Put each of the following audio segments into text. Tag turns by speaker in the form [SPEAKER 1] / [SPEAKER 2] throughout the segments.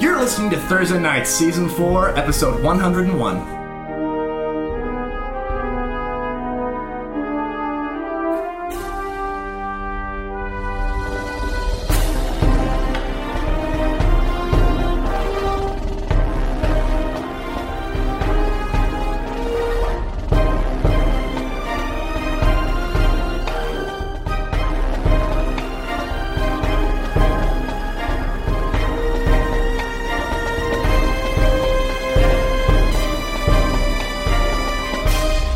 [SPEAKER 1] You're listening to Thursday Night, Season 4, Episode 101.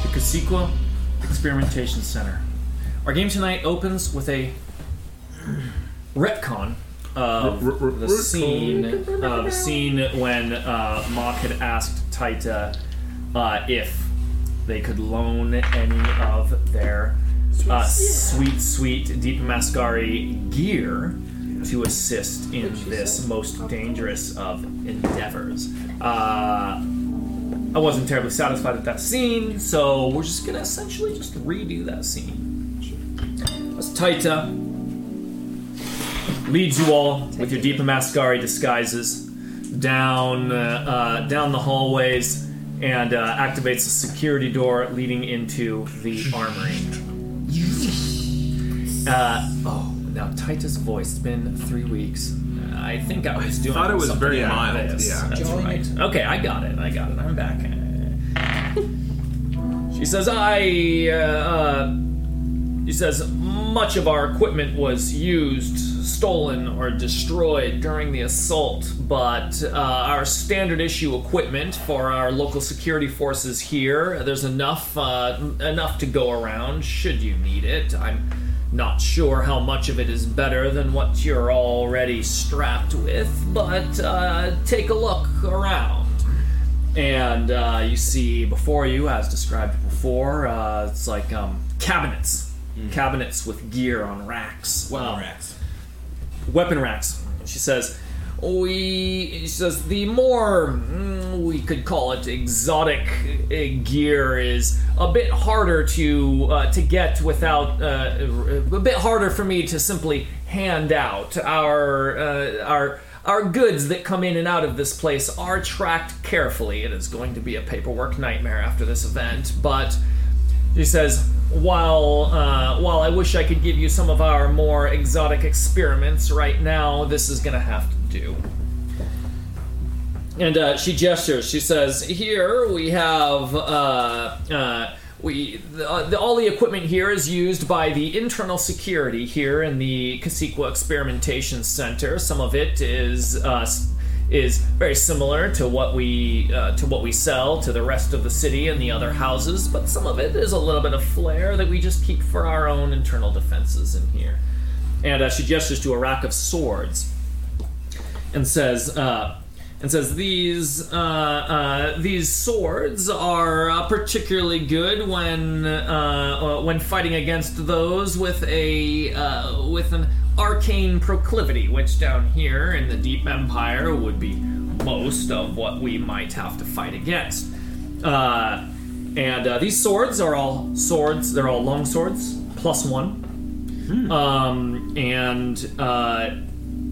[SPEAKER 2] the Cosequa Experimentation Center. Our game tonight opens with a retcon of the scene of the scene when uh, Mock had asked Taita uh, if they could loan any of their uh, sweet, sweet Deep Mascari gear to assist in this most dangerous of endeavors. Uh, I wasn't terribly satisfied with that scene, so we're just gonna essentially just redo that scene. As Taita leads you all with your Deepa Mascari disguises down uh, uh, down the hallways and uh, activates a security door leading into the armory. Uh, oh, now Taita's voice. It's been three weeks. I think I was doing.
[SPEAKER 3] thought it was
[SPEAKER 2] something
[SPEAKER 3] very
[SPEAKER 2] like
[SPEAKER 3] mild,
[SPEAKER 2] this.
[SPEAKER 3] yeah.
[SPEAKER 2] That's right. Okay, I got it. I got it. I'm back. She says, I. Uh, uh, she says, much of our equipment was used, stolen, or destroyed during the assault, but uh, our standard issue equipment for our local security forces here, there's enough, uh, enough to go around should you need it. I'm not sure how much of it is better than what you're already strapped with, but uh, take a look around and uh, you see before you, as described before, uh, it's like um, cabinets, cabinets with gear Hmm. on racks, Um, weapon racks. She says, "We," she says, "the more mm, we could call it exotic uh, gear is a bit harder to uh, to get without uh, a bit harder for me to simply hand out our uh, our." Our goods that come in and out of this place are tracked carefully. It is going to be a paperwork nightmare after this event, but he says, "While uh, while I wish I could give you some of our more exotic experiments right now, this is gonna have to do." And uh, she gestures. She says, "Here we have uh, uh, we the, uh, the, all the equipment here is used by the internal security here in the Casequa Experimentation Center. Some of it is uh, s- is very similar to what we uh, to what we sell to the rest of the city and the other houses, but some of it is a little bit of flair that we just keep for our own internal defenses in here." And uh, she gestures to a rack of swords and says uh, and says these uh, uh, these swords are uh, particularly good when uh, uh, when fighting against those with a uh, with an arcane proclivity, which down here in the Deep Empire would be most of what we might have to fight against. Uh, and uh, these swords are all swords. They're all long swords, plus one. Um, and uh,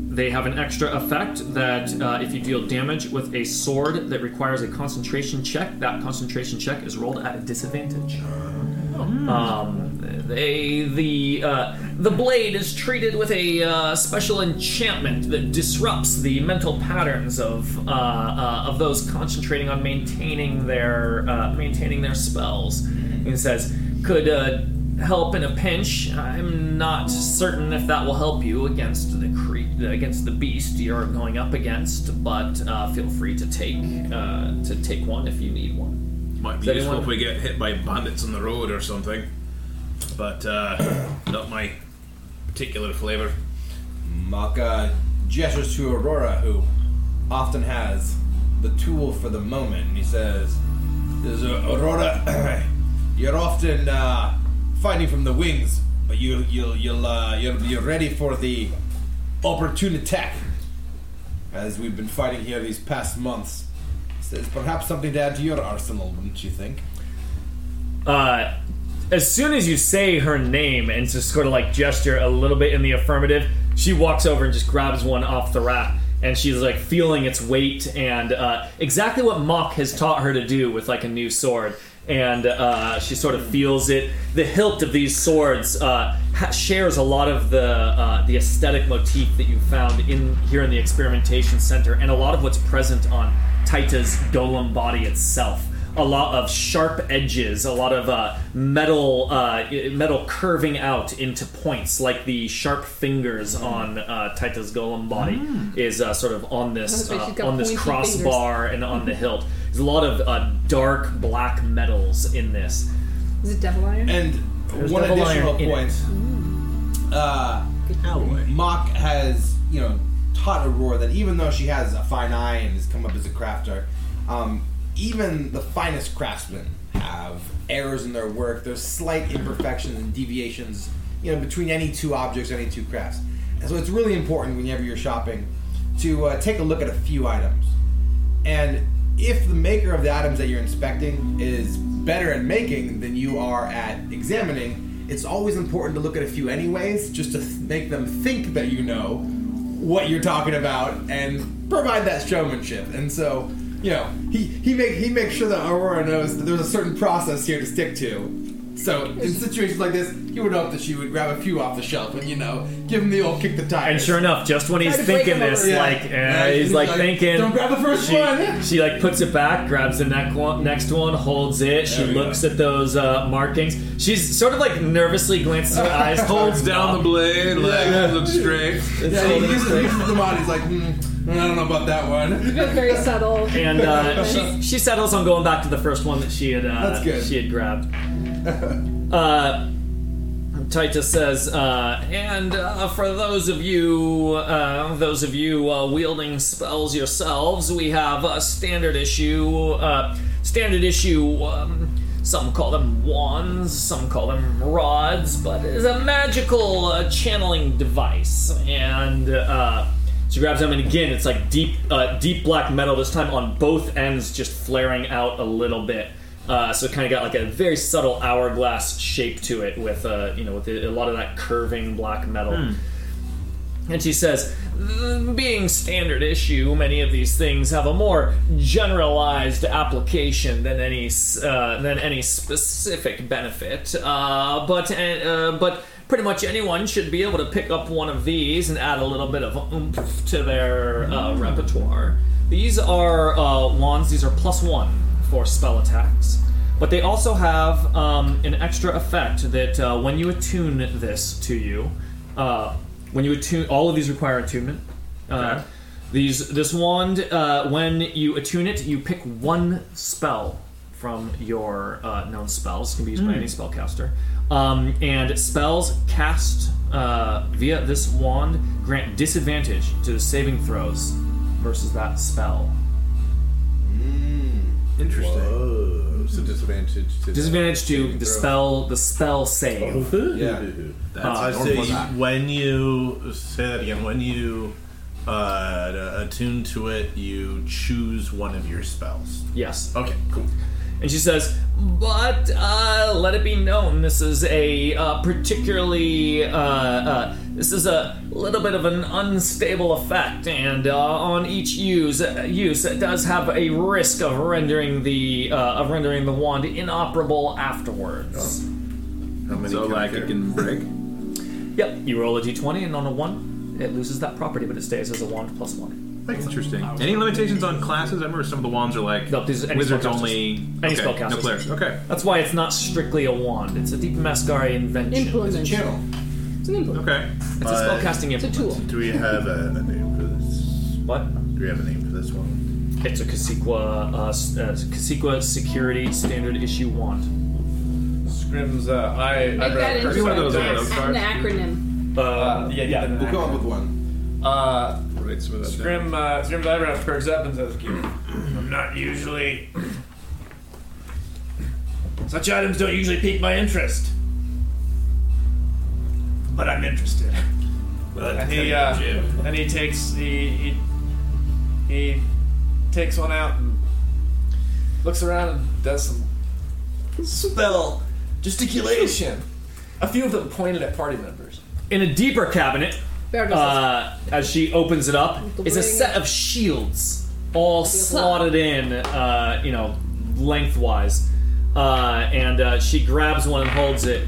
[SPEAKER 2] they have an extra effect that uh, if you deal damage with a sword that requires a concentration check, that concentration check is rolled at a disadvantage. Um, they the uh, the blade is treated with a uh, special enchantment that disrupts the mental patterns of uh, uh, of those concentrating on maintaining their uh, maintaining their spells. And it says could uh, help in a pinch. I'm not certain if that will help you against the cre- against the beast you're going up against, but uh, feel free to take uh, to take one if you need one.
[SPEAKER 3] Might be
[SPEAKER 2] Does
[SPEAKER 3] useful
[SPEAKER 2] anyone-
[SPEAKER 3] if we get hit by bandits on the road or something. But uh, not my particular flavour.
[SPEAKER 4] Maka gestures uh, to Aurora, who often has the tool for the moment, and he says, "There's a- Aurora, you're often uh, fighting from the wings, but you, you'll, you'll, uh, you're, you're ready for the opportune attack, as we've been fighting here these past months." He says, "Perhaps something to add to your arsenal, wouldn't you think?"
[SPEAKER 2] uh, as soon as you say her name and just sort of like gesture a little bit in the affirmative, she walks over and just grabs one off the rack and she's like feeling its weight and uh, exactly what Mock has taught her to do with like a new sword. And uh, she sort of feels it. The hilt of these swords uh, ha- shares a lot of the uh, the aesthetic motif that you found in here in the experimentation center, and a lot of what's present on Taita's golem body itself a lot of sharp edges, a lot of uh, metal uh, metal curving out into points, like the sharp
[SPEAKER 5] Mm.
[SPEAKER 2] fingers on uh, Taita's golem body is uh, sort of on this
[SPEAKER 5] That's why she's
[SPEAKER 2] uh,
[SPEAKER 5] got
[SPEAKER 2] on this
[SPEAKER 5] pointy Mm-hmm.
[SPEAKER 2] crossbar and on the hilt. There's a lot of uh, dark black metals in this.
[SPEAKER 5] Is it Devil Iron?
[SPEAKER 4] And one
[SPEAKER 2] double
[SPEAKER 4] additional
[SPEAKER 2] iron in it.
[SPEAKER 4] point. Uh, Mock has, you know, taught Aurora that even though she has a fine eye and has come up as a crafter, um, even the finest craftsmen have errors in their work. There's slight imperfections and deviations, you know, between any two objects, any two crafts. And so it's really important whenever you're shopping to uh, take a look at a few items. And if the maker of the items that you're inspecting is better at making than you are at examining, it's always important to look at a few anyways, just to th- make them think that you know what you're talking about and provide that showmanship. And so, you know, he he make he makes sure that Aurora knows that there's a certain process here to stick to. So in situations like this, he would hope that she would grab a few off the shelf and you know give him the old kick the tires.
[SPEAKER 2] And sure enough, just when he's
[SPEAKER 5] Try to break
[SPEAKER 2] thinking
[SPEAKER 5] him
[SPEAKER 2] this,
[SPEAKER 5] over.
[SPEAKER 4] Yeah.
[SPEAKER 2] like uh,
[SPEAKER 4] Yeah,
[SPEAKER 2] he's
[SPEAKER 4] he's
[SPEAKER 2] like,
[SPEAKER 4] like,
[SPEAKER 2] thinking,
[SPEAKER 4] "Don't grab the first
[SPEAKER 2] she,
[SPEAKER 4] one."
[SPEAKER 2] She like puts it back, grabs the neck one, next one, holds it. She
[SPEAKER 4] There we go.
[SPEAKER 2] looks at those uh, markings. She's sort of like nervously glances her eyes,
[SPEAKER 3] Holds down the blade, like
[SPEAKER 4] Yeah.
[SPEAKER 3] looks straight.
[SPEAKER 4] Yeah, he uses, he uses the mod. He's like, hmm, I don't know about that one.
[SPEAKER 5] It's very subtle.
[SPEAKER 2] and uh, she she settles on going back to the first one that she had uh,
[SPEAKER 4] That's good.
[SPEAKER 2] she had grabbed. Uh, Titus says, uh, and uh, for those of you, uh, those of you uh, wielding spells yourselves, we have a standard issue, uh, standard issue. Um, some call them wands, some call them rods, but it's a magical uh, channeling device. And uh, she grabs them, and again, it's like deep, uh, deep black metal. This time on both ends, just flaring out a little bit. Uh, so it kind of got like a very subtle hourglass shape to it, with uh, you know, with a, a lot of that curving black metal. And she says, "Mm, being standard issue, many of these things have a more generalized application than any s- uh, than any specific benefit. Uh, but uh, but pretty much anyone should be able to pick up one of these and add a little bit of oomph to their uh, repertoire. These are uh, wands. These are plus one for spell attacks." But they also have um, an extra effect that uh, when you attune this to you, uh, when you attune, all of these require attunement. Uh, These, this wand, uh, when you attune it, you pick one spell from your uh, known spells. It can be used by any spellcaster. Um, and spells cast uh, via this wand grant disadvantage to the saving throws versus that spell.
[SPEAKER 3] Interesting.
[SPEAKER 6] Oh, so disadvantage to
[SPEAKER 2] Disadvantage to the
[SPEAKER 6] throw.
[SPEAKER 2] spell, the spell
[SPEAKER 6] Oh.
[SPEAKER 2] save.
[SPEAKER 6] Yeah. I
[SPEAKER 3] That's
[SPEAKER 6] Uh, say when you say that again, when you uh, attune to it, you choose one of your spells.
[SPEAKER 2] Yes.
[SPEAKER 6] Okay, cool.
[SPEAKER 2] And she says, "But uh, let it be known, this is a uh, particularly uh, uh, this is a little bit of an unstable effect, and uh, on each use use it does have a risk of rendering the uh, of rendering the wand inoperable afterwards."
[SPEAKER 3] Oh.
[SPEAKER 6] How many
[SPEAKER 3] So
[SPEAKER 6] can I
[SPEAKER 3] like
[SPEAKER 6] get?
[SPEAKER 3] it can break.
[SPEAKER 2] Yep, you roll a d20, and on a one, it loses that property, but it stays as a wand plus one.
[SPEAKER 3] Interesting. Any limitations on classes? I remember some of the wands are like
[SPEAKER 2] No, these are any
[SPEAKER 3] wizards
[SPEAKER 2] spellcasters.
[SPEAKER 3] only.
[SPEAKER 2] Any
[SPEAKER 3] okay,
[SPEAKER 2] spellcasters.
[SPEAKER 3] No players. Okay.
[SPEAKER 2] That's why it's not strictly a wand; it's a deep Mascari invention.
[SPEAKER 5] Implement. It's,
[SPEAKER 4] Channel.
[SPEAKER 5] an implement.
[SPEAKER 3] Okay.
[SPEAKER 2] It's a
[SPEAKER 6] But-
[SPEAKER 2] spellcasting
[SPEAKER 5] Uh, It's a
[SPEAKER 2] implement.
[SPEAKER 5] tool.
[SPEAKER 6] Do we have a, a name for this?
[SPEAKER 2] What?
[SPEAKER 6] Do we have a name for this one?
[SPEAKER 2] It's a Casiqua, uh, s- uh, Casiqua security standard issue wand.
[SPEAKER 7] Scrim's. Uh, I. I
[SPEAKER 5] Make that
[SPEAKER 7] read
[SPEAKER 5] into
[SPEAKER 7] her
[SPEAKER 3] Give me one of
[SPEAKER 5] an
[SPEAKER 3] those
[SPEAKER 7] sentence.
[SPEAKER 3] windows.
[SPEAKER 5] acronym.
[SPEAKER 2] Uh,
[SPEAKER 7] Uh, yeah, yeah.
[SPEAKER 4] We'll come up with one.
[SPEAKER 7] Uh,
[SPEAKER 3] Right, some of that down.
[SPEAKER 7] Scrim, uh, Scrim's eyebrows perks up and says, I'm not usually. Such items don't usually pique my interest. But I'm interested. and he, uh, and he takes, he, he, he takes one out and looks around and does some spell gesticulation. A few of them pointed at party members.
[SPEAKER 2] In a deeper cabinet,
[SPEAKER 5] Bear goes
[SPEAKER 2] uh, as she opens it up,
[SPEAKER 5] The
[SPEAKER 2] is a
[SPEAKER 5] ring.
[SPEAKER 2] set of shields all slotted in, uh, you know, lengthwise. Uh, and uh, she grabs one and holds it.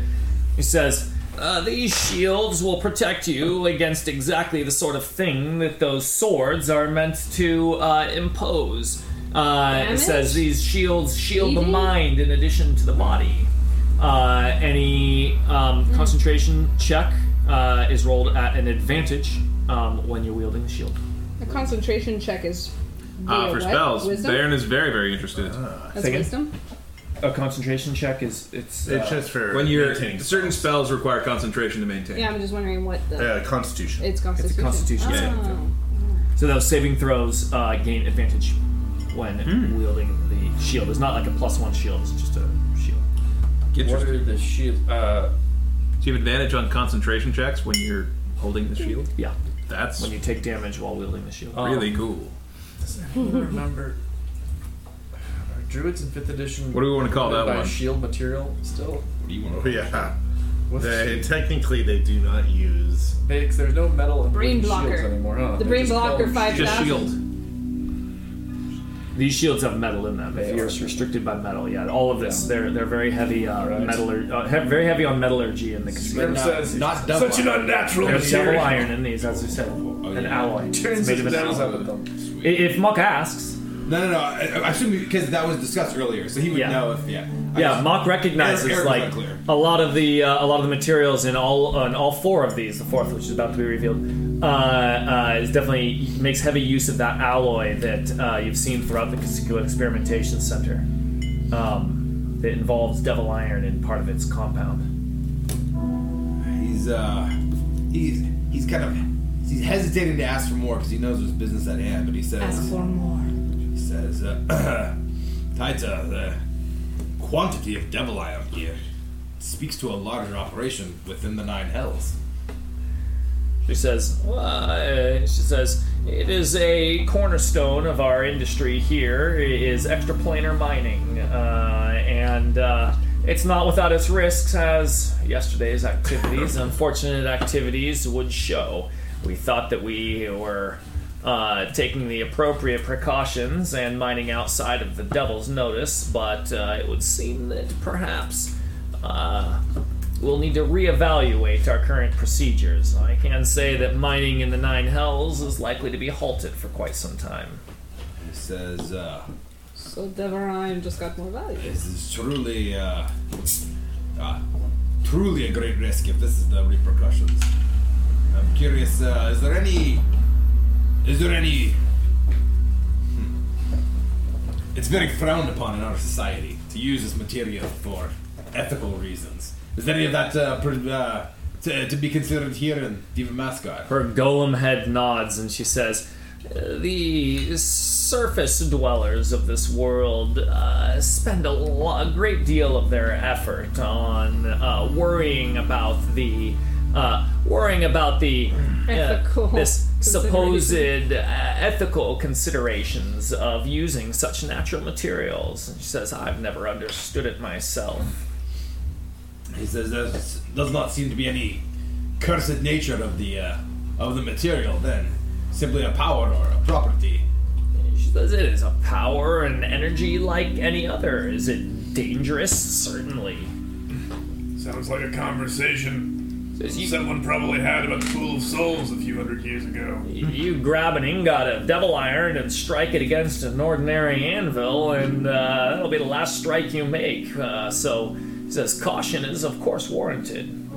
[SPEAKER 2] He says, uh, These shields will protect you against exactly the sort of thing that those swords are meant to uh, impose. Uh, it
[SPEAKER 5] Damage?
[SPEAKER 2] says these shields shield the
[SPEAKER 5] Bleeding?
[SPEAKER 2] mind in addition to the body. Uh, any um, concentration check uh, is rolled at an advantage um, when you're wielding the shield.
[SPEAKER 5] a concentration check is.
[SPEAKER 3] Uh,
[SPEAKER 5] via
[SPEAKER 3] for
[SPEAKER 5] what?
[SPEAKER 3] spells,
[SPEAKER 5] Wisdom?
[SPEAKER 3] Baron is very, very interested.
[SPEAKER 5] That's
[SPEAKER 2] Say again?
[SPEAKER 5] wisdom.
[SPEAKER 2] A concentration check is it's.
[SPEAKER 6] It's just for
[SPEAKER 3] when you're
[SPEAKER 6] maintaining
[SPEAKER 3] certain spells require concentration to maintain.
[SPEAKER 5] Yeah, I'm just wondering what the.
[SPEAKER 6] uh, Constitution.
[SPEAKER 5] It's constitution.
[SPEAKER 2] constitution saving
[SPEAKER 5] Oh.
[SPEAKER 2] So those saving throws uh, gain advantage when wielding the shield. It's not like a plus one shield; it's just a shield.
[SPEAKER 7] What
[SPEAKER 3] Interesting.
[SPEAKER 7] are the shield? Uh,
[SPEAKER 3] Do you have advantage on concentration checks when you're holding the shield?
[SPEAKER 2] Yeah,
[SPEAKER 3] That's
[SPEAKER 2] when you take damage while wielding the shield.
[SPEAKER 3] really cool.
[SPEAKER 7] remember. Are druids in fifth edition.
[SPEAKER 3] What do we want to call that
[SPEAKER 7] by
[SPEAKER 3] one?
[SPEAKER 7] Shield material still.
[SPEAKER 6] yeah.
[SPEAKER 7] What's-
[SPEAKER 6] They, technically, they do not use.
[SPEAKER 7] They, 'cause there's no metal and
[SPEAKER 5] Brain
[SPEAKER 7] wooden shields
[SPEAKER 5] blocker.
[SPEAKER 7] anymore, huh?
[SPEAKER 5] The
[SPEAKER 7] They
[SPEAKER 5] brain
[SPEAKER 7] just call
[SPEAKER 5] blocker
[SPEAKER 7] them
[SPEAKER 5] five
[SPEAKER 7] shields.
[SPEAKER 3] Just
[SPEAKER 5] thousand.
[SPEAKER 3] shield.
[SPEAKER 2] These shields have metal in them. If you're restricted by metal, yeah, all of this they're they're very heavy uh, metallur- uh, he- very heavy on metallurgy in the casino.
[SPEAKER 7] Grim says,
[SPEAKER 4] not double
[SPEAKER 7] Such an unnatural
[SPEAKER 2] There's devil
[SPEAKER 7] material."
[SPEAKER 2] iron in these, as we said, an alloy. It's
[SPEAKER 7] Turns
[SPEAKER 2] made of
[SPEAKER 7] his
[SPEAKER 2] an
[SPEAKER 7] nose
[SPEAKER 2] alloy.
[SPEAKER 7] up at them.
[SPEAKER 2] I- If Muck asks,
[SPEAKER 4] No, no, no. I, I assume because that was discussed earlier, so he would
[SPEAKER 2] Yeah.
[SPEAKER 4] know if yeah. I
[SPEAKER 2] Yeah,
[SPEAKER 4] just-
[SPEAKER 2] Mock recognizes
[SPEAKER 4] Eric- Eric
[SPEAKER 2] like
[SPEAKER 4] was unclear.
[SPEAKER 2] a lot of the uh, a lot of the materials in all on all four of these. The fourth, which is about to be revealed, uh, uh, is definitely makes heavy use of that alloy that uh, you've seen throughout the Casico Experimentation Center. Um, that involves devil iron in part of its compound.
[SPEAKER 4] he's uh, he's he's kind of he's hesitating to ask for more because he knows there's business at hand, but he says
[SPEAKER 5] Ask for more.
[SPEAKER 4] he says uh, Taita, the quantity of devil eye out here speaks to a larger operation within the nine hells.
[SPEAKER 2] She says, uh, she says, it is a cornerstone of our industry here. It is extraplanar mining, uh, and uh, it's not without its risks, as yesterday's activities, unfortunate activities, would show. We thought that we were uh, taking the appropriate precautions and mining outside of the devil's notice, but uh, it would seem that perhaps. Uh, We'll need to reevaluate our current procedures. I can say that mining in the Nine Hells is likely to be halted for quite some time.
[SPEAKER 4] He says uh,
[SPEAKER 5] So Devarine just got more value.
[SPEAKER 4] this is truly uh, uh, truly a great risk if this is the repercussions. I'm curious. Uh, is there any? Is there any? Hmm. It's very frowned upon in our society to use this material for ethical reasons. Is any of that uh, pr- uh, to, to be considered here in Diva Mascot?
[SPEAKER 2] Her golem head nods and she says, The surface dwellers of this world uh, spend a, lo- a great deal of their effort on uh, worrying about the. Uh, worrying about the. uh,
[SPEAKER 5] Ethical
[SPEAKER 2] this supposed
[SPEAKER 5] considerations.
[SPEAKER 2] uh, ethical considerations of using such natural materials. And she says, I've never understood it myself.
[SPEAKER 4] He says there does not seem to be any cursed nature of the uh, of the material. Then simply a power or a property.
[SPEAKER 2] She says, It is a power and energy like any other. Is it dangerous? Certainly.
[SPEAKER 8] Sounds like a conversation
[SPEAKER 2] Says, you,
[SPEAKER 8] someone probably had about the pool of souls a few hundred years ago.
[SPEAKER 2] Mm-hmm. you grab an ingot of devil iron and strike it against an ordinary anvil, and uh, that'll be the last strike you make. Uh, so he says, Caution is, of course, warranted.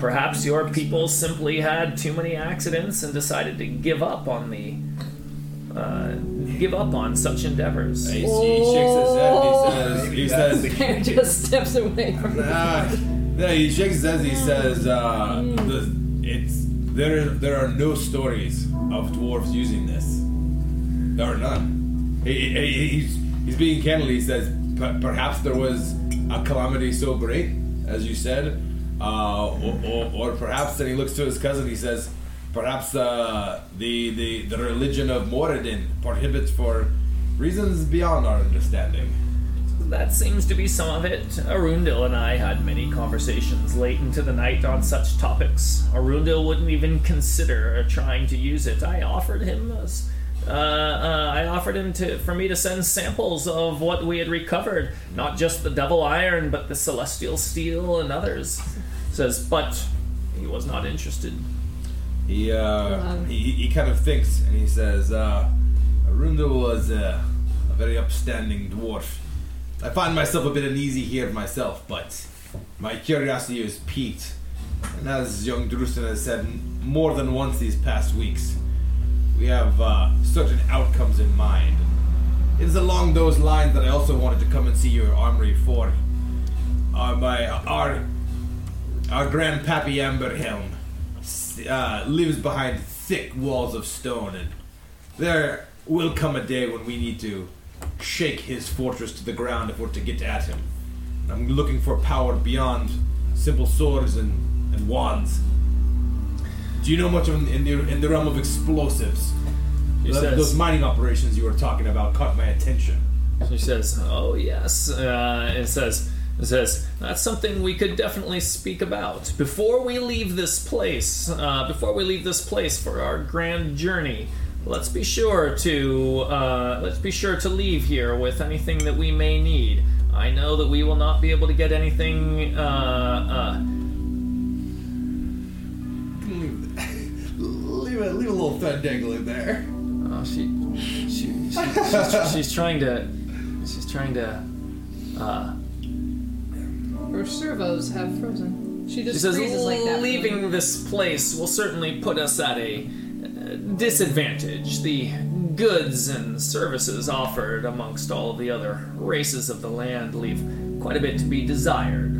[SPEAKER 2] Perhaps your people simply had too many accidents and decided to give up on the. Uh, give up on such endeavors.
[SPEAKER 4] He, he shakes his head and he says, he says,
[SPEAKER 5] Baron just steps away from it.
[SPEAKER 4] ah, no, he shakes his head and he says, uh, the, it's, there, there are no stories of dwarves using this. There are none. He, he- he- he's, he's being candid. He says, "Per- perhaps there was a calamity so great, as you said, uh, or, or, or perhaps, then he looks to his cousin, he says, perhaps uh, the, the, the religion of Moradin prohibits for reasons beyond our understanding.
[SPEAKER 2] That seems to be some of it. Arundel and I had many conversations late into the night on such topics. Arundel wouldn't even consider trying to use it. I offered him, a s- uh, uh, I offered him to for me to send samples of what we had recovered, not just the devil iron, but the celestial steel and others. Says, but he was not interested.
[SPEAKER 4] He uh,
[SPEAKER 5] Um.
[SPEAKER 4] he, he kind of thinks and he says, uh, Arunda was uh, a very upstanding dwarf. I find myself a bit uneasy here myself, but my curiosity is piqued. And as young Drusen has said m- more than once these past weeks, we have uh, certain outcomes in mind. It is along those lines that I also wanted to come and see your armory for. Our, my, our our grandpappy Amberhelm s- uh, lives behind thick walls of stone, and there will come a day when we need to shake his fortress to the ground if we're to get at him. And I'm looking for power beyond simple swords and, and wands. Do you know much in, in, the, in the realm of explosives?
[SPEAKER 2] He
[SPEAKER 4] Those-
[SPEAKER 2] says-
[SPEAKER 4] those mining operations you were talking about caught my attention.
[SPEAKER 2] She says, "Oh yes," uh, and says, it "says that's something we could definitely speak about before we leave this place. Uh, before we leave this place for our grand journey, let's be sure to uh, let's be sure to leave here with anything that we may need. I know that we will not be able to get anything." Uh, uh,
[SPEAKER 4] Leave a, leave a little thread dangling there.
[SPEAKER 2] oh, she, she, she- she's, she's trying to, she's trying to. Uh,
[SPEAKER 5] Her servos have frozen. She just
[SPEAKER 2] She says
[SPEAKER 5] freezes like that.
[SPEAKER 2] leaving this place will certainly put us at a uh, disadvantage. The goods and services offered amongst all the other races of the land leave quite a bit to be desired.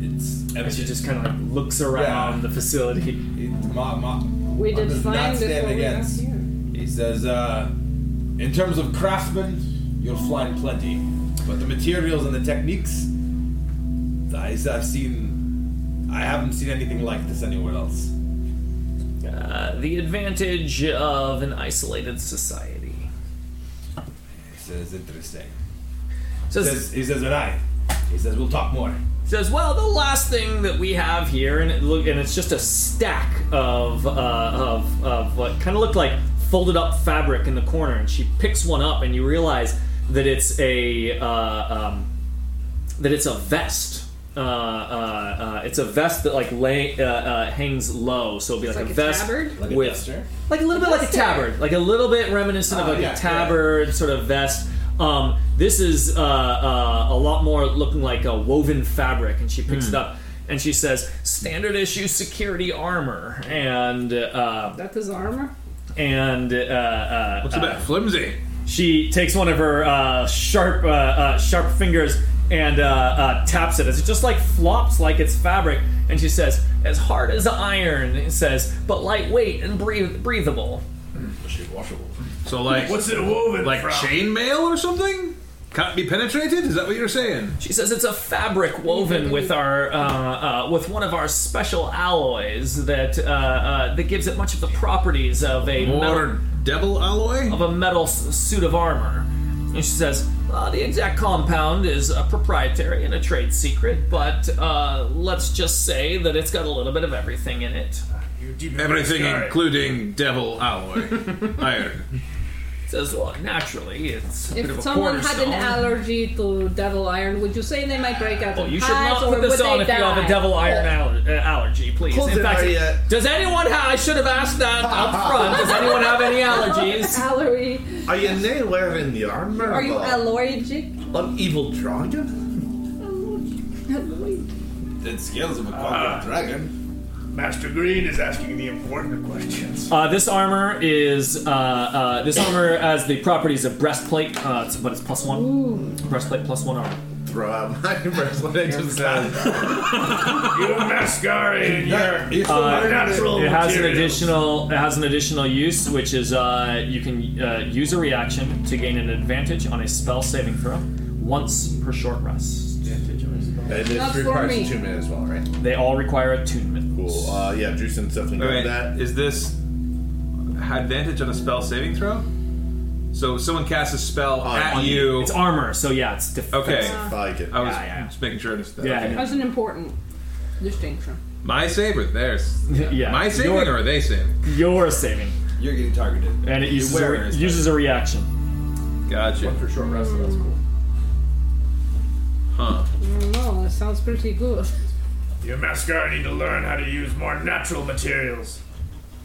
[SPEAKER 4] It's
[SPEAKER 2] And she just kind of like looks around the facility.
[SPEAKER 4] it, ma ma.
[SPEAKER 5] We
[SPEAKER 4] I
[SPEAKER 5] did
[SPEAKER 4] does not
[SPEAKER 5] fine
[SPEAKER 4] stand
[SPEAKER 5] before we got
[SPEAKER 4] against.
[SPEAKER 5] here.
[SPEAKER 4] He says, uh, in terms of craftsmen, you'll find plenty. But the materials and the techniques, I, I've seen, I haven't seen anything like this anywhere else.
[SPEAKER 2] Uh, the advantage of an isolated society.
[SPEAKER 4] He says, interesting. He
[SPEAKER 2] Says-
[SPEAKER 4] says, he says, and I. He says, we'll talk more.
[SPEAKER 2] says, "Well, the last thing that we have here, and it look, and it's just a stack of uh, of of what kind of looked like folded up fabric in the corner." And she picks one up, and you realize that it's a uh, um, that it's a vest. Uh, uh, uh, it's a vest that like lay, uh, uh, hangs low, so it'll be like,
[SPEAKER 5] like
[SPEAKER 2] a
[SPEAKER 5] a
[SPEAKER 2] vest
[SPEAKER 5] tabard?
[SPEAKER 4] Like a
[SPEAKER 2] with
[SPEAKER 4] duster?
[SPEAKER 2] like a little bit like a
[SPEAKER 5] Duster.
[SPEAKER 2] tabard, like a little bit reminiscent of
[SPEAKER 4] Oh,
[SPEAKER 2] like
[SPEAKER 4] yeah,
[SPEAKER 2] a tabard sort of vest. Um, this is uh, uh, a lot more looking like a woven fabric, and she picks it
[SPEAKER 4] Hmm.
[SPEAKER 2] up and she says, "Standard issue security armor," and uh,
[SPEAKER 5] That is armor.
[SPEAKER 2] and uh, uh,
[SPEAKER 3] It's a bit flimsy.
[SPEAKER 2] she takes one of her uh, sharp uh, uh, sharp fingers and uh, uh, taps it as it just like flops like it's fabric and she says as hard as iron it says but lightweight and breath- breathable
[SPEAKER 3] So like,
[SPEAKER 8] What's it woven
[SPEAKER 3] like
[SPEAKER 8] from?
[SPEAKER 3] chainmail or something? Can't be penetrated. Is that what you're saying?
[SPEAKER 2] she says it's a fabric woven with our uh, uh, with one of our special alloys that uh, uh, that gives it much of the properties of a metal-
[SPEAKER 3] More devil alloy.
[SPEAKER 2] of a metal s- suit of armor. And she says, uh, the exact compound is uh, proprietary and a trade secret, but uh, let's just say that it's got a little bit of everything in it.
[SPEAKER 8] You deep in
[SPEAKER 3] Everything,
[SPEAKER 8] the sky.
[SPEAKER 3] including devil alloy, iron.
[SPEAKER 2] Says, well, naturally, it's a bit of
[SPEAKER 5] If
[SPEAKER 2] a
[SPEAKER 5] someone had
[SPEAKER 2] cornerstone.
[SPEAKER 5] an allergy to devil iron, would you say they might break out
[SPEAKER 2] Well,
[SPEAKER 5] in
[SPEAKER 2] you should
[SPEAKER 5] hives,
[SPEAKER 2] not
[SPEAKER 5] or
[SPEAKER 2] put this
[SPEAKER 5] would
[SPEAKER 2] on
[SPEAKER 5] they
[SPEAKER 2] if you have
[SPEAKER 5] die?
[SPEAKER 2] a devil iron aller- uh, allergy, please.
[SPEAKER 4] Hold
[SPEAKER 2] In
[SPEAKER 4] it, Maria.
[SPEAKER 2] fact, does anyone have? I should have asked that up front. Does anyone have any allergies?
[SPEAKER 5] Allergy.
[SPEAKER 6] Are you nay wearing the armor
[SPEAKER 5] Are you
[SPEAKER 6] of
[SPEAKER 5] allergic?
[SPEAKER 6] a- an evil dragon?
[SPEAKER 5] Allergic.
[SPEAKER 4] Then scales of a
[SPEAKER 3] Ah.
[SPEAKER 4] dragon.
[SPEAKER 8] Master Green is asking the important questions.
[SPEAKER 2] Uh, this armor is uh, uh, this armor has the properties of breastplate, uh, it's- but it's plus one. Breastplate plus one armor.
[SPEAKER 6] Throw out my wrestling agent's
[SPEAKER 8] You mascari and your
[SPEAKER 4] It's
[SPEAKER 3] Ah,
[SPEAKER 4] uh,
[SPEAKER 8] natural
[SPEAKER 2] It has an
[SPEAKER 8] materials.
[SPEAKER 2] additional. It has an additional use, which is uh, you can uh, use a reaction to gain an advantage on a spell saving throw once per short rest.
[SPEAKER 6] And
[SPEAKER 5] Not
[SPEAKER 6] it
[SPEAKER 5] for me.
[SPEAKER 6] requires two men as well, right?
[SPEAKER 2] They all require attunement.
[SPEAKER 6] Cool. Uh, yeah, Drusen's definitely got that.
[SPEAKER 3] is this advantage on a spell saving throw? So someone casts a spell
[SPEAKER 9] Oh,
[SPEAKER 3] at
[SPEAKER 9] on
[SPEAKER 3] you.
[SPEAKER 2] It's armor, so yeah, it's defensive.
[SPEAKER 3] okay.
[SPEAKER 9] Like it.
[SPEAKER 3] I was
[SPEAKER 2] Yeah, yeah.
[SPEAKER 3] just making sure. I understood.
[SPEAKER 2] Yeah,
[SPEAKER 3] Okay.
[SPEAKER 2] yeah.
[SPEAKER 5] That's an important distinction.
[SPEAKER 3] My save or theirs?
[SPEAKER 2] Yeah.
[SPEAKER 3] My saving
[SPEAKER 2] Your-
[SPEAKER 3] or are they saving?
[SPEAKER 2] You're saving,
[SPEAKER 4] You're getting targeted.
[SPEAKER 2] and it uses a,
[SPEAKER 4] wearer
[SPEAKER 2] re-
[SPEAKER 4] is
[SPEAKER 2] uses a reaction.
[SPEAKER 3] Gotcha.
[SPEAKER 4] One for short rest, so that's cool.
[SPEAKER 3] Huh.
[SPEAKER 5] No, Oh, that sounds pretty good.
[SPEAKER 8] Your mascara need to learn how to use more natural materials.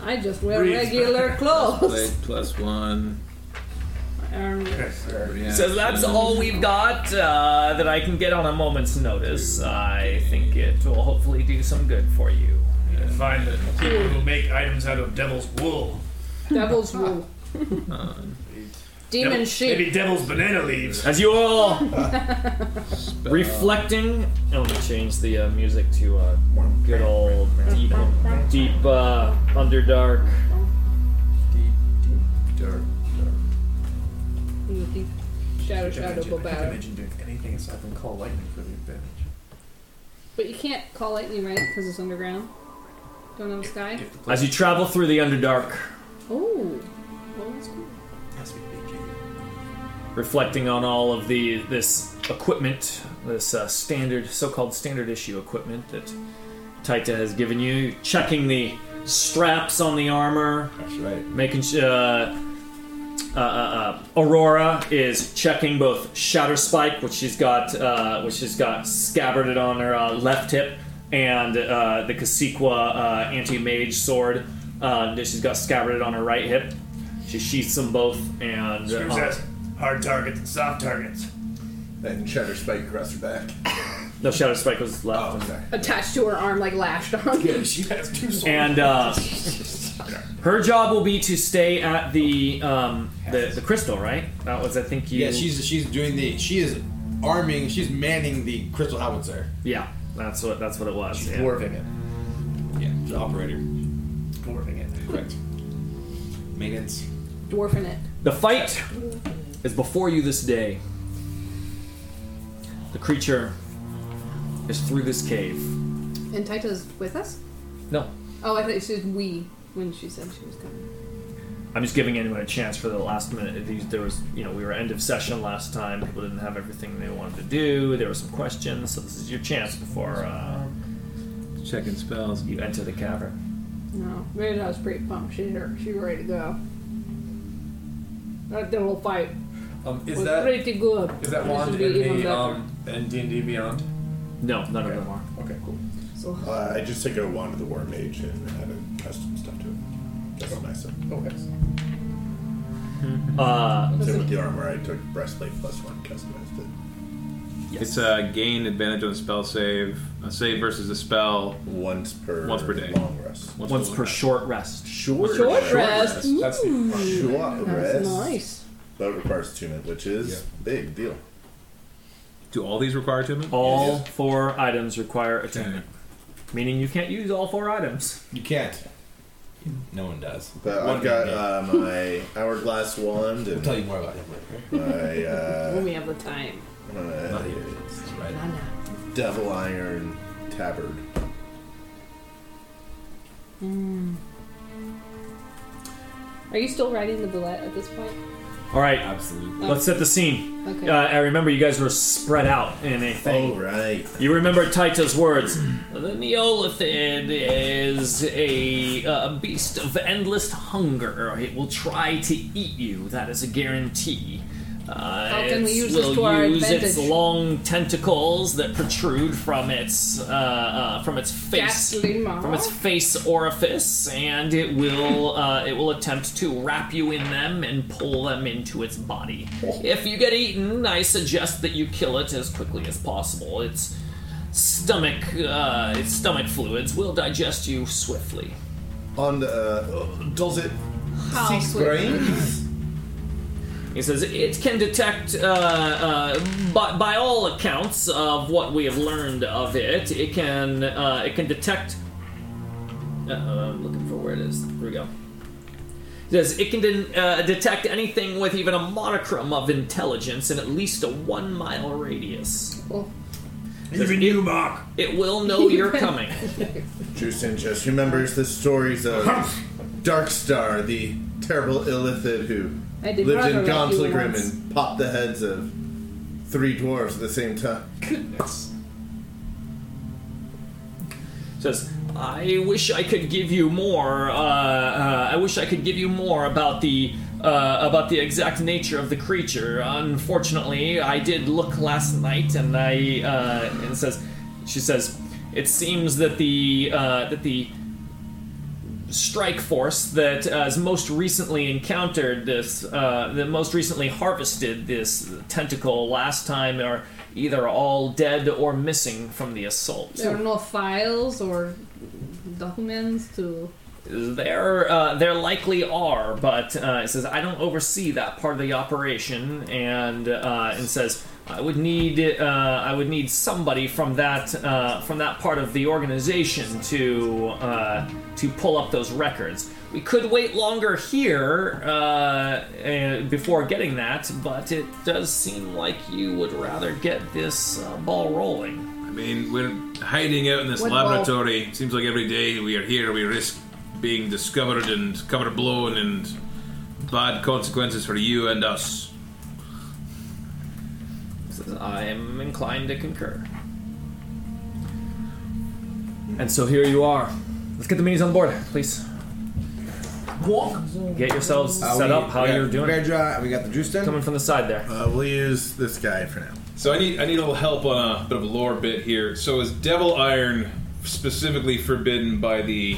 [SPEAKER 5] I just wear
[SPEAKER 8] Breathe.
[SPEAKER 5] regular clothes.
[SPEAKER 3] Blade plus one.
[SPEAKER 5] Um,
[SPEAKER 2] So that's all we've got uh, that I can get on a moment's notice. I think it will hopefully do some good for you.
[SPEAKER 8] Find the people who make items out of devil's wool.
[SPEAKER 5] devil's wool.
[SPEAKER 3] Uh,
[SPEAKER 5] Demon
[SPEAKER 8] Devil-
[SPEAKER 5] sheep.
[SPEAKER 8] Maybe devil's banana leaves.
[SPEAKER 2] As you all reflecting, oh, let me change the uh, music to uh, good old deep, deep uh, underdark.
[SPEAKER 5] Ooh, deep Shadow, shadow, go battle.
[SPEAKER 7] imagine doing anything aside from call lightning for the advantage.
[SPEAKER 5] But you can't call lightning, right? Because it's underground. Don't have a sky.
[SPEAKER 7] If the place
[SPEAKER 2] As you travel through the underdark,
[SPEAKER 5] Oh, well, that's cool.
[SPEAKER 7] has to be big,
[SPEAKER 2] reflecting on all of the this equipment, this uh, standard, so-called standard issue equipment that Taita has given you, checking the straps on the armor,
[SPEAKER 4] That's right.
[SPEAKER 2] making sh- uh, uh, uh, uh, Aurora is checking both Shatter Spike, which she's got, uh, which she's got scabbarded on her uh, left hip, and uh, the Casequa uh, Anti Mage sword uh, that she's got scabbarded on her right hip. She sheaths them both, and
[SPEAKER 8] Screws
[SPEAKER 2] uh,
[SPEAKER 8] that. Hard targets and soft targets.
[SPEAKER 9] Then Cheddar Spike across her back.
[SPEAKER 2] no Shatter Spike was left.
[SPEAKER 9] Oh, sorry.
[SPEAKER 5] Attached to her arm, like lashed on.
[SPEAKER 9] she has two
[SPEAKER 4] Oh.
[SPEAKER 9] swords.
[SPEAKER 2] and uh, her job will be to stay at the um, the, the crystal, right? That was, I think, you.
[SPEAKER 4] Yeah, she's she's doing the she is arming she's manning the crystal howitzer.
[SPEAKER 2] Yeah, that's what that's what it was. yeah.
[SPEAKER 7] dwarfing it.
[SPEAKER 4] Yeah, the operator.
[SPEAKER 7] Dwarfing it.
[SPEAKER 4] Correct. Maintenance.
[SPEAKER 5] Dwarfing it.
[SPEAKER 2] The fight is before you this day. The creature is through this cave.
[SPEAKER 5] And Taita's with us?
[SPEAKER 2] No,
[SPEAKER 5] Oh, I thought she said we when she said she was coming.
[SPEAKER 2] I'm just giving anyone a chance for the last minute. If these- There was, you know, we were end of session last time. People didn't have everything they wanted to do. There were some questions, so this is your chance before uh,
[SPEAKER 3] Checking spells.
[SPEAKER 2] you enter the cavern.
[SPEAKER 5] No, Rita was pretty pumped. She her, she ready to go. That little fight
[SPEAKER 7] Um, is
[SPEAKER 5] was
[SPEAKER 7] that
[SPEAKER 5] pretty good.
[SPEAKER 7] is that
[SPEAKER 5] This
[SPEAKER 7] wand
[SPEAKER 5] would be
[SPEAKER 7] in
[SPEAKER 5] even
[SPEAKER 7] the
[SPEAKER 5] better.
[SPEAKER 7] um in D and D Beyond?
[SPEAKER 2] No, none of them are.
[SPEAKER 7] Okay, cool.
[SPEAKER 5] so
[SPEAKER 9] Uh, I just took a wand of the War Mage and added custom stuff to it. Just nice.
[SPEAKER 7] Okay.
[SPEAKER 5] Mm-hmm.
[SPEAKER 2] Uh,
[SPEAKER 9] Same with the armor, I took breastplate plus one, customized it.
[SPEAKER 3] It's a uh, gain advantage on a spell save. A save versus a spell.
[SPEAKER 9] Once per
[SPEAKER 3] Once per day.
[SPEAKER 9] long rest.
[SPEAKER 3] Once,
[SPEAKER 2] once
[SPEAKER 3] per
[SPEAKER 2] per
[SPEAKER 3] last.
[SPEAKER 2] short rest.
[SPEAKER 9] Short,
[SPEAKER 5] short rest. Ooh,
[SPEAKER 7] That's the
[SPEAKER 9] Short
[SPEAKER 5] That's
[SPEAKER 9] rest.
[SPEAKER 5] nice.
[SPEAKER 9] That requires attunement, which is big deal.
[SPEAKER 3] Do all these require attunement?
[SPEAKER 2] All four items require attunement, meaning you can't use all four items.
[SPEAKER 4] You can't. No one does.
[SPEAKER 9] But
[SPEAKER 4] One
[SPEAKER 9] I've got
[SPEAKER 4] man.
[SPEAKER 9] uh, my hourglass wand and
[SPEAKER 4] I'll tell you more about it.
[SPEAKER 9] my uh,
[SPEAKER 5] when we have the time.
[SPEAKER 6] uh,
[SPEAKER 9] my
[SPEAKER 4] That's right.
[SPEAKER 5] Nah, nah.
[SPEAKER 9] devil iron tabard.
[SPEAKER 5] Are you still riding the bullet at this point?
[SPEAKER 2] All right,
[SPEAKER 4] Absolutely.
[SPEAKER 2] let's set the scene.
[SPEAKER 5] Okay.
[SPEAKER 2] Uh, I remember you guys were spread out in a
[SPEAKER 9] Oh
[SPEAKER 2] thing.
[SPEAKER 9] right.
[SPEAKER 2] You remember Titus' words. The Neolithin is a, uh beast of endless hunger. It will try to eat you. That is a guarantee. Uh,
[SPEAKER 5] How can we
[SPEAKER 2] it
[SPEAKER 5] use this
[SPEAKER 2] will
[SPEAKER 5] to our
[SPEAKER 2] use its
[SPEAKER 5] advantage?
[SPEAKER 2] long tentacles that protrude from its uh, uh, from its face
[SPEAKER 5] Ghastly maw.
[SPEAKER 2] from its face orifice, and it will uh, it will attempt to wrap you in them and pull them into its body. If you get eaten, I suggest that you kill it as quickly as possible. Its stomach uh, its stomach fluids will digest you swiftly.
[SPEAKER 9] On the uh, does it
[SPEAKER 5] How
[SPEAKER 9] six
[SPEAKER 5] sweet.
[SPEAKER 9] brains?
[SPEAKER 2] He says it can detect, uh, uh, by, by all accounts of what we have learned of it, it can uh, it can detect. Uh, I'm looking for where it is. Here we go. He says it can de- uh, detect anything with even a monochrome of intelligence in at least a one mile radius.
[SPEAKER 5] Well,
[SPEAKER 8] Even you, Mark.
[SPEAKER 2] It will know you're coming.
[SPEAKER 9] Justin just remembers the stories of Darkstar, the terrible illithid who
[SPEAKER 5] I did
[SPEAKER 10] lived
[SPEAKER 5] rock
[SPEAKER 10] in
[SPEAKER 5] a rescue
[SPEAKER 10] Gonsligrim
[SPEAKER 5] once.
[SPEAKER 10] and popped the heads of three dwarves at the same time.
[SPEAKER 2] Goodness. Says, I wish I could give you more. Uh, uh, I wish I could give you more about the uh, about the exact nature of the creature. Unfortunately, I did look last night, and I uh, and it says, she says, it seems that the uh, that the strike force that has most recently encountered this, uh, that most recently harvested this tentacle last time are either all dead or missing from the assault.
[SPEAKER 5] There are no files or documents to.
[SPEAKER 2] There, uh, there likely are, but uh, it says I don't oversee that part of the operation, and uh, and says I would need uh, I would need somebody from that uh, from that part of the organization to uh, to pull up those records. We could wait longer here uh, uh, before getting that, but it does seem like you would rather get this uh, ball rolling.
[SPEAKER 3] I mean, we're hiding out in this
[SPEAKER 5] What
[SPEAKER 3] laboratory. Seems like every day we are here, we risk being discovered and cover blown and bad consequences for you and us.
[SPEAKER 2] Says, I am inclined to concur. And so here you are. Let's get the minis on board, please. Get yourselves
[SPEAKER 4] Uh,
[SPEAKER 2] set
[SPEAKER 4] we-
[SPEAKER 2] up how
[SPEAKER 4] we got
[SPEAKER 2] you're doing.
[SPEAKER 4] Bear dry, we got the juice done.
[SPEAKER 2] Coming from the side there.
[SPEAKER 6] Uh, we'll use this guy for now.
[SPEAKER 3] So I need I need a little help on a bit of a lore bit here. So is Devil Iron specifically forbidden by the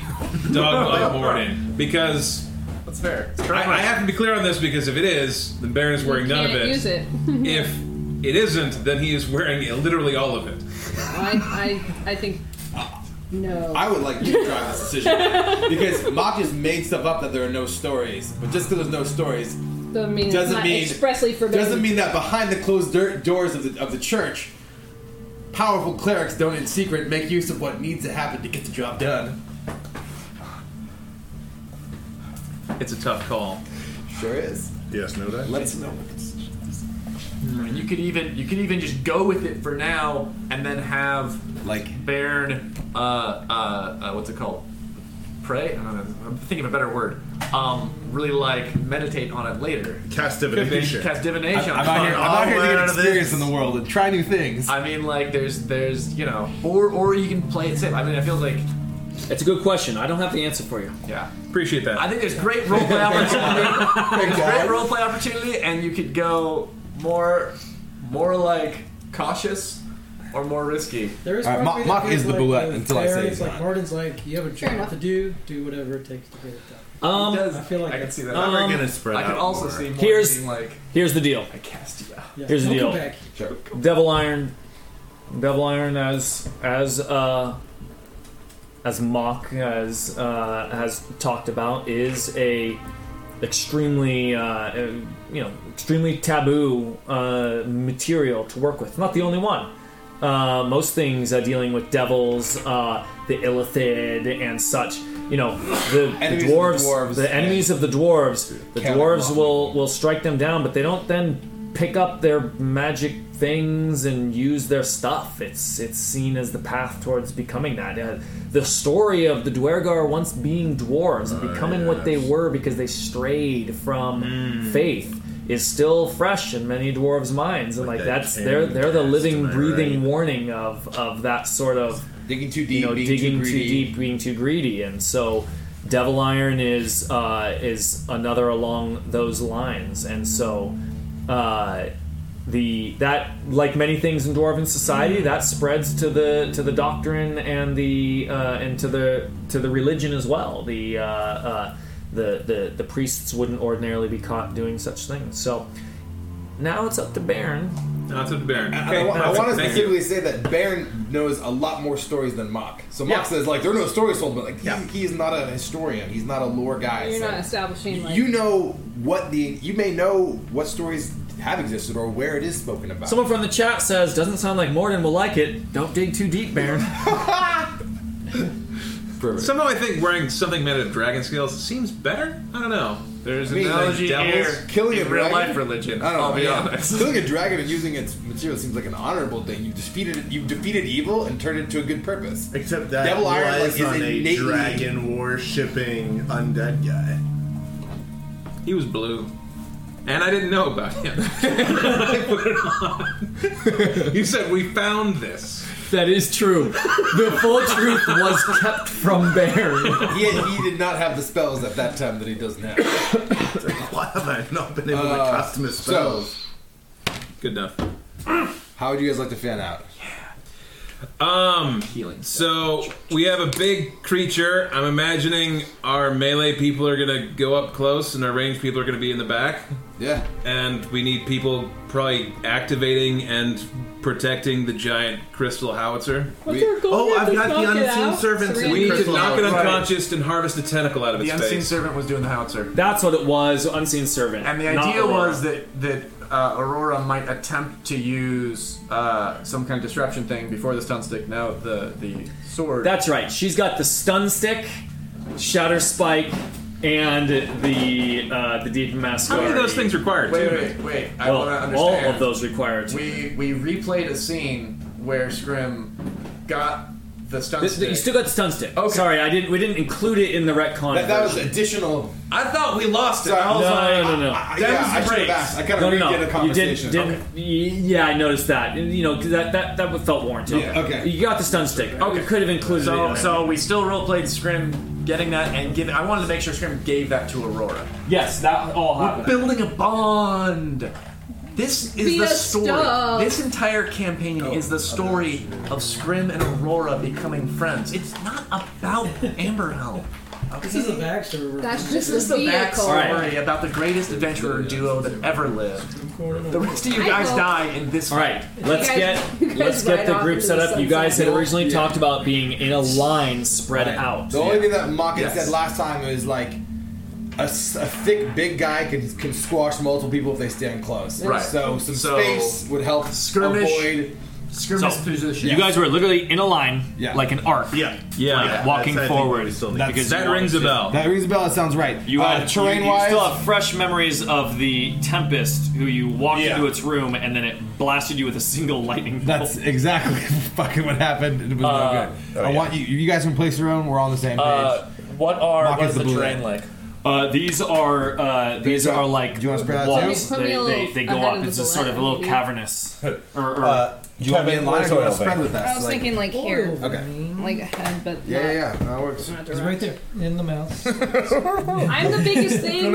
[SPEAKER 3] Dogma Warden? Because
[SPEAKER 7] That's fair.
[SPEAKER 3] I, I have to be clear on this because if it is, then Baron is wearing none of
[SPEAKER 5] Can't
[SPEAKER 3] it.
[SPEAKER 5] use it.
[SPEAKER 3] If it isn't, then he is wearing literally all of it.
[SPEAKER 5] I, I, I think. No.
[SPEAKER 4] I would like you to drive this decision because Mock just made stuff up that there are no stories. But just because there's no stories
[SPEAKER 5] doesn't mean it's
[SPEAKER 4] doesn't
[SPEAKER 5] not
[SPEAKER 4] mean-
[SPEAKER 5] expressly forbidden.
[SPEAKER 4] doesn't mean that behind the closed dir- doors of the of the church, powerful clerics don't in secret make use of what needs to happen to get the job done.
[SPEAKER 3] It's a tough call.
[SPEAKER 4] Sure is.
[SPEAKER 10] Yes, no doubt.
[SPEAKER 4] Let's know.
[SPEAKER 7] And you could even you could even just go with it for now, and then have
[SPEAKER 4] Like
[SPEAKER 7] Bairn. Uh, uh, uh, what's it called? Pray. I don't know. I'm thinking of a better word. Um, really like meditate on it later.
[SPEAKER 10] Cast divination.
[SPEAKER 7] Cast divination.
[SPEAKER 4] I'm out here, I'm out here to
[SPEAKER 6] All
[SPEAKER 4] get
[SPEAKER 6] out of
[SPEAKER 4] experience
[SPEAKER 6] this.
[SPEAKER 4] in the world and try new things.
[SPEAKER 7] I mean, like there's there's you know, or or you can play it safe. I mean, I feel like
[SPEAKER 2] It's a good question. I don't have the answer for you.
[SPEAKER 7] yeah.
[SPEAKER 3] Appreciate that.
[SPEAKER 7] I think there's great roleplay opportunity. there's great roleplay opportunity, and you could go more, more like cautious or more risky.
[SPEAKER 11] There is
[SPEAKER 4] All right,
[SPEAKER 11] part
[SPEAKER 4] Mock-
[SPEAKER 11] of me
[SPEAKER 4] Mock
[SPEAKER 11] that
[SPEAKER 4] is
[SPEAKER 11] feels
[SPEAKER 4] the
[SPEAKER 11] like
[SPEAKER 4] bullet
[SPEAKER 11] the
[SPEAKER 4] until I say
[SPEAKER 11] Baron
[SPEAKER 4] he's
[SPEAKER 11] is like
[SPEAKER 4] not.
[SPEAKER 11] Martin's like you have a job
[SPEAKER 5] enough.
[SPEAKER 11] to do. Do whatever it takes to get it done.
[SPEAKER 7] It
[SPEAKER 2] Um,
[SPEAKER 7] does.
[SPEAKER 11] I feel like
[SPEAKER 7] I can
[SPEAKER 11] it.
[SPEAKER 7] see that.
[SPEAKER 6] Now
[SPEAKER 2] Um,
[SPEAKER 6] we're gonna spread
[SPEAKER 7] I
[SPEAKER 6] out.
[SPEAKER 7] could also
[SPEAKER 6] more.
[SPEAKER 7] see more
[SPEAKER 2] Here's-
[SPEAKER 7] being like
[SPEAKER 2] here's the deal.
[SPEAKER 7] I cast you out.
[SPEAKER 11] Yeah,
[SPEAKER 2] Here's the
[SPEAKER 11] don't
[SPEAKER 2] deal.
[SPEAKER 11] Come back.
[SPEAKER 4] Sure.
[SPEAKER 2] Devil Iron, Devil Iron as as uh, as Mock has uh, has talked about is a extremely uh, uh, you know extremely taboo uh, material to work with. Not the only one. Uh, most things uh, dealing with devils, uh, the illithid, and such. You know, the, the
[SPEAKER 4] Enemies of the
[SPEAKER 2] dwarves,
[SPEAKER 4] dwarves,
[SPEAKER 2] the enemies of the dwarves. The
[SPEAKER 4] Counter
[SPEAKER 2] dwarves
[SPEAKER 4] block.
[SPEAKER 2] will will strike them down, but they don't then pick up their magic things and use their stuff. It's it's seen as the path towards becoming that. Uh, the story of the Dwergar once being dwarves and becoming what they were because they strayed from faith is still fresh in many dwarves' minds, and like,
[SPEAKER 6] that
[SPEAKER 2] that's they're they're the
[SPEAKER 6] Cain
[SPEAKER 2] living,
[SPEAKER 6] test, am I
[SPEAKER 2] breathing
[SPEAKER 6] right?
[SPEAKER 2] warning of of that sort of
[SPEAKER 4] digging too deep,
[SPEAKER 2] you know
[SPEAKER 4] being
[SPEAKER 2] digging
[SPEAKER 4] too,
[SPEAKER 2] too,
[SPEAKER 4] greedy.
[SPEAKER 2] deep, being too greedy, and so Devil Iron is uh, is another along those lines, and so uh, the that like many things in dwarven society that spreads to the to the doctrine and the uh, and to the to the religion as well. The uh, uh, the, the the priests wouldn't ordinarily be caught doing such things, so. Now it's up to Baron.
[SPEAKER 3] That's a Baron.
[SPEAKER 4] I-
[SPEAKER 3] Okay,
[SPEAKER 4] I, wa- I
[SPEAKER 3] that's-
[SPEAKER 4] want to
[SPEAKER 3] thank you.
[SPEAKER 4] specifically say that Baron knows a lot more stories than Mock. So Mock
[SPEAKER 2] Yeah.
[SPEAKER 4] says like there are no stories told, but like he's,
[SPEAKER 6] Yeah.
[SPEAKER 4] he is not a historian. He's not a lore guy.
[SPEAKER 5] You're
[SPEAKER 4] so
[SPEAKER 5] not establishing like
[SPEAKER 4] you know what the you may know what stories have existed or where it is spoken about.
[SPEAKER 2] Someone from the chat says, "Doesn't sound like Morden will like it." Don't dig too deep, Baron.
[SPEAKER 3] Somehow I think wearing something made of dragon scales seems better. I don't know.
[SPEAKER 7] There's
[SPEAKER 4] mean, like,
[SPEAKER 7] analogy
[SPEAKER 3] devils
[SPEAKER 7] here.
[SPEAKER 4] killing
[SPEAKER 7] in
[SPEAKER 4] a
[SPEAKER 7] real
[SPEAKER 4] dragon?
[SPEAKER 7] life religion.
[SPEAKER 4] I don't know.
[SPEAKER 7] I'll be
[SPEAKER 4] yeah.
[SPEAKER 7] honest.
[SPEAKER 4] Killing a dragon and using its material seems like an honorable thing. You defeated it. You defeated evil and turned it to a good purpose.
[SPEAKER 6] Except that
[SPEAKER 4] Devil Iron, like,
[SPEAKER 6] was
[SPEAKER 4] is
[SPEAKER 6] on
[SPEAKER 4] innately-
[SPEAKER 6] a dragon worshipping undead guy.
[SPEAKER 3] He was blue. And I didn't know about him. I put it on. you said we found this.
[SPEAKER 2] That is true. The full truth was kept from Baird.
[SPEAKER 4] he, he did not have the spells at that time that he does now.
[SPEAKER 12] Why have I not been
[SPEAKER 4] able to Uh, custom his so- spells?
[SPEAKER 3] Good enough.
[SPEAKER 4] How would you guys like to fan out?
[SPEAKER 3] Um, So we have a big creature. I'm imagining our melee people are gonna go up close, and our range people are gonna be in the back.
[SPEAKER 4] Yeah.
[SPEAKER 3] And we need people probably activating and protecting the giant crystal howitzer.
[SPEAKER 12] But they're going Oh, at I've the got the knock it unseen out. servants
[SPEAKER 3] We
[SPEAKER 12] in
[SPEAKER 3] need to
[SPEAKER 12] crystal
[SPEAKER 3] knock it
[SPEAKER 12] howitzer.
[SPEAKER 3] unconscious and harvest a tentacle out of
[SPEAKER 2] The
[SPEAKER 3] its face.
[SPEAKER 2] unseen
[SPEAKER 11] servant was doing the howitzer.
[SPEAKER 2] That's what it was, Unseen Servant.
[SPEAKER 11] And the
[SPEAKER 2] not
[SPEAKER 11] idea
[SPEAKER 2] Aurora.
[SPEAKER 11] was that that uh, Aurora might attempt to use uh, some kind of disruption thing before the stun stick. Now the the sword.
[SPEAKER 2] That's right. She's got the stun stick, shatter spike, and the uh, the deep mask.
[SPEAKER 11] How many of those things
[SPEAKER 3] require?
[SPEAKER 11] Wait, wait, wait. I
[SPEAKER 2] well,
[SPEAKER 11] want to understand.
[SPEAKER 2] All of those require two.
[SPEAKER 11] We we replayed a scene where Scrim got the stun
[SPEAKER 2] This-
[SPEAKER 11] stick.
[SPEAKER 2] you still got the stun stick. Okay. Sorry, I didn't. We didn't include it in the retcon.
[SPEAKER 11] That- that was
[SPEAKER 4] additional.
[SPEAKER 11] I thought we lost
[SPEAKER 2] it. Sorry, I was No, like, no, no, no. I- I-
[SPEAKER 4] that
[SPEAKER 2] yeah, I
[SPEAKER 4] was the
[SPEAKER 2] should've
[SPEAKER 4] break.
[SPEAKER 2] asked.
[SPEAKER 4] I kind
[SPEAKER 2] no,
[SPEAKER 4] of
[SPEAKER 2] no, no.
[SPEAKER 4] redid a conversation.
[SPEAKER 2] You did, did, Yeah, I noticed that. And, You know, 'cause that that that felt warranted.
[SPEAKER 13] Yeah, okay.
[SPEAKER 2] You got the stun stick. Okay. You could have included it.
[SPEAKER 13] So,
[SPEAKER 2] in.
[SPEAKER 13] so we still role played Scrim getting that and giving. I wanted to make sure Scrim gave that to Aurora.
[SPEAKER 2] Yes, that all
[SPEAKER 13] happened. We're building a bond. This is
[SPEAKER 5] Be
[SPEAKER 13] the
[SPEAKER 5] a
[SPEAKER 13] story.
[SPEAKER 5] star.
[SPEAKER 13] This entire campaign is the story of Scrim and Aurora becoming friends. It's not about Amberhell.
[SPEAKER 6] This is a backstory.
[SPEAKER 5] That's
[SPEAKER 6] This
[SPEAKER 5] just
[SPEAKER 6] is
[SPEAKER 5] the
[SPEAKER 6] the
[SPEAKER 5] vehicle.
[SPEAKER 13] backstory about the greatest adventurer duo that ever lived. The rest of you
[SPEAKER 5] I
[SPEAKER 13] guys
[SPEAKER 5] hope-
[SPEAKER 13] die in this.
[SPEAKER 2] All right, let's
[SPEAKER 13] You guys- you
[SPEAKER 2] get
[SPEAKER 13] guys
[SPEAKER 2] let's get
[SPEAKER 13] ride
[SPEAKER 2] the
[SPEAKER 13] off
[SPEAKER 2] group
[SPEAKER 13] into
[SPEAKER 2] set
[SPEAKER 13] the
[SPEAKER 2] up. You guys had
[SPEAKER 13] sunset.
[SPEAKER 2] originally
[SPEAKER 4] Yeah.
[SPEAKER 2] talked about being in a line spread out.
[SPEAKER 4] The only thing that Maka
[SPEAKER 2] Yes.
[SPEAKER 4] said last time is like a, s- a thick big guy can can squash multiple people if they stand close.
[SPEAKER 2] Right.
[SPEAKER 4] So some
[SPEAKER 2] So-
[SPEAKER 4] space would help
[SPEAKER 2] Skirmish-
[SPEAKER 4] avoid
[SPEAKER 2] So, You guys were literally in a line,
[SPEAKER 4] Yeah.
[SPEAKER 2] like an arc. Yeah,
[SPEAKER 4] Yeah.
[SPEAKER 2] like
[SPEAKER 4] Yeah,
[SPEAKER 2] walking
[SPEAKER 4] that's- I think
[SPEAKER 2] forward.
[SPEAKER 4] we still need-
[SPEAKER 2] Because
[SPEAKER 4] That
[SPEAKER 2] you wanted
[SPEAKER 4] rings a
[SPEAKER 2] to-
[SPEAKER 4] bell. That rings a bell. That sounds right.
[SPEAKER 2] You
[SPEAKER 4] Uh,
[SPEAKER 2] had
[SPEAKER 4] terrain
[SPEAKER 2] you, you still
[SPEAKER 4] wise-
[SPEAKER 2] have fresh memories of the Tempest, who you walked into its room and then it blasted you with a single lightning bolt.
[SPEAKER 4] That's exactly fucking what happened. It was
[SPEAKER 2] Uh,
[SPEAKER 4] no good. I want you. You guys can place your own. We're on the same page.
[SPEAKER 2] Uh, what are
[SPEAKER 4] Mark what is is the the blue terrain
[SPEAKER 2] like? Uh, these are uh, these,
[SPEAKER 4] These are-
[SPEAKER 2] are, like
[SPEAKER 4] do you wanna spread out
[SPEAKER 2] walls.
[SPEAKER 4] too? Put me
[SPEAKER 2] They,
[SPEAKER 4] a
[SPEAKER 2] they,
[SPEAKER 4] little
[SPEAKER 2] they go
[SPEAKER 4] ahead
[SPEAKER 2] up.
[SPEAKER 4] of
[SPEAKER 2] It's
[SPEAKER 4] the
[SPEAKER 2] a sort of a
[SPEAKER 4] blue
[SPEAKER 2] little
[SPEAKER 4] light.
[SPEAKER 2] cavernous. Or, or
[SPEAKER 4] Uh, do you want me in line or do you want to
[SPEAKER 2] elevate?
[SPEAKER 4] spread with us?
[SPEAKER 5] I was
[SPEAKER 4] Like-
[SPEAKER 5] thinking like here,
[SPEAKER 4] Okay.
[SPEAKER 5] like ahead, but
[SPEAKER 4] Yeah,
[SPEAKER 5] not-
[SPEAKER 4] yeah, yeah. No, it works.
[SPEAKER 5] It's right
[SPEAKER 6] there in the mouth.
[SPEAKER 5] I'm the biggest thing.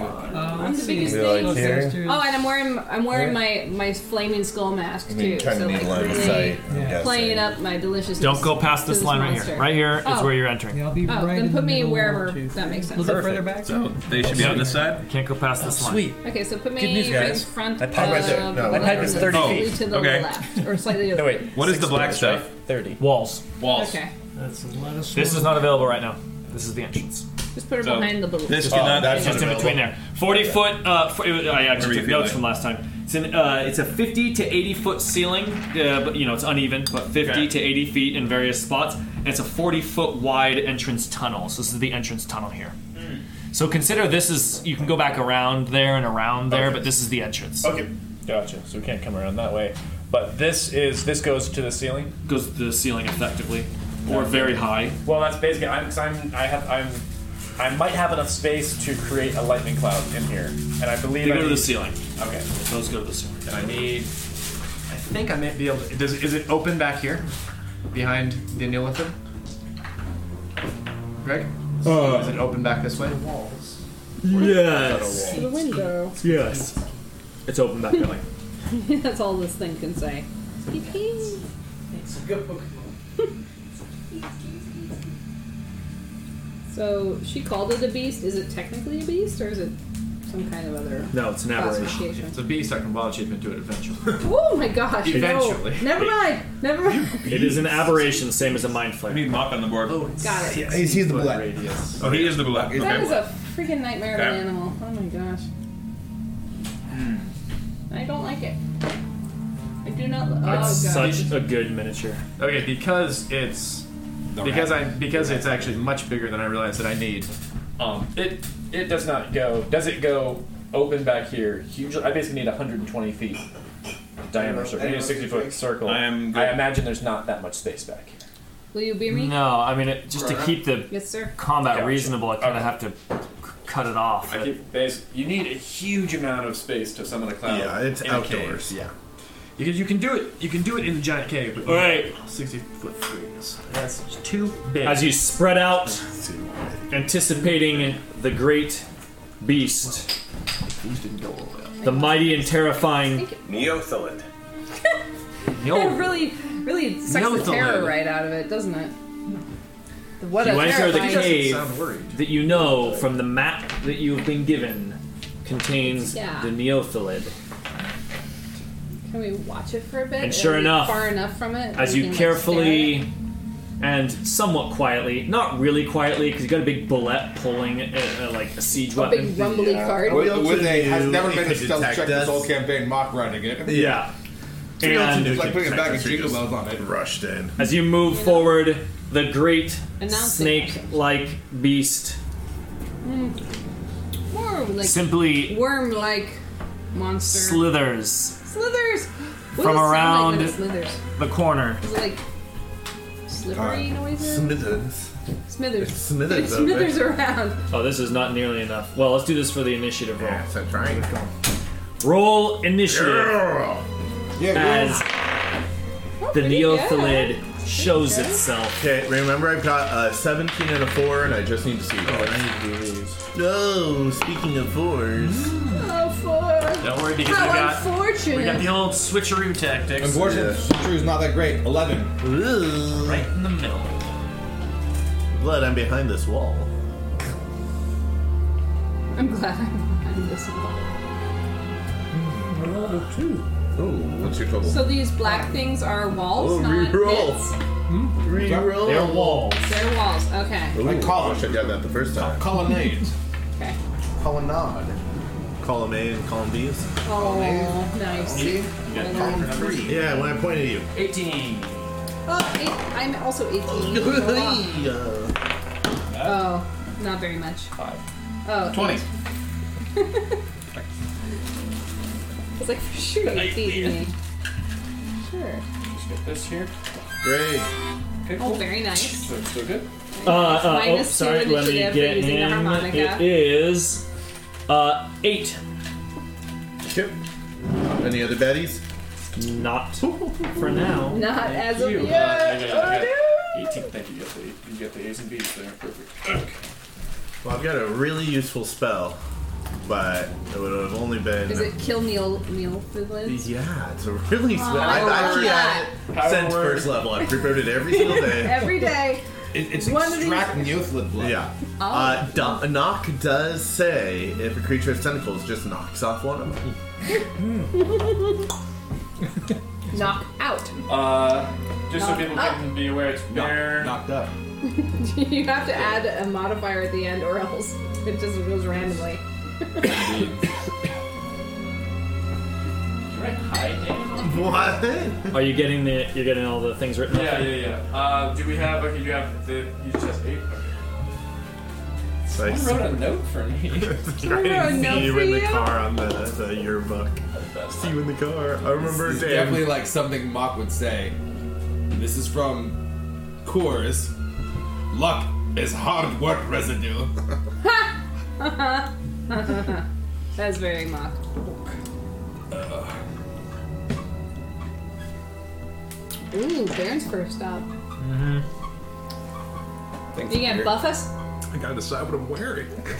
[SPEAKER 5] I'm the
[SPEAKER 6] let's
[SPEAKER 5] biggest
[SPEAKER 6] see.
[SPEAKER 5] thing.
[SPEAKER 6] Like here?
[SPEAKER 5] oh, and I'm wearing I'm wearing my my flaming skull mask
[SPEAKER 6] I mean,
[SPEAKER 5] too.
[SPEAKER 6] trying to
[SPEAKER 5] so
[SPEAKER 6] be
[SPEAKER 5] like
[SPEAKER 6] in line of
[SPEAKER 5] really
[SPEAKER 6] sight, I'm guessing.
[SPEAKER 5] playing up my delicious.
[SPEAKER 2] Don't go past this line right here. Right here is where you're entering. Yeah, I'll be
[SPEAKER 5] oh,
[SPEAKER 2] right
[SPEAKER 5] then
[SPEAKER 2] in
[SPEAKER 5] put
[SPEAKER 2] the
[SPEAKER 5] me
[SPEAKER 2] middle,
[SPEAKER 5] wherever
[SPEAKER 2] one, two,
[SPEAKER 5] that makes sense.
[SPEAKER 3] So they should be on this side.
[SPEAKER 2] Can't go past
[SPEAKER 4] Oh,
[SPEAKER 2] this line.
[SPEAKER 6] Sweet.
[SPEAKER 5] Okay, so put me
[SPEAKER 3] Good news,
[SPEAKER 5] right in
[SPEAKER 3] guys.
[SPEAKER 5] front
[SPEAKER 3] That pipe
[SPEAKER 5] of
[SPEAKER 3] right there. No,
[SPEAKER 5] the
[SPEAKER 3] that pipe is
[SPEAKER 2] Oh,
[SPEAKER 5] one
[SPEAKER 3] 30
[SPEAKER 5] slightly
[SPEAKER 3] feet.
[SPEAKER 5] to the
[SPEAKER 3] Okay.
[SPEAKER 5] left or slightly to the left.
[SPEAKER 3] What is the black stuff?
[SPEAKER 2] Thirty walls. Walls.
[SPEAKER 5] Okay,
[SPEAKER 6] That's a lot of
[SPEAKER 2] This is not available right now. This is the entrance.
[SPEAKER 5] just put her
[SPEAKER 2] So,
[SPEAKER 5] behind the balloon.
[SPEAKER 11] Oh,
[SPEAKER 2] This cannot. That's just in between there. Forty foot. Uh, for, I actually took notes from last time. It's an. Uh, it's a fifty to eighty foot ceiling, uh, but you know it's uneven, but fifty to eighty feet in various spots. And it's a forty foot wide entrance tunnel. So this is the entrance tunnel here.
[SPEAKER 7] Hmm.
[SPEAKER 2] So consider this is you can go back around there and around there,
[SPEAKER 7] Okay.
[SPEAKER 2] but this is the entrance.
[SPEAKER 7] Okay, gotcha. So we can't come around that way. But this is this goes to the ceiling.
[SPEAKER 2] Goes to the ceiling effectively, or very high.
[SPEAKER 7] Well, that's basically. I'm. Cause I'm. I have. I'm. I might have enough space to create a lightning cloud in here, and I believe
[SPEAKER 2] They
[SPEAKER 7] I
[SPEAKER 2] go to
[SPEAKER 7] need-
[SPEAKER 2] the ceiling.
[SPEAKER 7] Okay,
[SPEAKER 2] those go to the ceiling.
[SPEAKER 7] And I need.
[SPEAKER 11] I think I might be able. To, does is it open back here, behind the neolithium? Greg,
[SPEAKER 2] Uh.
[SPEAKER 11] is it open back this way?
[SPEAKER 2] Yes.
[SPEAKER 5] To the window.
[SPEAKER 2] Yes. It's open back that way.
[SPEAKER 5] That's all this thing can say. So she called it a beast. Is it technically a beast, or is it some kind of other?
[SPEAKER 11] No, it's
[SPEAKER 5] an aberration. Classification.
[SPEAKER 11] It's a beast. I can wild achievement to it eventually.
[SPEAKER 5] Oh my gosh! no.
[SPEAKER 11] Eventually.
[SPEAKER 5] Never mind. Never mind.
[SPEAKER 2] It is an aberration, same as a mind flare. We need mock on the board. Oh,
[SPEAKER 5] Got it.
[SPEAKER 4] He's, he's the black.
[SPEAKER 3] Oh, he is the black.
[SPEAKER 5] That is a freaking nightmare of
[SPEAKER 3] Okay.
[SPEAKER 5] an animal. Oh my gosh.
[SPEAKER 11] Hmm.
[SPEAKER 5] I don't like it. I do not. li- Oh god.
[SPEAKER 2] That's such a good miniature.
[SPEAKER 11] Okay, because it's because I because it's actually much bigger than I realized that I need.
[SPEAKER 7] Um, it it does not go. Does it go open back here? Usually, I basically need 120 feet diameter circle. I need a 60 foot circle. I am. I imagine there's not that much space back here.
[SPEAKER 5] Will you be me?
[SPEAKER 2] No, I mean, it, just to keep the
[SPEAKER 5] Yes, sir.
[SPEAKER 2] combat reasonable, I kind of have to c- cut it off.
[SPEAKER 7] I keep, there's- you need a huge amount of space to summon a cloud.
[SPEAKER 2] Yeah, it's
[SPEAKER 7] in a
[SPEAKER 2] outdoors.
[SPEAKER 7] cave. Yeah, because you can do it. You can do it in the giant cave. But
[SPEAKER 2] All right.
[SPEAKER 7] sixty foot three. is- That's too big.
[SPEAKER 2] As you spread out, anticipating the great beast, the mighty and terrifying
[SPEAKER 14] Neothelid.
[SPEAKER 2] Oh.
[SPEAKER 5] It really, really sucks the
[SPEAKER 2] Neothelid.
[SPEAKER 5] terror right out of it, doesn't it? What a
[SPEAKER 2] you enter the
[SPEAKER 5] terrifying.
[SPEAKER 2] cave that you know from the map that you've been given contains
[SPEAKER 5] Yeah.
[SPEAKER 2] the Neothelid.
[SPEAKER 5] Can we watch it for a bit?
[SPEAKER 2] And sure
[SPEAKER 5] Are we
[SPEAKER 2] enough,
[SPEAKER 5] far enough from it,
[SPEAKER 2] As
[SPEAKER 5] we
[SPEAKER 2] you
[SPEAKER 5] can, like,
[SPEAKER 2] carefully and somewhat quietly, not really quietly, because you got a big bullet pulling uh, Oh, uh, like a siege
[SPEAKER 5] A
[SPEAKER 2] weapon.
[SPEAKER 5] big rumbly card.
[SPEAKER 4] With, with a has
[SPEAKER 2] do-
[SPEAKER 4] never
[SPEAKER 2] it
[SPEAKER 4] been a
[SPEAKER 2] could
[SPEAKER 4] stealth
[SPEAKER 2] detect
[SPEAKER 4] check this
[SPEAKER 2] us.
[SPEAKER 4] whole campaign, mock running it.
[SPEAKER 2] Yeah.
[SPEAKER 4] We also
[SPEAKER 2] And-
[SPEAKER 4] just, like putting a bag of jingle bells on it.
[SPEAKER 6] Rushed in.
[SPEAKER 2] As you move forward, the great
[SPEAKER 5] Announcing.
[SPEAKER 2] snake-like beast
[SPEAKER 5] Mm. More like
[SPEAKER 2] Simply-
[SPEAKER 5] worm-like monster
[SPEAKER 2] slithers
[SPEAKER 5] slithers. What
[SPEAKER 2] from
[SPEAKER 5] does it sound
[SPEAKER 2] around
[SPEAKER 5] like when it slithers.
[SPEAKER 2] the corner.
[SPEAKER 5] Is it like slippery
[SPEAKER 2] Uh,
[SPEAKER 5] noises?
[SPEAKER 6] Smithers.
[SPEAKER 5] Smithers.
[SPEAKER 6] smithers
[SPEAKER 5] It
[SPEAKER 6] of it.
[SPEAKER 5] smithers around.
[SPEAKER 2] Oh, this is not nearly enough. Well, let's do this for the initiative roll.
[SPEAKER 6] trying.
[SPEAKER 2] Roll initiative.
[SPEAKER 6] Yeah. Yeah,
[SPEAKER 2] as
[SPEAKER 5] Oh,
[SPEAKER 2] the Neothelid shows itself.
[SPEAKER 6] Okay, remember I've got uh, a 17 and a 4, and I just need to see. Oh, I need to do these. No, speaking of 4s.
[SPEAKER 5] Oh, for
[SPEAKER 6] Don't worry,
[SPEAKER 5] because How we got- unfortunate. we got the
[SPEAKER 6] old switcheroo tactics.
[SPEAKER 4] Unfortunately, Drew's not that great. Eleven.
[SPEAKER 6] Right
[SPEAKER 2] in the middle.
[SPEAKER 6] Glad I'm behind this wall.
[SPEAKER 5] I'm glad I'm behind this wall.
[SPEAKER 6] Oh, what's your total?
[SPEAKER 5] So these black things are walls,
[SPEAKER 6] Oh,
[SPEAKER 5] not
[SPEAKER 6] reroll.
[SPEAKER 5] pits?
[SPEAKER 6] Reroll.
[SPEAKER 2] They're walls.
[SPEAKER 5] They're walls. Okay.
[SPEAKER 6] Ooh, I should have gotten that the first time.
[SPEAKER 4] Colonnade.
[SPEAKER 5] Okay.
[SPEAKER 6] Colonnade. Column A and column B's.
[SPEAKER 5] Oh, nice.
[SPEAKER 6] Yeah, when I pointed at you.
[SPEAKER 2] 18.
[SPEAKER 5] Oh, eight, I'm also 18. oh,
[SPEAKER 6] uh.
[SPEAKER 5] not very much.
[SPEAKER 7] Five.
[SPEAKER 5] Oh,
[SPEAKER 7] Twenty.
[SPEAKER 5] eight. I was like, for sure, you beat me. Sure.
[SPEAKER 7] Just get this here.
[SPEAKER 6] Great.
[SPEAKER 7] Okay,
[SPEAKER 5] Oh, very nice.
[SPEAKER 7] So, so good.
[SPEAKER 2] Uh, uh, oh,
[SPEAKER 5] Minus two
[SPEAKER 2] sorry, let me
[SPEAKER 5] initiative for
[SPEAKER 2] get
[SPEAKER 5] using the
[SPEAKER 2] in. It
[SPEAKER 5] harmonica.
[SPEAKER 2] is uh, eight.
[SPEAKER 6] Yep. Any other baddies?
[SPEAKER 2] Not for now.
[SPEAKER 5] Not
[SPEAKER 7] Thank
[SPEAKER 5] as of
[SPEAKER 7] you.
[SPEAKER 5] yet.
[SPEAKER 7] Uh, you got- you got 18. Thank you. You got, the, you got the A's and B's there. Perfect. Okay.
[SPEAKER 6] Well, I've got a really useful spell, but it would have only been.
[SPEAKER 5] Is it kill Neil Neil Fidlins?
[SPEAKER 6] Yeah, it's a really
[SPEAKER 5] Oh,
[SPEAKER 6] spell.
[SPEAKER 5] I
[SPEAKER 6] I've
[SPEAKER 5] love
[SPEAKER 6] actually
[SPEAKER 5] that.
[SPEAKER 6] had it since first level. I've prepared it every single day.
[SPEAKER 5] Every day.
[SPEAKER 6] it's
[SPEAKER 5] One of these- extract
[SPEAKER 6] neothlid blood. Yeah.
[SPEAKER 5] Oh.
[SPEAKER 6] Uh, do- a knock does say if a creature has tentacles, just knocks off one of them.
[SPEAKER 5] Knock out.
[SPEAKER 7] Uh, just so
[SPEAKER 5] Knock
[SPEAKER 7] people
[SPEAKER 5] up.
[SPEAKER 7] can be aware, it's bare. Knocked up.
[SPEAKER 5] you have to add a modifier at the end, or else it just goes randomly.
[SPEAKER 6] What?
[SPEAKER 2] Are you getting the? You're getting all the things written.
[SPEAKER 7] Yeah, yeah, yeah. Uh, do we have? Okay, you have the. You just have eight. Okay. Someone wrote a note for me.
[SPEAKER 6] I
[SPEAKER 7] wrote a
[SPEAKER 6] didn't
[SPEAKER 7] note
[SPEAKER 6] see you
[SPEAKER 7] for
[SPEAKER 6] in the
[SPEAKER 7] you?
[SPEAKER 6] car on the, the yearbook. See you in the car. I remember
[SPEAKER 4] It's
[SPEAKER 6] Dan.
[SPEAKER 4] definitely like something Mock would say. This is from Coors. Luck is hard work residue.
[SPEAKER 5] That's very mock. Ooh, Baron's first up.
[SPEAKER 15] Mm-hmm.
[SPEAKER 5] Are you gonna buff us? Oh,
[SPEAKER 15] I gotta decide what I'm wearing.
[SPEAKER 2] I'm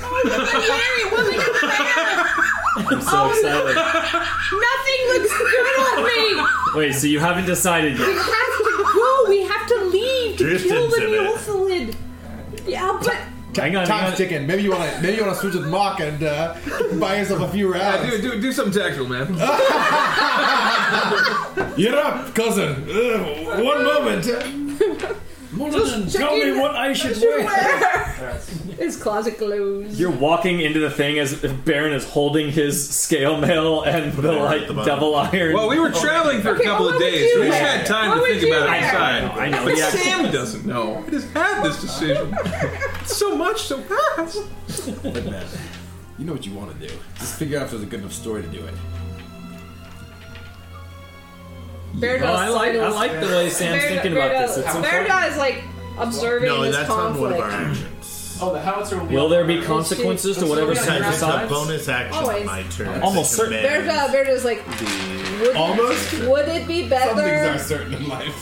[SPEAKER 5] Oh,
[SPEAKER 2] so excited.
[SPEAKER 5] Nothing looks good on me!
[SPEAKER 2] Wait, so you haven't decided
[SPEAKER 5] We
[SPEAKER 2] yet?
[SPEAKER 5] have to go! We have to leave to
[SPEAKER 2] Drift
[SPEAKER 5] kill the
[SPEAKER 2] into it.
[SPEAKER 5] Neophyllid! Yeah, but.
[SPEAKER 2] Hang on, hang
[SPEAKER 4] Time's
[SPEAKER 2] on.
[SPEAKER 4] ticking. Maybe you wanna maybe you wanna switch with Mock and uh, buy yourself a few rounds.
[SPEAKER 3] do, Uh, do, do something tactical, man.
[SPEAKER 5] Oh.
[SPEAKER 4] You're up, cousin. Ugh, one moment.
[SPEAKER 5] Just
[SPEAKER 15] tell me
[SPEAKER 5] checking
[SPEAKER 15] what I should wear.
[SPEAKER 5] His closet clothes.
[SPEAKER 2] You're walking into the thing as Baron is holding his scale mail and the like devil iron.
[SPEAKER 3] Well, we were traveling for a
[SPEAKER 5] Okay,
[SPEAKER 3] couple
[SPEAKER 5] what
[SPEAKER 3] of
[SPEAKER 5] would
[SPEAKER 3] days.
[SPEAKER 5] you
[SPEAKER 3] We just
[SPEAKER 5] wear?
[SPEAKER 3] had time
[SPEAKER 5] What
[SPEAKER 3] to
[SPEAKER 5] would
[SPEAKER 3] think about
[SPEAKER 5] you
[SPEAKER 3] it
[SPEAKER 5] wear?
[SPEAKER 3] outside.
[SPEAKER 2] I know, I know,
[SPEAKER 3] But
[SPEAKER 2] yeah.
[SPEAKER 3] Sam doesn't know. I just had this decision. so much so fast.
[SPEAKER 4] But man, you know what you want to do. Just figure out if there's a good enough story to do it.
[SPEAKER 5] Beardo
[SPEAKER 4] No, I like-
[SPEAKER 2] I like the way Sam's thinking about this. It's
[SPEAKER 5] Beardo is like observing
[SPEAKER 6] no,
[SPEAKER 5] this
[SPEAKER 6] that's on one of
[SPEAKER 5] conflict.
[SPEAKER 6] our actions.
[SPEAKER 7] Oh, the howitzer will be.
[SPEAKER 2] Will there be
[SPEAKER 7] on-
[SPEAKER 2] consequences to whatever
[SPEAKER 7] It's
[SPEAKER 2] side decides?
[SPEAKER 6] bonus action on
[SPEAKER 5] Always.
[SPEAKER 6] my turn.
[SPEAKER 2] Almost
[SPEAKER 6] to
[SPEAKER 2] certain.
[SPEAKER 5] Bear's, uh, Bear is like,
[SPEAKER 6] command
[SPEAKER 5] would,
[SPEAKER 6] Almost?
[SPEAKER 5] would it be
[SPEAKER 4] Some things are
[SPEAKER 5] better
[SPEAKER 4] certain in life.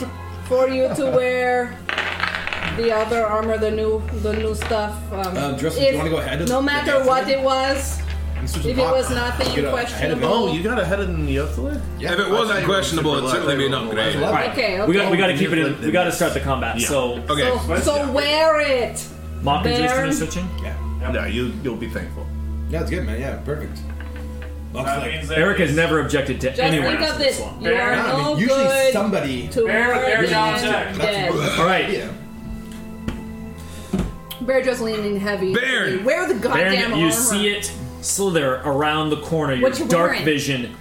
[SPEAKER 5] for you to wear the other armor, the new, the new stuff? Um,
[SPEAKER 4] Um, Justin, do you wanna go ahead of
[SPEAKER 5] No
[SPEAKER 4] the
[SPEAKER 5] matter
[SPEAKER 4] next
[SPEAKER 5] what
[SPEAKER 4] one?
[SPEAKER 5] it was, if it was nothing questionable.
[SPEAKER 6] Oh, you got ahead of them the Oathlet?
[SPEAKER 3] if it wasn't questionable, it certainly be an upgrade.
[SPEAKER 5] Alright. Okay,
[SPEAKER 2] We got
[SPEAKER 5] okay.
[SPEAKER 2] we got to keep it. in We got to start the combat. So
[SPEAKER 3] okay.
[SPEAKER 5] So, so wear it.
[SPEAKER 2] Mock and
[SPEAKER 5] Bear.
[SPEAKER 2] Jason are switching.
[SPEAKER 6] Yeah. No, you you'll be thankful.
[SPEAKER 4] Yeah, it's good, man. Yeah, perfect. Looks
[SPEAKER 7] That
[SPEAKER 4] like-
[SPEAKER 7] means that
[SPEAKER 2] Eric has never objected to
[SPEAKER 5] Just
[SPEAKER 2] anyone
[SPEAKER 5] think
[SPEAKER 2] else
[SPEAKER 5] of
[SPEAKER 2] in
[SPEAKER 5] this.
[SPEAKER 2] one.
[SPEAKER 5] You are
[SPEAKER 4] Yeah, I mean,
[SPEAKER 5] no
[SPEAKER 4] usually
[SPEAKER 5] good
[SPEAKER 4] somebody.
[SPEAKER 5] to
[SPEAKER 7] Bear with
[SPEAKER 5] more
[SPEAKER 7] Bear John
[SPEAKER 5] than
[SPEAKER 7] Jack.
[SPEAKER 5] dead.
[SPEAKER 2] All right.
[SPEAKER 5] Bear just leaning heavy.
[SPEAKER 2] Baron.
[SPEAKER 5] Wear the goddamn
[SPEAKER 2] Baron,
[SPEAKER 5] armor.
[SPEAKER 2] you see it slither around the corner. Your
[SPEAKER 5] What you
[SPEAKER 2] dark
[SPEAKER 5] wearing?
[SPEAKER 2] vision.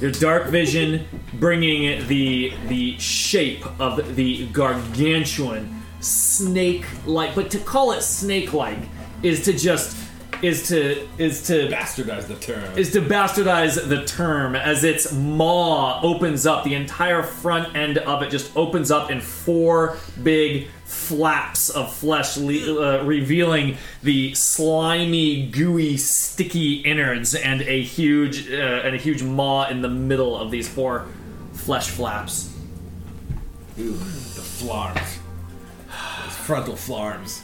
[SPEAKER 2] Your dark vision bringing the the shape of the gargantuan snake-like, but to call it snake-like is to just is to is to
[SPEAKER 4] bastardize the term.
[SPEAKER 2] is to bastardize the term as its maw opens up the entire front end of it just opens up in four big flaps of flesh le- uh, revealing the slimy gooey sticky innards and a huge uh, and a huge maw in the middle of these four flesh flaps
[SPEAKER 4] Ooh, the flarms. Those frontal flarms.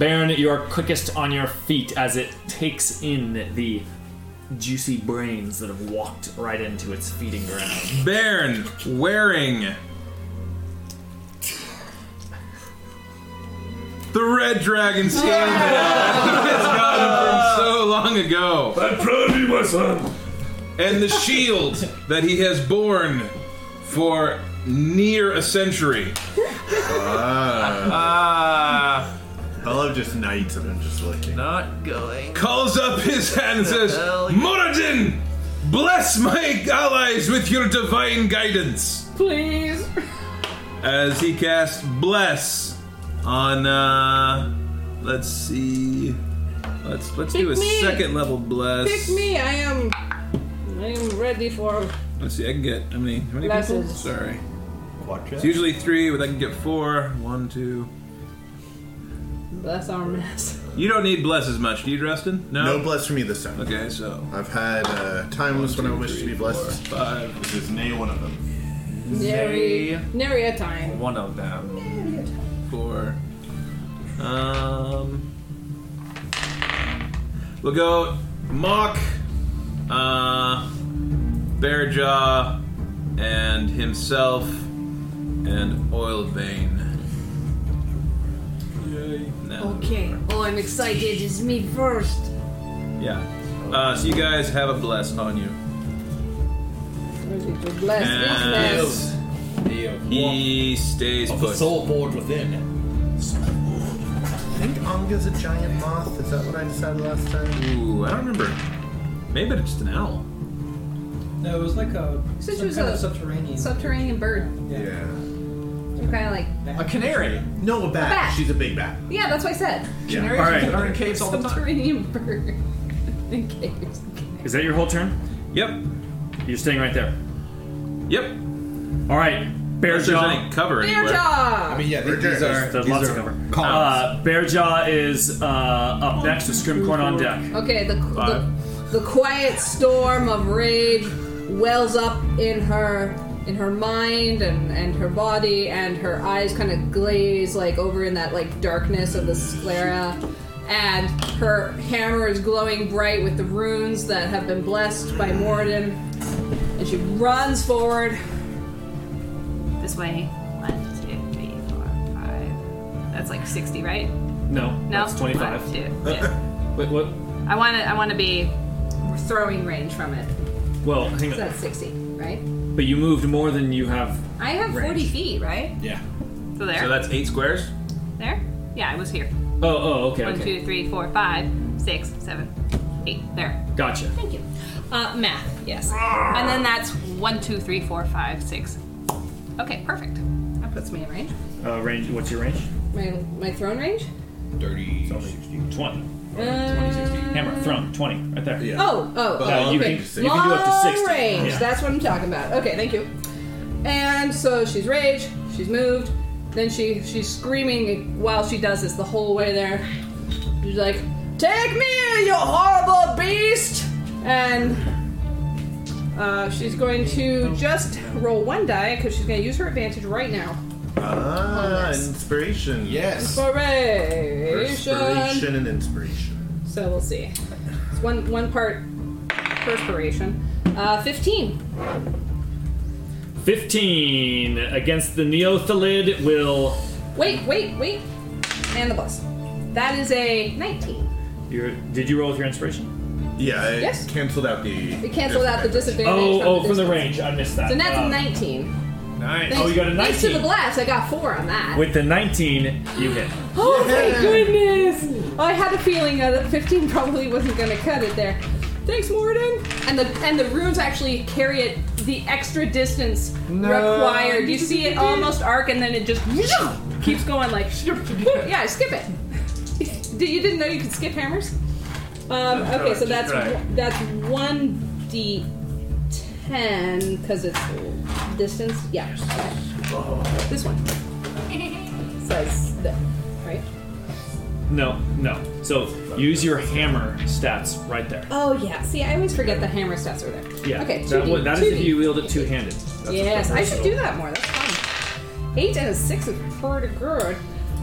[SPEAKER 2] Baron, you are quickest on your feet as it takes in the juicy brains that have walked right into its feeding ground.
[SPEAKER 3] Bairn wearing the red dragon scales that he has gotten from so long ago. I'm proud of you, my son. And the shield that he has borne for near a century.
[SPEAKER 6] Ah. I love just knights and I'm just looking.
[SPEAKER 7] Not going.
[SPEAKER 3] Calls up his hand and says,
[SPEAKER 7] Hell yeah.
[SPEAKER 3] Moradin, bless my allies with your divine guidance.
[SPEAKER 5] Please.
[SPEAKER 3] as he casts bless on uh let's see let's let's do a
[SPEAKER 5] Pick me.
[SPEAKER 3] second level bless
[SPEAKER 5] Pick me. I am. I am ready for.
[SPEAKER 3] let's see i can get how many how many people
[SPEAKER 5] Blesses.
[SPEAKER 3] sorry it's usually three but i can get four one two
[SPEAKER 5] Bless our mess.
[SPEAKER 3] you don't need bless as much do you Dresden? no
[SPEAKER 10] No bless for me this time.
[SPEAKER 3] okay so
[SPEAKER 10] I've had uh, times when I wish to be blessed.
[SPEAKER 3] Five.
[SPEAKER 10] This is nay one of them.
[SPEAKER 5] Nary, nary a time.
[SPEAKER 2] one of them
[SPEAKER 3] four um we'll go mock uh bearjaw and himself and oil vein No.
[SPEAKER 5] Okay. Oh, I'm excited. It's me first.
[SPEAKER 3] Yeah. Uh, so you guys have a bless on you.
[SPEAKER 5] Ready to bless
[SPEAKER 3] And
[SPEAKER 5] this mess.
[SPEAKER 3] he stays
[SPEAKER 4] Of the
[SPEAKER 3] put.
[SPEAKER 4] soul board within.
[SPEAKER 10] I think Anga's a giant moth. Is that what I decided last time?
[SPEAKER 3] Ooh, I don't remember. Maybe it's just an owl.
[SPEAKER 11] No, it was like a
[SPEAKER 5] So it
[SPEAKER 11] some
[SPEAKER 5] was
[SPEAKER 11] kind
[SPEAKER 5] a-
[SPEAKER 11] of subterranean.
[SPEAKER 5] Subterranean bird.
[SPEAKER 10] Yeah.
[SPEAKER 5] I'm kind of like.
[SPEAKER 11] A
[SPEAKER 2] canary.
[SPEAKER 10] No, a bat.
[SPEAKER 5] bat.
[SPEAKER 10] She's a big bat.
[SPEAKER 5] Yeah, that's what I said.
[SPEAKER 10] Yeah.
[SPEAKER 2] Canaries All right.
[SPEAKER 10] are
[SPEAKER 2] in caves
[SPEAKER 5] Subterranean bird. In caves.
[SPEAKER 2] Is that your whole turn?
[SPEAKER 3] Yep.
[SPEAKER 2] You're staying right there.
[SPEAKER 3] Yep.
[SPEAKER 2] All right, Bear
[SPEAKER 3] Unless there's
[SPEAKER 2] Jaw.
[SPEAKER 3] any cover
[SPEAKER 5] Bear
[SPEAKER 3] anywhere.
[SPEAKER 5] jaw.
[SPEAKER 4] I mean, yeah,
[SPEAKER 2] There's,
[SPEAKER 4] these, these are.
[SPEAKER 2] there's
[SPEAKER 4] these
[SPEAKER 2] lots
[SPEAKER 4] are
[SPEAKER 2] of cover. Uh,
[SPEAKER 4] columns.
[SPEAKER 2] Bear Jaw is uh, up next to Scrimcorn on deck.
[SPEAKER 5] Okay, the,
[SPEAKER 2] Five.
[SPEAKER 5] the the quiet storm of rage wells up in her in her mind and and her body and her eyes kind of glaze like over in that like darkness of the sclera and her hammer is glowing bright with the runes that have been blessed by Morden and she runs forward
[SPEAKER 16] This way. One, two, three, four, five. That's like 60, right?
[SPEAKER 2] No,
[SPEAKER 16] No.
[SPEAKER 2] that's 25.
[SPEAKER 16] One, two, yeah.
[SPEAKER 2] Wait, what?
[SPEAKER 16] I want to. I want to be.
[SPEAKER 5] throwing range from it.
[SPEAKER 2] Well, hang
[SPEAKER 5] So
[SPEAKER 2] on.
[SPEAKER 5] that's 60, right?
[SPEAKER 2] But you moved more than you have.
[SPEAKER 16] I have 40
[SPEAKER 2] Range.
[SPEAKER 16] feet, right?
[SPEAKER 4] Yeah.
[SPEAKER 16] So there.
[SPEAKER 3] So that's eight squares.
[SPEAKER 16] there. Yeah, I was here.
[SPEAKER 2] Oh, oh, okay,
[SPEAKER 16] One,
[SPEAKER 2] okay.
[SPEAKER 16] two, three, four, five, six, seven, eight. There. Ah!
[SPEAKER 2] Gotcha.
[SPEAKER 16] Thank you. Uh, math. Yes. And then that's one, two, three, four, five, six. Okay, perfect.
[SPEAKER 5] That puts me in range.
[SPEAKER 2] Uh, range. What's your range?
[SPEAKER 5] My my throne range?
[SPEAKER 4] Dirty.
[SPEAKER 2] 20.
[SPEAKER 5] Uh,
[SPEAKER 2] Hammer, thrown, 20, right there.
[SPEAKER 4] Yeah.
[SPEAKER 5] Oh, oh,
[SPEAKER 2] Yeah,
[SPEAKER 5] oh,
[SPEAKER 2] you
[SPEAKER 5] okay.
[SPEAKER 2] can- you can do up to
[SPEAKER 5] Long
[SPEAKER 2] 60.
[SPEAKER 5] range.
[SPEAKER 2] Yeah.
[SPEAKER 5] That's what I'm talking about. Okay, thank you. And so she's rage. She's moved. Then she she's screaming while she does this the whole way there. She's like, "Take me, you horrible beast!" And uh, she's going to just roll one die because she's going to use her advantage right now.
[SPEAKER 6] Ah, inspiration. Yes.
[SPEAKER 5] Inspiration.
[SPEAKER 6] Inspiration and inspiration.
[SPEAKER 5] So we'll see. It's one one part perspiration. Uh, Fifteen.
[SPEAKER 2] 15 against the Neothalid will.
[SPEAKER 5] Wait, wait, wait. And the plus. That is a 19.
[SPEAKER 2] Your, did you roll with your inspiration?
[SPEAKER 6] Yeah, it
[SPEAKER 5] Yes.
[SPEAKER 6] canceled out the.
[SPEAKER 5] It canceled out the disadvantage.
[SPEAKER 2] Oh,
[SPEAKER 5] from
[SPEAKER 2] oh,
[SPEAKER 5] the
[SPEAKER 2] from the
[SPEAKER 5] distance.
[SPEAKER 2] range. I missed that.
[SPEAKER 5] So that's a
[SPEAKER 2] Um,
[SPEAKER 5] 19.
[SPEAKER 2] Nice.
[SPEAKER 5] Thanks-
[SPEAKER 2] Oh, you got a
[SPEAKER 5] Thanks to the
[SPEAKER 2] 19.
[SPEAKER 5] blast, I got four on that.
[SPEAKER 2] With the 19, you hit.
[SPEAKER 5] Oh my goodness! I had a feeling uh, that 15 probably wasn't going to cut it there. Thanks, Morden. And the and the runes actually carry it the extra distance required. You see it almost arc, and then it just keeps going like yeah, skip it. Did- you didn't know you could skip hammers? Um,
[SPEAKER 17] That's
[SPEAKER 5] okay, so
[SPEAKER 17] correct.
[SPEAKER 5] that's
[SPEAKER 17] Right.
[SPEAKER 5] that's one d ten because it's distance. Yeah, okay. this one says that, right?
[SPEAKER 2] No, no. So use your hammer stats right there.
[SPEAKER 5] Oh yeah. See, I always forget the hammer stats are there.
[SPEAKER 2] Yeah.
[SPEAKER 5] Okay.
[SPEAKER 2] That,
[SPEAKER 5] 2D,
[SPEAKER 2] wa- that is if
[SPEAKER 5] 2D.
[SPEAKER 2] you wield it two handed.
[SPEAKER 5] Yes, I should do that more. That's fun. Eight and a six is pretty good.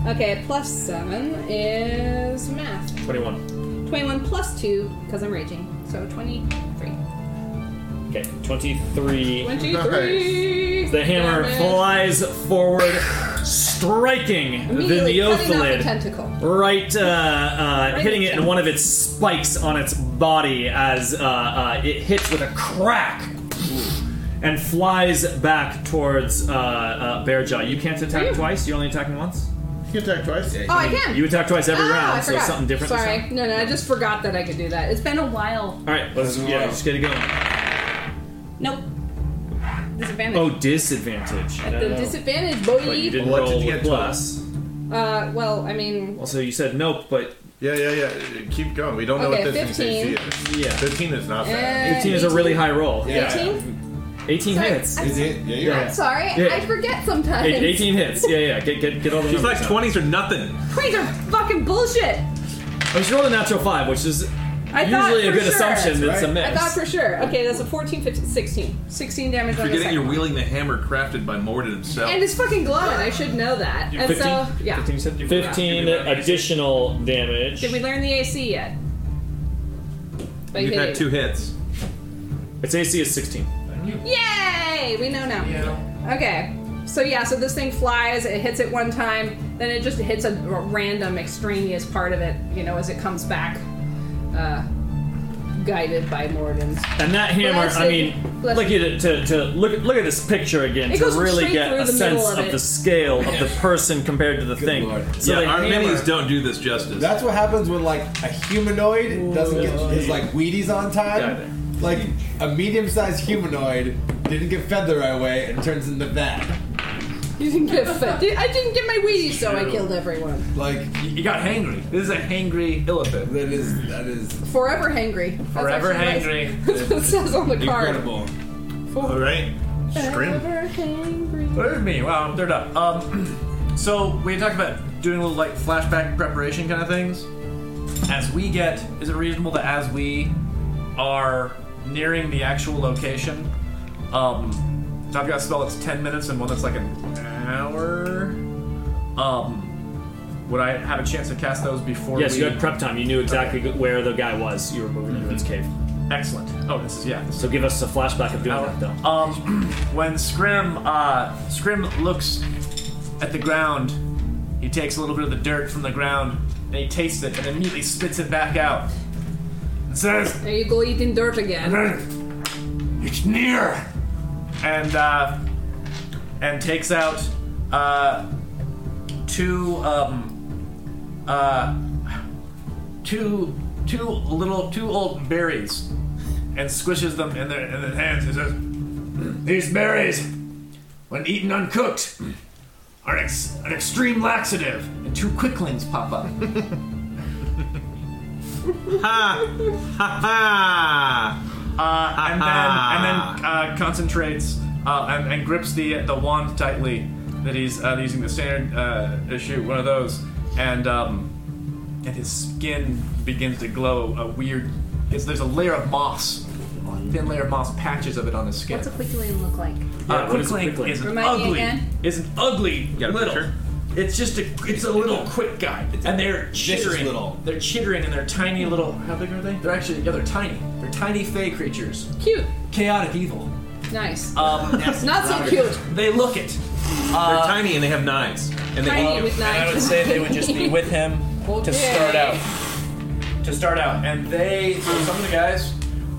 [SPEAKER 5] Okay, plus seven is math.
[SPEAKER 2] 21.
[SPEAKER 5] Twenty-one plus two because I'm raging, so twenty-three.
[SPEAKER 2] Okay, 23.
[SPEAKER 5] Twenty-three.
[SPEAKER 2] The hammer
[SPEAKER 5] Damage.
[SPEAKER 2] flies forward, striking the
[SPEAKER 5] Immediately cutting off the
[SPEAKER 2] Neothalid.
[SPEAKER 5] tentacle.
[SPEAKER 2] Right, uh, uh,
[SPEAKER 5] Right
[SPEAKER 2] hitting it
[SPEAKER 5] in
[SPEAKER 2] in one of its spikes on its body as uh, uh, it hits with a crack and flies back towards uh, uh, Bearjaw. You can't attack twice. You're only attacking once. You can attack twice.
[SPEAKER 5] Oh, I can.
[SPEAKER 2] You attack twice every
[SPEAKER 5] Ah, I
[SPEAKER 2] round, so
[SPEAKER 5] forgot.
[SPEAKER 2] something different. this
[SPEAKER 5] Sorry,
[SPEAKER 2] time.
[SPEAKER 5] no, no, I just forgot that I could do that. It's been a while.
[SPEAKER 2] All right, let's yeah, just get it going.
[SPEAKER 5] Nope. Disadvantage.
[SPEAKER 2] Oh, disadvantage.
[SPEAKER 5] At
[SPEAKER 2] No.
[SPEAKER 5] the disadvantage, boy.
[SPEAKER 2] But you didn't
[SPEAKER 6] What
[SPEAKER 2] roll
[SPEAKER 6] did you
[SPEAKER 2] with
[SPEAKER 6] get,
[SPEAKER 2] plus.
[SPEAKER 5] Uh, well, I mean,
[SPEAKER 2] Also, you said nope, but
[SPEAKER 6] yeah, yeah, yeah. Keep going. We don't know
[SPEAKER 5] Okay,
[SPEAKER 6] what this
[SPEAKER 5] 15.
[SPEAKER 6] AC is. Yeah, fifteen is not
[SPEAKER 5] Eh,
[SPEAKER 6] bad.
[SPEAKER 2] 18 is a really high roll.
[SPEAKER 6] Yeah.
[SPEAKER 5] 18?
[SPEAKER 2] 18
[SPEAKER 5] Sorry,
[SPEAKER 2] hits.
[SPEAKER 5] I'm- Is
[SPEAKER 2] it? Yeah,
[SPEAKER 5] I'm sorry, I forget sometimes.
[SPEAKER 2] Eight- 18 hits. Yeah, yeah. Get, get, get all the
[SPEAKER 3] She's
[SPEAKER 2] numbers
[SPEAKER 3] like
[SPEAKER 2] out.
[SPEAKER 3] 20s or nothing.
[SPEAKER 5] Queens are fucking bullshit.
[SPEAKER 2] Oh, she rolled a natural 5, which is
[SPEAKER 5] I thought
[SPEAKER 2] usually a
[SPEAKER 5] for
[SPEAKER 2] good
[SPEAKER 5] sure.
[SPEAKER 2] assumption that it's a miss.
[SPEAKER 5] I thought for sure. Okay, that's a 14, 15, 16. 16 damage on the
[SPEAKER 3] Forgetting
[SPEAKER 5] second
[SPEAKER 3] you're
[SPEAKER 5] one.
[SPEAKER 3] wielding the hammer crafted by Morden himself.
[SPEAKER 5] And it's fucking glowing. I should know that. And so, yeah.
[SPEAKER 2] 15 additional damage.
[SPEAKER 5] Did we learn the AC yet? But
[SPEAKER 2] You've
[SPEAKER 5] hit
[SPEAKER 2] had
[SPEAKER 5] it.
[SPEAKER 2] two hits. Its AC is 16.
[SPEAKER 5] Yay! We know now. Okay. So yeah, so this thing flies. It hits it one time, then it just hits a r- random extraneous part of it. You know, as it comes back, uh, guided by Morden's.
[SPEAKER 2] And that hammer,
[SPEAKER 5] Bless
[SPEAKER 2] I
[SPEAKER 5] it.
[SPEAKER 2] mean,
[SPEAKER 5] Bless
[SPEAKER 2] look at it to, to look look at this picture again
[SPEAKER 5] It
[SPEAKER 2] to
[SPEAKER 5] goes
[SPEAKER 2] really
[SPEAKER 5] straight
[SPEAKER 2] get
[SPEAKER 5] through
[SPEAKER 2] a
[SPEAKER 5] the middle
[SPEAKER 2] sense
[SPEAKER 5] of
[SPEAKER 2] of
[SPEAKER 5] it.
[SPEAKER 2] the scale of the person compared to the thing. So the
[SPEAKER 3] yeah, our
[SPEAKER 2] hammer-
[SPEAKER 3] minis don't do this justice.
[SPEAKER 4] That's what happens when like a humanoid doesn't get his like Wheaties on time. Like a medium-sized humanoid didn't get fed the right way and turns into that.
[SPEAKER 5] You didn't get fed. Dude, I didn't get my Wheaties, so I killed everyone.
[SPEAKER 4] Like
[SPEAKER 7] you got hangry. This is a hangry illithid.
[SPEAKER 4] That is that is
[SPEAKER 5] Forever hangry. That's
[SPEAKER 7] forever
[SPEAKER 5] actually nice.
[SPEAKER 7] hangry.
[SPEAKER 5] That's what it says on the card.
[SPEAKER 4] Incredible.
[SPEAKER 7] All right.
[SPEAKER 5] Forever hangry.
[SPEAKER 7] What me? Wow, they're done. Um, so we talked about doing little like flashback preparation kind of things. As we get, is it reasonable that as we are nearing the actual location, um, I've got a spell that's ten minutes and one that's like an hour. Um, would I have a chance to cast those before?
[SPEAKER 2] Yes,
[SPEAKER 7] we...
[SPEAKER 2] you had prep time. You knew exactly where the guy was. You were moving into his cave.
[SPEAKER 7] Excellent. Oh, this is yeah.
[SPEAKER 2] So give us a flashback of doing that, though.
[SPEAKER 13] Uh,
[SPEAKER 7] Um, when Scrim uh, Scrim looks at the ground, he takes a little bit of the dirt from the ground and he tastes it and immediately spits it back out. And says,
[SPEAKER 5] There you go, eating dirt again.
[SPEAKER 7] "It's near," and uh, and takes out uh, two um, uh, two two little two old berries and squishes them in their in their hands. He says, "These berries, when eaten uncooked, are ex- an extreme laxative." And two quicklings pop up. ha ha ha! Uh, and then and then uh, concentrates uh, and, and grips the the wand tightly
[SPEAKER 13] that he's uh, using the standard uh, issue, one of those, and um, and his skin begins to glow a weird. It's, there's a layer of moss, a thin layer of moss, patches of it on his skin.
[SPEAKER 5] What's a quickling look like?
[SPEAKER 13] Uh, what is quickly is an
[SPEAKER 5] Remind me
[SPEAKER 13] ugly,
[SPEAKER 5] again?
[SPEAKER 13] is an ugly little. It's just a, it's a little quick guy, and they're chittering.
[SPEAKER 4] little.
[SPEAKER 13] They're chittering, and they're tiny little. How big are they? They're actually yeah, they're tiny. They're tiny fey creatures.
[SPEAKER 5] Cute.
[SPEAKER 13] Chaotic evil.
[SPEAKER 5] Nice.
[SPEAKER 13] Um,
[SPEAKER 5] Not so cute.
[SPEAKER 13] They look it. Uh,
[SPEAKER 3] They're tiny and they have knives. And they
[SPEAKER 5] Tiny with
[SPEAKER 7] And I would
[SPEAKER 5] knives.
[SPEAKER 7] say they would just be with him
[SPEAKER 5] Okay.
[SPEAKER 7] to start out. To start out, and they so some of the guys.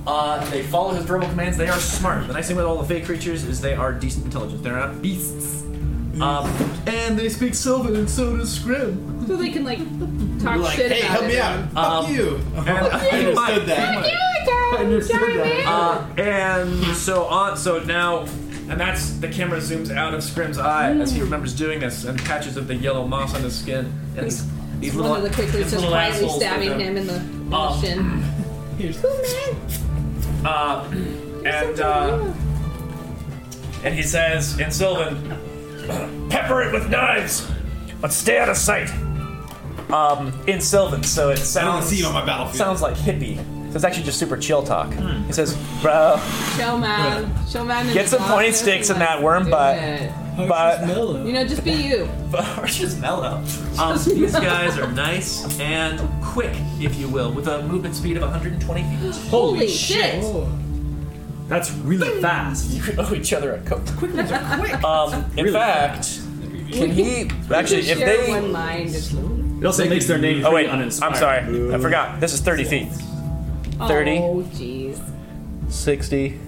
[SPEAKER 13] Uh, they follow his verbal commands. They are smart. The nice thing about all the fey creatures is they are decent intelligence. They're not beasts. Um,
[SPEAKER 5] Oh,
[SPEAKER 13] and they speak Sylvan, and so does Scrim.
[SPEAKER 5] So they can like talk
[SPEAKER 13] Like,
[SPEAKER 5] shit
[SPEAKER 13] "Hey,
[SPEAKER 5] about
[SPEAKER 13] help
[SPEAKER 5] it.
[SPEAKER 13] me out. Fuck
[SPEAKER 4] you.
[SPEAKER 13] And I
[SPEAKER 4] understood that.
[SPEAKER 5] Fuck you, Dad. Darn
[SPEAKER 13] Uh, and so on. So now, and that's the camera zooms out of Scrim's eye as
[SPEAKER 5] Mm.
[SPEAKER 13] he remembers doing this, and patches of the yellow moss on his skin. And
[SPEAKER 5] He's-
[SPEAKER 13] these
[SPEAKER 5] it.
[SPEAKER 13] little,
[SPEAKER 5] One of the
[SPEAKER 13] these
[SPEAKER 5] quicklers just
[SPEAKER 13] little
[SPEAKER 5] quietly
[SPEAKER 13] assholes that
[SPEAKER 5] stabbing
[SPEAKER 13] have-
[SPEAKER 5] him in the, in the shin.
[SPEAKER 7] Uh, and uh, and he says in Sylvan, "Pepper it with knives, but stay out of sight." Um, in Sylvan, so it sounds.
[SPEAKER 4] see you on my battlefield. Hmm.
[SPEAKER 7] Sounds like hippie. So it's actually just super chill talk. He says, "Bro,
[SPEAKER 5] Showman. Showman. in
[SPEAKER 7] get
[SPEAKER 5] the
[SPEAKER 7] some pointy
[SPEAKER 5] office.
[SPEAKER 7] sticks in that worm butt." But
[SPEAKER 5] You know, just be you.
[SPEAKER 13] Harsh as mellow. Um,
[SPEAKER 5] Just
[SPEAKER 13] these
[SPEAKER 5] mellow.
[SPEAKER 13] guys are nice and quick, if you will, with a movement speed of 120 feet.
[SPEAKER 5] Holy Holy shit. shit.
[SPEAKER 13] That's really fast.
[SPEAKER 7] you could owe each other a coat.
[SPEAKER 5] Quick.
[SPEAKER 7] Um, in fact, can he actually if
[SPEAKER 5] share
[SPEAKER 7] they
[SPEAKER 5] one line, just
[SPEAKER 7] It also
[SPEAKER 2] makes their name
[SPEAKER 7] Oh
[SPEAKER 2] pretty
[SPEAKER 7] wait,
[SPEAKER 2] uninspiring.
[SPEAKER 7] I'm sorry, I forgot. This is 30 feet. 30.
[SPEAKER 5] Oh jeez,
[SPEAKER 7] 60,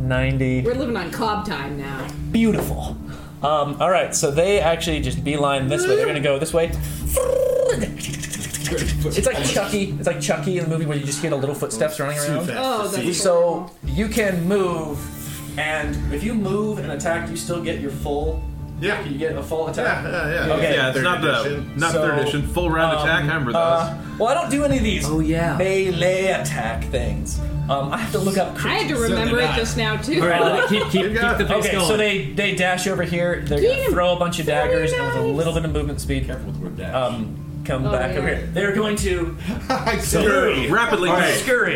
[SPEAKER 7] 90.
[SPEAKER 5] we're living on Cobb time now.
[SPEAKER 7] Beautiful. Um, all right, so they actually just beeline this way. They're gonna go this way. It's like Chucky. It's like Chucky in the movie where you just hear the little footsteps running around.
[SPEAKER 5] Oh, that's
[SPEAKER 7] so you can move, and if you move and attack, you still get your full. Yeah, you get a full attack.
[SPEAKER 3] Yeah, yeah, yeah. Yeah, it's
[SPEAKER 7] Third
[SPEAKER 3] not the-
[SPEAKER 7] edition.
[SPEAKER 3] not third edition. Full round attack, I remember
[SPEAKER 7] uh, well, I don't do any of these. Oh yeah, melee attack things. Um, I have to look up.
[SPEAKER 5] I had to
[SPEAKER 7] creatures.
[SPEAKER 5] remember it just now too.
[SPEAKER 7] okay, so they they dash over here. They're gonna throw a bunch of daggers and with a little bit of movement speed. Careful with dash. Um, come
[SPEAKER 2] Oh,
[SPEAKER 7] back
[SPEAKER 2] yeah.
[SPEAKER 7] over here. They're going to
[SPEAKER 2] So-
[SPEAKER 7] All right. Scurry.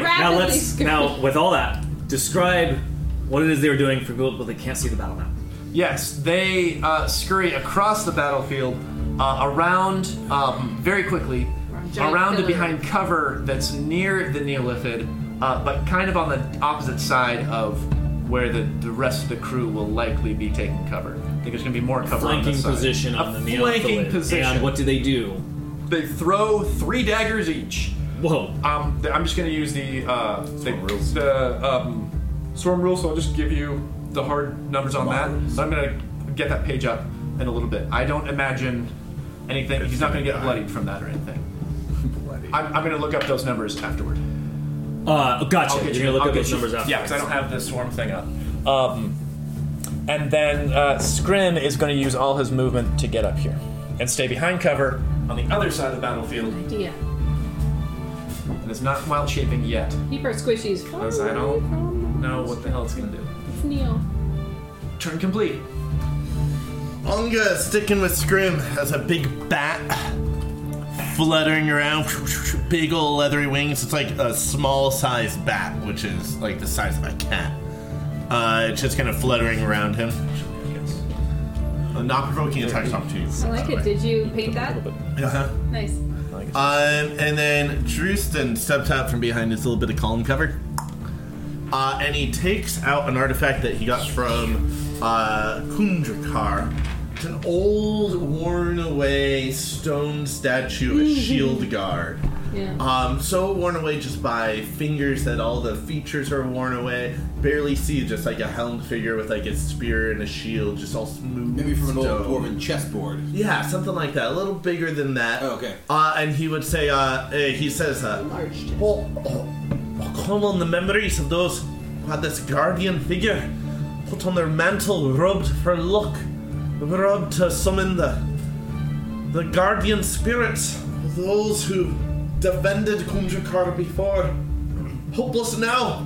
[SPEAKER 2] now let's
[SPEAKER 7] scurry.
[SPEAKER 2] now with all that describe what it is they were doing for people, but they can't see the battle map.
[SPEAKER 13] Yes, they uh, scurry across the battlefield, uh, around um, very quickly,
[SPEAKER 2] giant
[SPEAKER 13] around and
[SPEAKER 2] pillar.
[SPEAKER 13] behind cover that's near the Neolithid, uh, but kind of on the opposite side of where the, the rest of the crew will likely be taking cover. I think there's going to be more cover on
[SPEAKER 2] Flanking
[SPEAKER 13] this side.
[SPEAKER 2] position on
[SPEAKER 13] A
[SPEAKER 2] the Neolithid.
[SPEAKER 13] flanking position.
[SPEAKER 2] And what do they do?
[SPEAKER 13] They throw three daggers each.
[SPEAKER 2] Whoa.
[SPEAKER 13] Um, th- I'm just gonna use the uh, the, the um, swarm rule, so I'll just give you the hard numbers on that. So I'm gonna get that page up in a little bit. I don't imagine anything. he's not gonna get bloodied from that or anything. I'm, I'm gonna look up those numbers afterward.
[SPEAKER 2] Uh, gotcha.
[SPEAKER 13] I'll get
[SPEAKER 2] You're
[SPEAKER 13] you-
[SPEAKER 2] gonna look
[SPEAKER 13] I'll
[SPEAKER 2] up
[SPEAKER 13] get
[SPEAKER 2] those
[SPEAKER 13] you-
[SPEAKER 2] numbers afterwards.
[SPEAKER 13] Yeah, because I don't have the swarm thing up.
[SPEAKER 7] Um, and then uh, Scrim is going to use all his movement to get up here and stay behind cover on the other side of the battlefield.
[SPEAKER 5] Idea.
[SPEAKER 13] And it's not wild shaping yet,
[SPEAKER 5] Keep our squishies.
[SPEAKER 13] because I don't know what the hell it's gonna do.
[SPEAKER 5] It's Neil.
[SPEAKER 13] Turn complete.
[SPEAKER 6] Onga sticking with Scrim as a big bat fluttering around, big old leathery wings. It's like a small sized bat, which is like the size of a cat. Uh, it's just kind of fluttering around him. Uh, not provoking attacks of opportunity.
[SPEAKER 5] I like it. Did you paint that?
[SPEAKER 6] Uh-huh.
[SPEAKER 5] Nice.
[SPEAKER 6] Um, and then Drewston steps out from behind his little bit of column cover. Uh, and he takes out an artifact that he got from uh, Kundrakar. It's an old, worn away stone statue, a shield guard.
[SPEAKER 5] Yeah.
[SPEAKER 6] Um, so worn away just by fingers that all the features are worn away. Barely see just like a helmed figure with like a spear and a shield, just all smooth.
[SPEAKER 4] Maybe from an old
[SPEAKER 6] stone.
[SPEAKER 4] dwarven chessboard.
[SPEAKER 6] Yeah, something like that. A little bigger than that. okay. Uh, and he would say, uh, uh, he says, uh, oh, oh, oh, come on the memories of those who had this guardian figure put on their mantle, rubbed for luck, rubbed to summon the the guardian spirits of those who defended Kunjakar before. Hopeless now.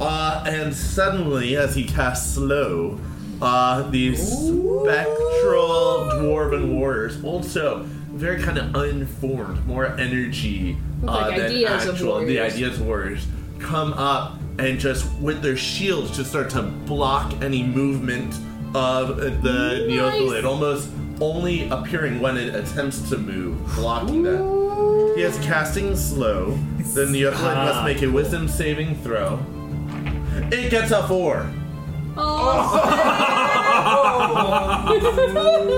[SPEAKER 6] Uh, and suddenly, as he casts slow, Uh, the spectral dwarven warriors, also very kind of unformed, more energy
[SPEAKER 5] Look
[SPEAKER 6] uh,
[SPEAKER 5] like
[SPEAKER 6] than
[SPEAKER 5] ideas of
[SPEAKER 6] actual. The
[SPEAKER 5] warriors.
[SPEAKER 6] ideas of warriors come up and just with their shields just start to block any movement of the
[SPEAKER 5] Nice.
[SPEAKER 6] Neothalid, almost only appearing when it attempts to move, blocking that. He is casting slow. The Neothalid must
[SPEAKER 5] Ah,
[SPEAKER 6] make a wisdom saving throw. It gets a four.
[SPEAKER 5] Oh.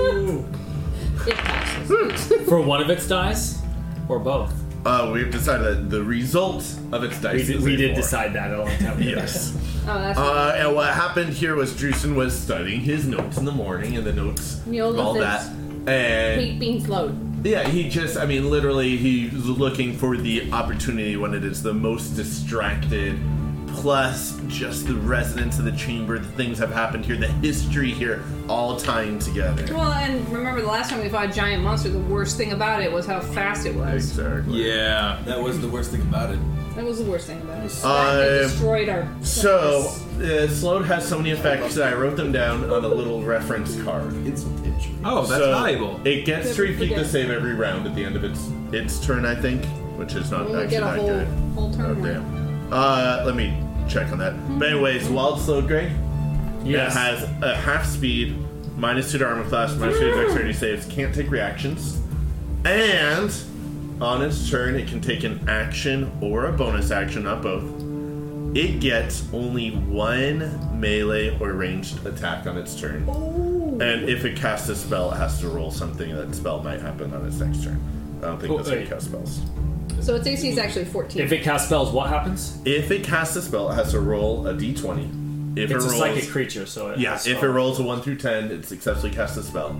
[SPEAKER 5] it passes.
[SPEAKER 2] For one of its dice, or both.
[SPEAKER 6] Uh, we've decided that the result of its dice.
[SPEAKER 2] We did-
[SPEAKER 6] is
[SPEAKER 2] we
[SPEAKER 6] a
[SPEAKER 2] did
[SPEAKER 6] four.
[SPEAKER 2] decide that a long time ago.
[SPEAKER 6] yes.
[SPEAKER 5] Oh, that's
[SPEAKER 6] Uh, and what happened here was Drusen was studying his notes in the morning and the notes
[SPEAKER 5] Neolithics.
[SPEAKER 6] and all that. And
[SPEAKER 5] Hate being slowed.
[SPEAKER 6] yeah, he just, I mean, literally, he's looking for the opportunity when it is the most distracted. Plus, just the resonance of the chamber, the things that have happened here, the history here, all tying together.
[SPEAKER 5] Well, and remember the last time we fought a giant monster, the worst thing about it was how fast it was.
[SPEAKER 6] Exactly.
[SPEAKER 3] Yeah.
[SPEAKER 4] That was the worst thing about it.
[SPEAKER 5] That was the worst thing about it.
[SPEAKER 6] Uh,
[SPEAKER 5] That and destroyed our.
[SPEAKER 6] So, uh, slowed has so many effects that I wrote them down on a little reference card. It's
[SPEAKER 3] Oh, that's valuable.
[SPEAKER 6] It gets
[SPEAKER 5] Did
[SPEAKER 6] three
[SPEAKER 5] we
[SPEAKER 6] feet to
[SPEAKER 5] forget?
[SPEAKER 6] save every round at the end of its its turn, I think, which is not
[SPEAKER 5] We'll
[SPEAKER 6] actually
[SPEAKER 5] get a
[SPEAKER 6] that
[SPEAKER 5] whole-
[SPEAKER 6] good.
[SPEAKER 5] whole turn
[SPEAKER 6] oh
[SPEAKER 2] Mm-hmm.
[SPEAKER 5] worth.
[SPEAKER 6] damn. Uh, let me check on that. But anyways, wild slowed Greg.
[SPEAKER 2] Yes.
[SPEAKER 6] It has a half speed, minus two to armor class, minus two to dexterity saves, can't take reactions, and on its turn it can take an action or a bonus action, not both. It gets only one melee or ranged attack on its turn. And if it casts a spell, it has to roll something. That spell might happen on its next turn. I don't think
[SPEAKER 2] Oh,
[SPEAKER 6] that's how you
[SPEAKER 2] wait.
[SPEAKER 6] cast spells.
[SPEAKER 5] So its AC is actually 14.
[SPEAKER 2] If it casts spells, what happens?
[SPEAKER 6] If it casts a spell, it has to roll a d20. If
[SPEAKER 2] it's
[SPEAKER 6] it
[SPEAKER 2] a
[SPEAKER 6] rolls,
[SPEAKER 2] psychic creature, so it
[SPEAKER 6] yeah,
[SPEAKER 2] has
[SPEAKER 6] if it
[SPEAKER 2] spell.
[SPEAKER 6] rolls a 1 through 10, it successfully casts a spell.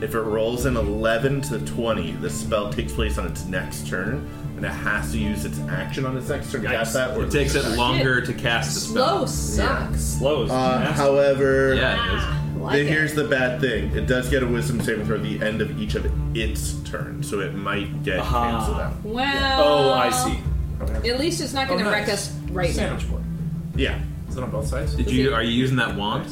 [SPEAKER 6] If it rolls an 11 to 20, the spell takes place on its next turn, and it has to use its action on its next turn to cast that. Or
[SPEAKER 3] It takes it
[SPEAKER 6] attack.
[SPEAKER 3] longer to cast the
[SPEAKER 5] Slow
[SPEAKER 3] spell.
[SPEAKER 5] sucks. Ah,
[SPEAKER 2] Slow
[SPEAKER 6] Uh, however,
[SPEAKER 3] Yeah,
[SPEAKER 5] it is.
[SPEAKER 6] then here's the bad thing: it does get a wisdom saving throw at the end of each of its turn, so it might get
[SPEAKER 2] Aha.
[SPEAKER 6] canceled out.
[SPEAKER 5] Well. At least it's not going to
[SPEAKER 3] Oh,
[SPEAKER 5] wreck
[SPEAKER 3] nice.
[SPEAKER 5] us right now.
[SPEAKER 6] Yeah.
[SPEAKER 3] Is it on both sides? Did you? Are you using that wand?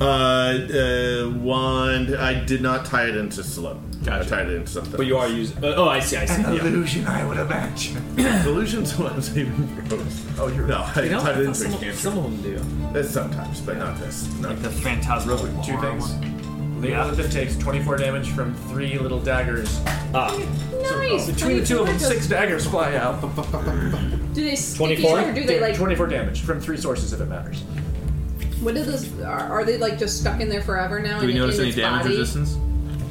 [SPEAKER 6] Uh, uh, wand. I did not tie it into slow. I tied it into something.
[SPEAKER 2] But you are using. Uh, oh, I see. I see.
[SPEAKER 6] An
[SPEAKER 2] illusion, I would imagine.
[SPEAKER 6] Illusions was even gross. Oh, you're no. I
[SPEAKER 2] You know,
[SPEAKER 6] tied
[SPEAKER 2] I thought
[SPEAKER 6] it into
[SPEAKER 2] some,
[SPEAKER 6] a
[SPEAKER 2] of-
[SPEAKER 6] cantrip.
[SPEAKER 2] some of them
[SPEAKER 6] It's sometimes, but not this. Not
[SPEAKER 2] do.
[SPEAKER 6] this.
[SPEAKER 2] Phantasmal.
[SPEAKER 7] Two things. Leolithic takes 24 damage from three little daggers. Oh,
[SPEAKER 2] Ah.
[SPEAKER 5] Nice.
[SPEAKER 7] between the two of them,
[SPEAKER 5] How do you
[SPEAKER 7] six daggers fly out.
[SPEAKER 5] Do they stick each or do they like?
[SPEAKER 7] 24 damage from three sources if it matters.
[SPEAKER 5] What are those? Are, are they like just stuck in there forever now?
[SPEAKER 3] Do we
[SPEAKER 5] in-
[SPEAKER 3] notice
[SPEAKER 5] in
[SPEAKER 3] any
[SPEAKER 5] its
[SPEAKER 3] damage
[SPEAKER 5] body?
[SPEAKER 3] resistance?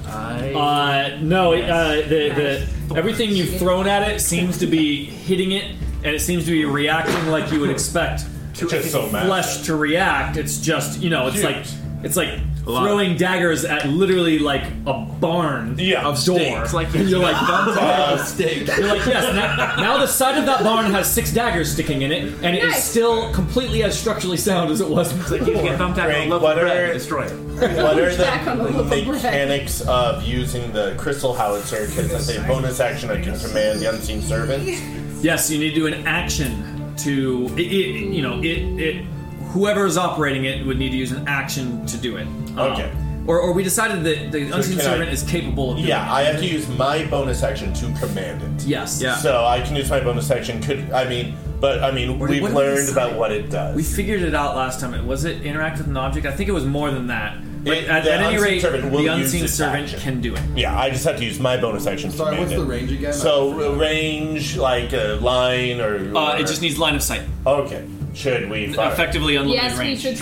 [SPEAKER 2] Uh, no, it, uh, the, the everything you've thrown at it seems to be hitting it, and it seems to be reacting like you would expect to
[SPEAKER 18] It's just so massive.
[SPEAKER 2] flesh to react. It's just you know, it's
[SPEAKER 18] Huge.
[SPEAKER 2] like it's like
[SPEAKER 18] lot.
[SPEAKER 2] throwing daggers at literally like a barn yeah, of door.
[SPEAKER 18] stakes, like
[SPEAKER 2] and you're like,
[SPEAKER 18] thumbs
[SPEAKER 2] "Oh."
[SPEAKER 18] of stakes.
[SPEAKER 2] You're like, yes. Now, now the side of that barn has six daggers sticking in it, and it is
[SPEAKER 5] Nice.
[SPEAKER 2] still completely as structually sound as it was before.
[SPEAKER 7] Like you can get thumbed out
[SPEAKER 6] Great,
[SPEAKER 7] and love
[SPEAKER 6] what
[SPEAKER 7] bread
[SPEAKER 6] are-
[SPEAKER 7] and destroy it.
[SPEAKER 6] What are
[SPEAKER 5] Back on the loaf
[SPEAKER 6] the
[SPEAKER 5] of bread.
[SPEAKER 6] mechanics of using the crystal howitzer? Because that's a bonus action I can command the unseen servant.
[SPEAKER 2] Yes, you need to do an action to it, it you know, it it whoever is operating it would need to use an action to do it. Um,
[SPEAKER 6] Okay.
[SPEAKER 2] Or, or we decided that the unseen
[SPEAKER 6] can I-
[SPEAKER 2] servant is capable of doing
[SPEAKER 6] Yeah,
[SPEAKER 2] it.
[SPEAKER 6] I have to use my bonus action to command it.
[SPEAKER 2] Yes.
[SPEAKER 6] So I can use my bonus action. Could I mean? But I mean,
[SPEAKER 2] What-
[SPEAKER 6] we've
[SPEAKER 2] what did we
[SPEAKER 6] learned
[SPEAKER 2] decide?
[SPEAKER 6] about what it does.
[SPEAKER 2] we figured it out last time. It was it interact with an object. I think it was more than that. But
[SPEAKER 6] It-
[SPEAKER 2] at,
[SPEAKER 6] the
[SPEAKER 2] at any
[SPEAKER 6] unseen
[SPEAKER 2] rate,
[SPEAKER 6] servant will
[SPEAKER 2] the
[SPEAKER 6] use
[SPEAKER 2] unseen
[SPEAKER 6] its
[SPEAKER 2] servant
[SPEAKER 6] action.
[SPEAKER 2] can do it.
[SPEAKER 6] Yeah, I just have to use my bonus action. to
[SPEAKER 4] Sorry,
[SPEAKER 6] command
[SPEAKER 4] what's the
[SPEAKER 6] it.
[SPEAKER 4] range again?
[SPEAKER 6] So range like a line or.
[SPEAKER 2] Uh,
[SPEAKER 6] or-
[SPEAKER 2] it just needs line of sight.
[SPEAKER 6] Okay. Should we fire?
[SPEAKER 2] Effectively unlimited
[SPEAKER 5] Yes, we
[SPEAKER 2] range.
[SPEAKER 5] should.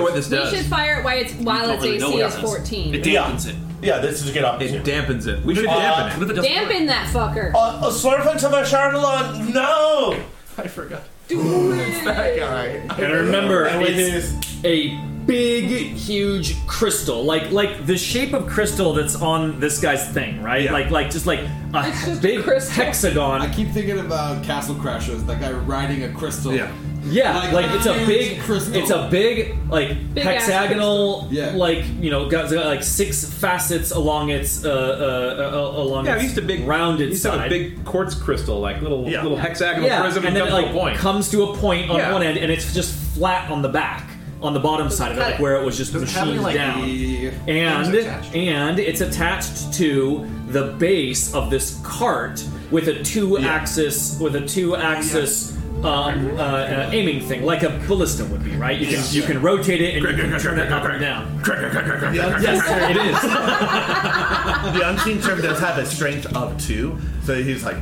[SPEAKER 5] We should fire it while it's while
[SPEAKER 6] don't
[SPEAKER 5] its
[SPEAKER 6] really know
[SPEAKER 5] AC
[SPEAKER 6] what
[SPEAKER 5] is
[SPEAKER 6] it does.
[SPEAKER 5] 14.
[SPEAKER 6] it. Yeah, this is a good option. It
[SPEAKER 3] dampens it. We should
[SPEAKER 2] Uh,
[SPEAKER 3] dampen it.
[SPEAKER 5] Dampen that fucker.
[SPEAKER 6] Uh, A servant to my charlatan. No.
[SPEAKER 7] I forgot.
[SPEAKER 5] that
[SPEAKER 7] guy.
[SPEAKER 2] And remember,
[SPEAKER 6] And it
[SPEAKER 2] it's a big, huge crystal, like like the shape of crystal that's on this guy's thing, right? Like like just like a big hexagon.
[SPEAKER 4] I keep thinking about Castle Crashers, that guy riding a crystal. Yeah.
[SPEAKER 2] Yeah, like, it's a
[SPEAKER 4] huge
[SPEAKER 2] big
[SPEAKER 4] crystal.
[SPEAKER 2] It's a big like
[SPEAKER 4] Big ass
[SPEAKER 2] hexagonal, like you know, got, got, like six facets along its uh, uh, uh along.
[SPEAKER 3] Yeah,
[SPEAKER 2] its
[SPEAKER 3] we used to big
[SPEAKER 2] rounded
[SPEAKER 3] used to have a
[SPEAKER 2] side.
[SPEAKER 3] big quartz crystal, like little
[SPEAKER 2] Yeah.
[SPEAKER 3] little hexagonal
[SPEAKER 2] Yeah,
[SPEAKER 3] prism,
[SPEAKER 2] and then
[SPEAKER 3] comes
[SPEAKER 2] it
[SPEAKER 3] to
[SPEAKER 2] like
[SPEAKER 3] a point.
[SPEAKER 2] comes to a point on
[SPEAKER 3] Yeah.
[SPEAKER 2] one end, and it's just flat on the back. on the bottom side of it,
[SPEAKER 19] cut
[SPEAKER 2] like
[SPEAKER 19] it.
[SPEAKER 2] where it was just
[SPEAKER 19] Does it have
[SPEAKER 2] machined
[SPEAKER 19] any, like,
[SPEAKER 2] down.
[SPEAKER 19] the
[SPEAKER 2] And
[SPEAKER 19] things attached?
[SPEAKER 2] and it's attached to the base of this cart with a two-axis with a two-axis um, uh, uh, aiming thing, like a ballista would be, right? You can you can rotate it and you can turn it up and down. Yes, it is.
[SPEAKER 6] the unseen term does have a strength of two, so he's like.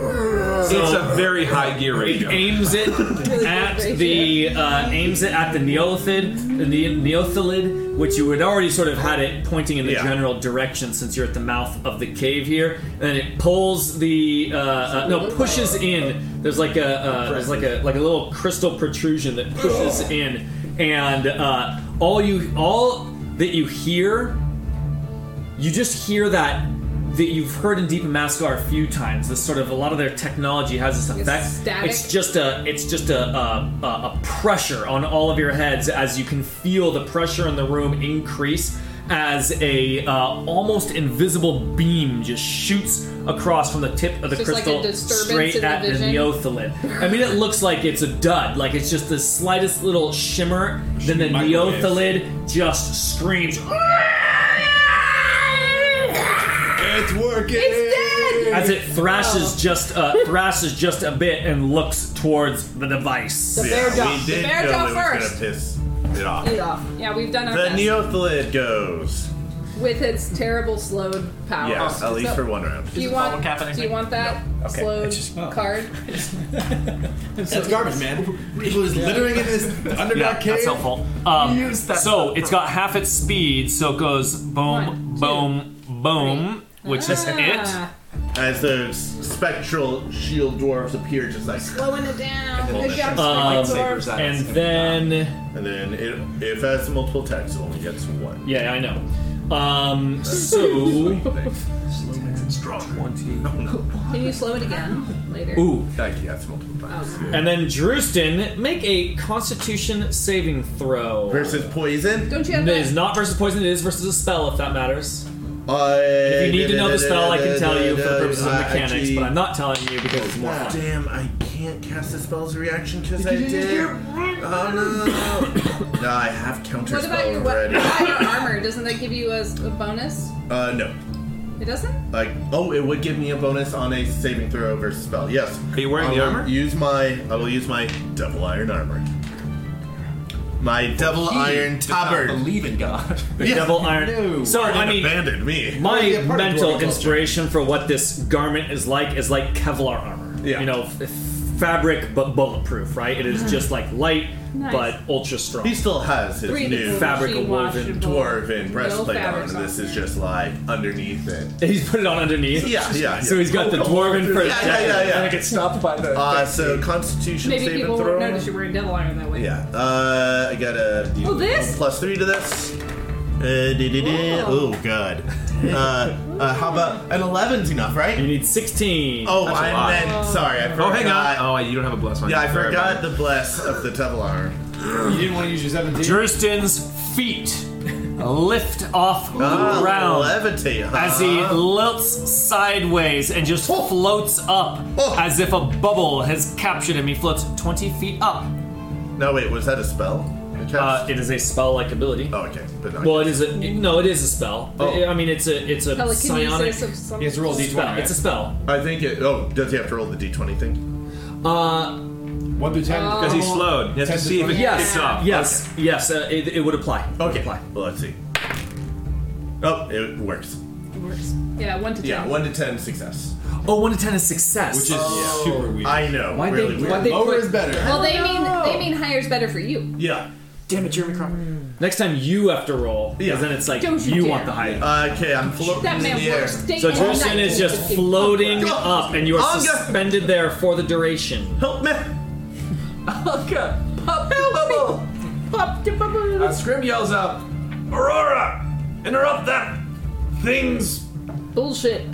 [SPEAKER 3] it's a very high gear ratio.
[SPEAKER 2] It aims it at the uh, aims it at the neolithid, the ne- neolithid, which you had already sort of had it pointing in the
[SPEAKER 6] Yeah.
[SPEAKER 2] general direction since you're at the mouth of the cave here, and it pulls the uh, uh, no pushes in. There's like a uh, there's like a like a little crystal protrusion that pushes in, and uh, all you all that you hear you just hear that that you've heard in Deep and Mascar a few times. This sort of a lot of their technology has this effect.
[SPEAKER 5] static.
[SPEAKER 2] It's just a it's just a, a, a a pressure on all of your heads as you can feel the pressure in the room increase as a uh, almost invisible beam just shoots across from the tip of the
[SPEAKER 5] It's just like a
[SPEAKER 2] crystal
[SPEAKER 5] disturbance
[SPEAKER 2] straight
[SPEAKER 5] in the
[SPEAKER 2] at
[SPEAKER 5] vision.
[SPEAKER 2] the neothalid. I mean, it looks like it's a dud. Like it's just the slightest little shimmer. Then the
[SPEAKER 19] Microwave.
[SPEAKER 2] neothalid just screams.
[SPEAKER 20] It's working.
[SPEAKER 5] It's dead.
[SPEAKER 2] as it thrashes just uh, thrashes just a bit and looks towards the device.
[SPEAKER 5] The bear Yeah, jaw- we the did bear jaw
[SPEAKER 6] know it was gonna
[SPEAKER 5] first.
[SPEAKER 6] piss it off.
[SPEAKER 5] Eat off.
[SPEAKER 21] Yeah, we've done our
[SPEAKER 6] The
[SPEAKER 21] best.
[SPEAKER 6] Neothalid goes.
[SPEAKER 5] With its terrible slowed power.
[SPEAKER 6] Yes, at least
[SPEAKER 5] So-
[SPEAKER 6] for one round.
[SPEAKER 5] Do you want? Do you want that
[SPEAKER 6] Okay,
[SPEAKER 5] slowed
[SPEAKER 6] it's just-
[SPEAKER 2] Oh.
[SPEAKER 5] card?
[SPEAKER 4] That's garbage, man. People is littering in this underground
[SPEAKER 2] yeah,
[SPEAKER 4] cave.
[SPEAKER 2] that's helpful. Um, so it's got half its speed, so it goes boom, boom, boom, which
[SPEAKER 5] Ah.
[SPEAKER 2] is it.
[SPEAKER 6] As those spectral shield dwarves appear, just like.
[SPEAKER 5] Slowing it down.
[SPEAKER 6] Well,
[SPEAKER 5] Good
[SPEAKER 6] that's-
[SPEAKER 5] job,
[SPEAKER 2] Um,
[SPEAKER 5] Spike Dwarf.
[SPEAKER 2] and then.
[SPEAKER 6] And then it, if it has multiple attacks, it only gets one.
[SPEAKER 2] Yeah, I know. Um, so.
[SPEAKER 5] Can you slow it again later?
[SPEAKER 2] Ooh.
[SPEAKER 6] Thank you, that's multiple times.
[SPEAKER 5] Oh.
[SPEAKER 2] And then Drewston, make a Constitution saving throw
[SPEAKER 6] versus poison.
[SPEAKER 5] Don't you have
[SPEAKER 2] It
[SPEAKER 5] that?
[SPEAKER 2] is not versus poison. It is versus a spell, if that matters.
[SPEAKER 6] Uh,
[SPEAKER 2] if you need to know the spell, I can tell you for the
[SPEAKER 6] da-
[SPEAKER 2] purposes of
[SPEAKER 6] da- da-
[SPEAKER 2] mechanics,
[SPEAKER 6] IG.
[SPEAKER 2] but I'm not telling you because it's more fun.
[SPEAKER 6] Damn, I can't cast a spell as a reaction because I
[SPEAKER 5] Did you just
[SPEAKER 6] did.
[SPEAKER 5] hear-
[SPEAKER 6] Oh no! no, I have counter
[SPEAKER 5] What about
[SPEAKER 6] spell
[SPEAKER 5] your, what,
[SPEAKER 6] already.
[SPEAKER 5] about your armor? Doesn't that give you a, a bonus?
[SPEAKER 6] uh, no.
[SPEAKER 5] It doesn't?
[SPEAKER 6] Like, oh, it would give me a bonus on a saving throw versus spell. Yes. Are you
[SPEAKER 3] wearing
[SPEAKER 6] I
[SPEAKER 3] the
[SPEAKER 6] will
[SPEAKER 3] armor?
[SPEAKER 6] Use my. I will use my double iron armor. My double iron tabard. Believe in God.
[SPEAKER 2] The double iron. Sorry, I mean,
[SPEAKER 6] abandoned me.
[SPEAKER 2] my mental inspiration for what this garment is like is like Kevlar armor. Yeah. You know, f- fabric but bulletproof, right? It is just like light
[SPEAKER 6] Nice.
[SPEAKER 2] but ultra strong.
[SPEAKER 6] He still has his
[SPEAKER 2] Breathable,
[SPEAKER 6] new
[SPEAKER 2] fabric
[SPEAKER 6] fabric woven
[SPEAKER 2] washable.
[SPEAKER 6] dwarven
[SPEAKER 2] No
[SPEAKER 6] breastplate on,
[SPEAKER 2] fabrics
[SPEAKER 6] and
[SPEAKER 2] on
[SPEAKER 6] this is just like underneath it.
[SPEAKER 2] He's put it on underneath.
[SPEAKER 6] Yeah, yeah. yeah.
[SPEAKER 2] So he's got the
[SPEAKER 6] Oh,
[SPEAKER 2] dwarven
[SPEAKER 6] yeah,
[SPEAKER 2] for
[SPEAKER 6] yeah, yeah, yeah.
[SPEAKER 2] get stopped by the.
[SPEAKER 6] Uh, so Constitution
[SPEAKER 5] Maybe
[SPEAKER 6] saving
[SPEAKER 5] people
[SPEAKER 6] throw.
[SPEAKER 5] won't notice you're wearing devil iron that way.
[SPEAKER 6] Yeah. Uh, I got a
[SPEAKER 5] Oh, this?
[SPEAKER 6] plus three to this. Uh, da-da-da.
[SPEAKER 5] Whoa.
[SPEAKER 6] oh god. Uh, uh, how about an 11's enough, right? You
[SPEAKER 2] need sixteen.
[SPEAKER 6] Oh,
[SPEAKER 3] That's a lot.
[SPEAKER 6] I meant. Sorry, I forgot.
[SPEAKER 3] Oh, hang on. Oh, you don't have a bless on.
[SPEAKER 6] Yeah,
[SPEAKER 3] you.
[SPEAKER 6] I
[SPEAKER 3] Sorry
[SPEAKER 6] forgot
[SPEAKER 3] about
[SPEAKER 6] the bless of the Tevlar.
[SPEAKER 4] You didn't want to use your 17.
[SPEAKER 2] Drurston's feet lift off the
[SPEAKER 6] Ah,
[SPEAKER 2] ground
[SPEAKER 6] levitate, huh?
[SPEAKER 2] as he lilts sideways and just floats up as if a bubble has captured him. He floats 20 feet up.
[SPEAKER 6] No, wait, was that a spell?
[SPEAKER 2] Uh, it is a spell-like ability.
[SPEAKER 6] Oh, okay. But not
[SPEAKER 2] Well, it is a no. It is a spell.
[SPEAKER 6] Oh.
[SPEAKER 2] I mean, it's a it's a
[SPEAKER 5] Telekinesis
[SPEAKER 2] psionic.
[SPEAKER 5] of some-
[SPEAKER 6] He has to roll a d20,
[SPEAKER 2] spell.
[SPEAKER 6] right?
[SPEAKER 2] It's a spell.
[SPEAKER 6] I think it. Oh, does he have to roll the d20 thing?
[SPEAKER 2] Uh,
[SPEAKER 4] One through ten.
[SPEAKER 6] Because he's slowed. You have to 10 to see if it 20.
[SPEAKER 2] yes,
[SPEAKER 6] kicks off.
[SPEAKER 2] Yes, yes, uh, it, it would apply.
[SPEAKER 6] Okay.
[SPEAKER 2] Apply.
[SPEAKER 6] Well, let's see. Oh, it works.
[SPEAKER 5] It works. Yeah, one to ten.
[SPEAKER 6] Yeah, one to ten success.
[SPEAKER 2] Oh, one to ten is success, Oh.
[SPEAKER 6] Which is super weird. I know.
[SPEAKER 2] Why'd
[SPEAKER 6] really
[SPEAKER 2] they-
[SPEAKER 6] weird.
[SPEAKER 2] why'd they Lower put- is better.
[SPEAKER 5] Well, they mean they mean higher is better for you.
[SPEAKER 6] Yeah.
[SPEAKER 2] Damn it, Jeremy Crawford. Mm. Next time you have to roll, because then it's like
[SPEAKER 5] Don't
[SPEAKER 2] you,
[SPEAKER 5] you dare.
[SPEAKER 2] want the height.
[SPEAKER 6] Uh, okay, I'm floating
[SPEAKER 5] That in man the air. works day
[SPEAKER 2] So
[SPEAKER 5] and
[SPEAKER 2] Tristan
[SPEAKER 5] night.
[SPEAKER 2] is just floating up, and you are
[SPEAKER 5] Anga.
[SPEAKER 2] suspended there for the duration.
[SPEAKER 6] Help me!
[SPEAKER 22] Anga, pop the bubble. Pop the bubble. Uh, Scrim yells out, Aurora, interrupt that thing's
[SPEAKER 5] bullshit.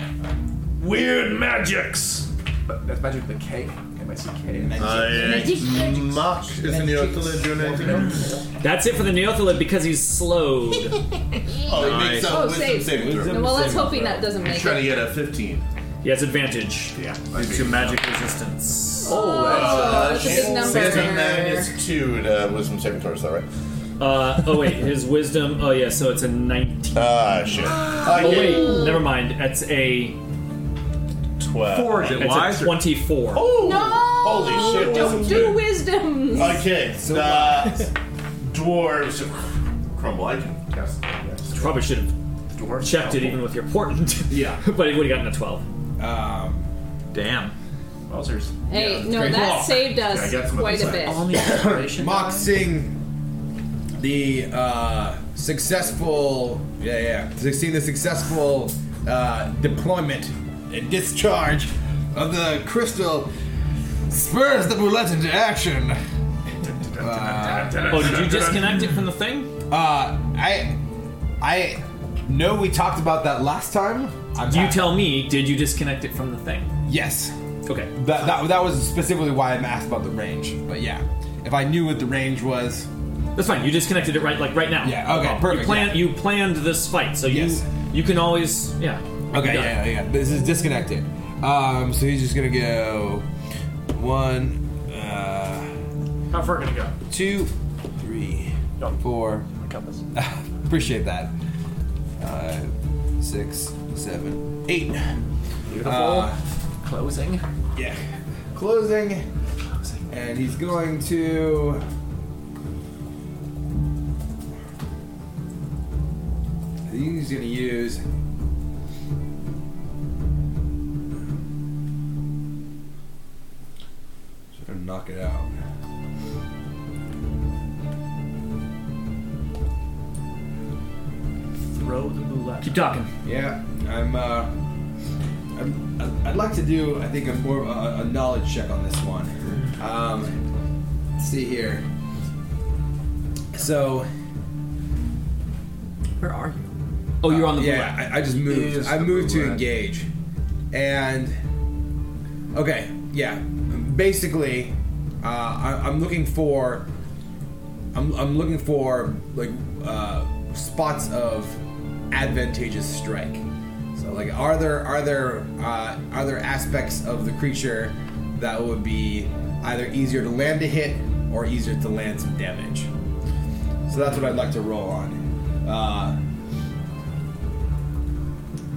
[SPEAKER 22] Weird magics. But that's magic with a K. M I C K.
[SPEAKER 6] I
[SPEAKER 2] Mm.
[SPEAKER 6] mock is the Neothalid doing anything else?
[SPEAKER 2] That's it for the Neothalid because he's slowed.
[SPEAKER 6] Oh, he makes
[SPEAKER 5] Oh,
[SPEAKER 6] a wisdom
[SPEAKER 5] save.
[SPEAKER 6] saving throw.
[SPEAKER 5] Well, let's hope he not doesn't
[SPEAKER 6] He's
[SPEAKER 5] make
[SPEAKER 6] trying to
[SPEAKER 5] it.
[SPEAKER 6] get a 15.
[SPEAKER 2] He has advantage.
[SPEAKER 6] Yeah.
[SPEAKER 2] Due to magic resistance.
[SPEAKER 5] Yes.
[SPEAKER 6] Uh,
[SPEAKER 5] Oh, that's a big number.
[SPEAKER 9] Sixty-nine is two to wisdom saving throw, is that right?
[SPEAKER 2] Uh, oh wait, his wisdom. Oh yeah, so it's a nineteen.
[SPEAKER 9] Ah shit.
[SPEAKER 2] oh wait, never mind. That's a
[SPEAKER 9] twelve.
[SPEAKER 2] Four.
[SPEAKER 9] Is it
[SPEAKER 2] it's
[SPEAKER 9] wise
[SPEAKER 2] a
[SPEAKER 9] or-
[SPEAKER 2] twenty-four.
[SPEAKER 4] Oh.
[SPEAKER 5] No!
[SPEAKER 9] Holy shit,
[SPEAKER 5] Don't
[SPEAKER 9] wisdom's
[SPEAKER 5] do wisdoms!
[SPEAKER 9] Okay, so uh, dwarves crumble. I can cast. Yes.
[SPEAKER 2] Probably should have checked it even with your portent.
[SPEAKER 4] Yeah.
[SPEAKER 2] but it would have gotten a 12.
[SPEAKER 4] Um,
[SPEAKER 2] Damn. Wowzers.
[SPEAKER 5] Hey, no, that saved us quite a bit.
[SPEAKER 4] Moxing the uh, successful, yeah, yeah, seeing the successful uh, deployment and discharge of the crystal spurs the bullet into action. Uh,
[SPEAKER 2] Oh, did you disconnect it from the thing?
[SPEAKER 4] Uh, I, I know we talked about that last time. I'm
[SPEAKER 2] You tell me, did you disconnect it from the thing?
[SPEAKER 4] Yes.
[SPEAKER 2] Okay.
[SPEAKER 4] That, that, that was specifically why I'm asked about the range. But yeah, if I knew what the range was.
[SPEAKER 2] That's fine. You disconnected it right like right now.
[SPEAKER 4] Yeah. Okay.
[SPEAKER 2] You
[SPEAKER 4] Perfect.
[SPEAKER 2] plan-
[SPEAKER 4] yeah.
[SPEAKER 2] You planned this fight, so you you can always yeah.
[SPEAKER 4] Okay.
[SPEAKER 2] You got
[SPEAKER 4] Yeah,
[SPEAKER 2] it.
[SPEAKER 4] yeah. Yeah. This is disconnected. Um. So he's just gonna go one. Uh,
[SPEAKER 13] How far can it go?
[SPEAKER 4] Two, three, four. Appreciate that. Uh, six, seven, eight.
[SPEAKER 2] Beautiful.
[SPEAKER 4] Uh,
[SPEAKER 2] Closing.
[SPEAKER 4] Yeah. Closing. And he's going to. He's going to use. Just gonna knock it out.
[SPEAKER 2] Throw the bullet. Keep talking.
[SPEAKER 4] Yeah, I'm. Uh, I'm I- I'd like to do. I think a more of a, a knowledge check on this one. Um, let's see here. So.
[SPEAKER 2] Where are you? Oh, you're on the
[SPEAKER 4] yeah,
[SPEAKER 2] bullet.
[SPEAKER 4] I, I just
[SPEAKER 2] Is
[SPEAKER 4] moved. I
[SPEAKER 2] the
[SPEAKER 4] moved to
[SPEAKER 2] roulette.
[SPEAKER 4] engage, and okay, yeah. Basically, uh, I, I'm looking for. I'm, I'm looking for like uh, spots of advantageous strike. So like, are there are there uh, are there aspects of the creature that would be either easier to land a hit or easier to land some damage? So that's what I'd like to roll on. Uh,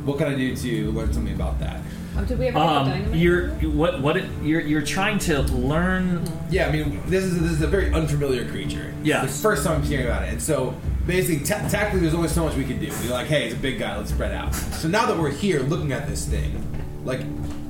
[SPEAKER 4] what can I do to learn something about that?
[SPEAKER 5] Oh, did we ever get the
[SPEAKER 2] Um,
[SPEAKER 5] dynamite?
[SPEAKER 2] you're what what it, you're you're trying to learn.
[SPEAKER 4] Yeah, I mean, this is this is a very unfamiliar creature.
[SPEAKER 2] Yeah.
[SPEAKER 4] It's the first time I'm hearing about it, and so basically, ta tactically, there's only so much we can do. We're like, hey, it's a big guy, let's spread out. So now that we're here, looking at this thing, like,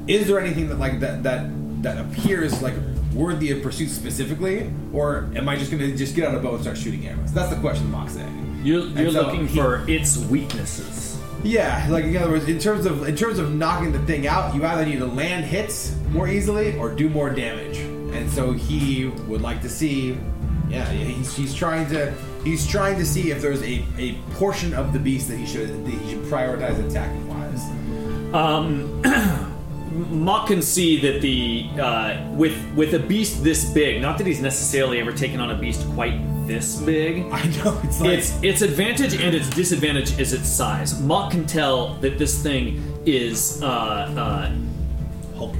[SPEAKER 4] is there anything that like that that that appears like worthy of pursuit specifically, or am I just gonna just get on a boat and start shooting arrows? That's the question Mox saying.
[SPEAKER 2] You're,
[SPEAKER 4] And
[SPEAKER 2] you're
[SPEAKER 4] so
[SPEAKER 2] looking
[SPEAKER 4] he-
[SPEAKER 2] for its weaknesses.
[SPEAKER 4] Yeah, like in other words, in terms of in terms of knocking the thing out, you either need to land hits more easily or do more damage. And so he would like to see, yeah, he's, he's trying to he's trying to see if there's a, a portion of the beast that he should that he should prioritize attacking wise.
[SPEAKER 2] Um, Mock can see that the uh, with with a beast this big, not that he's necessarily ever taken on a beast quite this big.
[SPEAKER 4] I know it's
[SPEAKER 2] like its its advantage and its disadvantage is its size. Mock can tell that this thing is uh, uh,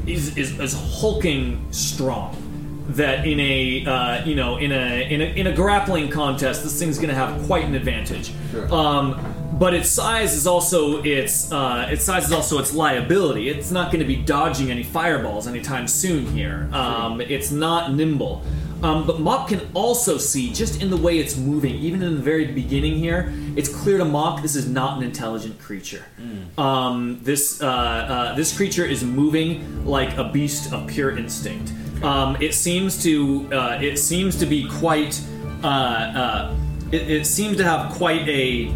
[SPEAKER 2] is, is is hulking strong. That in a uh, you know in a, in a in a grappling contest, this thing's going to have quite an advantage.
[SPEAKER 4] Sure.
[SPEAKER 2] Um, but its size is also its uh, its size is also its liability. It's not going to be dodging any fireballs anytime soon here. Um, it's not nimble. Um, but Mop can also see just in the way it's moving, even in the very beginning here. It's clear to Mop this is not an intelligent creature.
[SPEAKER 4] Hmm.
[SPEAKER 2] Um, this uh, uh, this creature is moving like a beast of pure instinct. Um, it seems to uh, it seems to be quite uh, uh, it, it seems to have quite a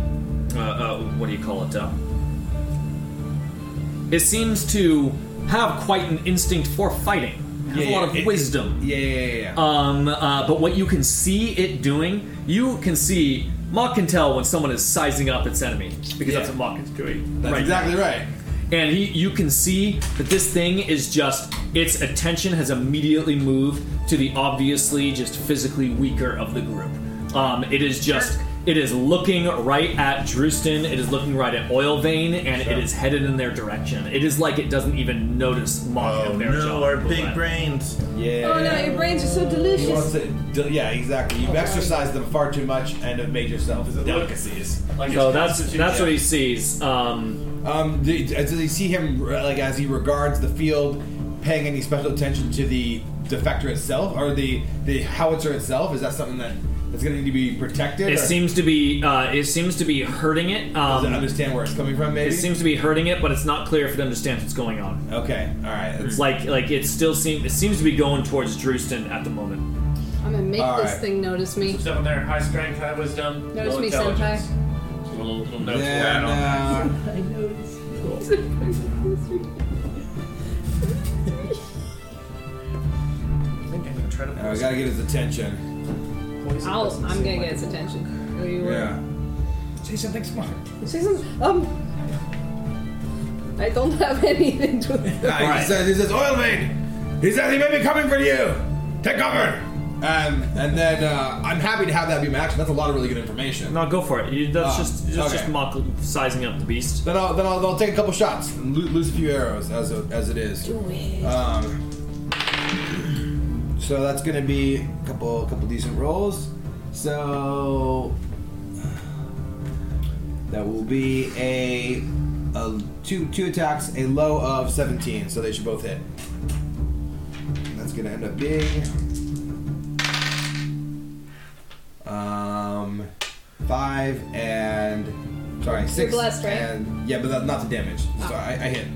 [SPEAKER 2] uh, uh, what do you call it? Um, it seems to have quite an instinct for fighting. It has
[SPEAKER 4] Yeah,
[SPEAKER 2] a lot
[SPEAKER 4] yeah,
[SPEAKER 2] of
[SPEAKER 4] it-
[SPEAKER 2] wisdom.
[SPEAKER 4] Yeah, yeah, yeah, yeah.
[SPEAKER 2] Um, uh, but what you can see it doing, you can see Mock can tell when someone is sizing up its enemy because that's
[SPEAKER 4] Yeah.
[SPEAKER 2] what Mock is doing.
[SPEAKER 4] That's
[SPEAKER 2] right
[SPEAKER 4] exactly
[SPEAKER 2] now.
[SPEAKER 4] right.
[SPEAKER 2] And he, you can see that this thing is just its attention has immediately moved to the obviously just physically weaker of the group. Um, it is just It is looking right at Drewston, it is looking right at Oil Vein, and it is headed in their direction. It is like it doesn't even notice Mock and their
[SPEAKER 10] Oh, No, our big brains.
[SPEAKER 4] Yeah.
[SPEAKER 5] Oh no, your brains are so delicious.
[SPEAKER 4] He wants to, d- yeah, exactly. You've exercised them far too much and have made yourself delicacies.
[SPEAKER 2] so that's that's what
[SPEAKER 4] Yeah.
[SPEAKER 2] he sees. Um,
[SPEAKER 4] Um, do- does he see him uh, like as he regards the field, paying any special attention to the defector itself or the the howitzer itself? Is that something that that's going to need to be protected?
[SPEAKER 2] it
[SPEAKER 4] or-
[SPEAKER 2] seems to be uh, it seems to be hurting it. Um,
[SPEAKER 4] Does it understand where it's coming from? Maybe
[SPEAKER 2] It seems to be hurting it, but it's not clear if it understands what's going on.
[SPEAKER 4] Okay, all right.
[SPEAKER 2] It's like like it still seems it seems to be going towards Drewston at the moment.
[SPEAKER 5] I'm gonna make
[SPEAKER 2] All
[SPEAKER 5] this
[SPEAKER 2] right.
[SPEAKER 5] thing notice me.
[SPEAKER 7] Down there, high strength, high wisdom.
[SPEAKER 5] Notice
[SPEAKER 7] low
[SPEAKER 5] me, senpai.
[SPEAKER 7] intelligence. Little, little notes
[SPEAKER 4] Then,
[SPEAKER 7] around.
[SPEAKER 4] uh,
[SPEAKER 5] I
[SPEAKER 7] think I'm gonna try to.
[SPEAKER 4] uh, we gotta get his attention.
[SPEAKER 5] I'll, I'm gonna get its attention. Oh, you were.
[SPEAKER 4] Yeah.
[SPEAKER 5] Say something smart. Say something. Um. I don't have anything to.
[SPEAKER 4] Yeah, he says, he says, oil vein! He says he may be coming for you! Take cover! Um, and then uh, I'm happy to have that be my action. That's a lot of really good information.
[SPEAKER 2] No, go for it. You, that's
[SPEAKER 4] Ah,
[SPEAKER 2] just that's
[SPEAKER 4] okay.
[SPEAKER 2] just mock sizing up the beast.
[SPEAKER 4] Then I'll, then I'll, then I'll take a couple shots and lo- lose a few arrows as, a, as it is. Um, so that's going to be a couple, couple decent rolls. So that will be a, a two, two attacks, a low of 17. So they should both hit. And That's going to end up being um, five and sorry 6
[SPEAKER 5] blessed, right? Oh.
[SPEAKER 4] and yeah, but that, not the damage. So I, I hit.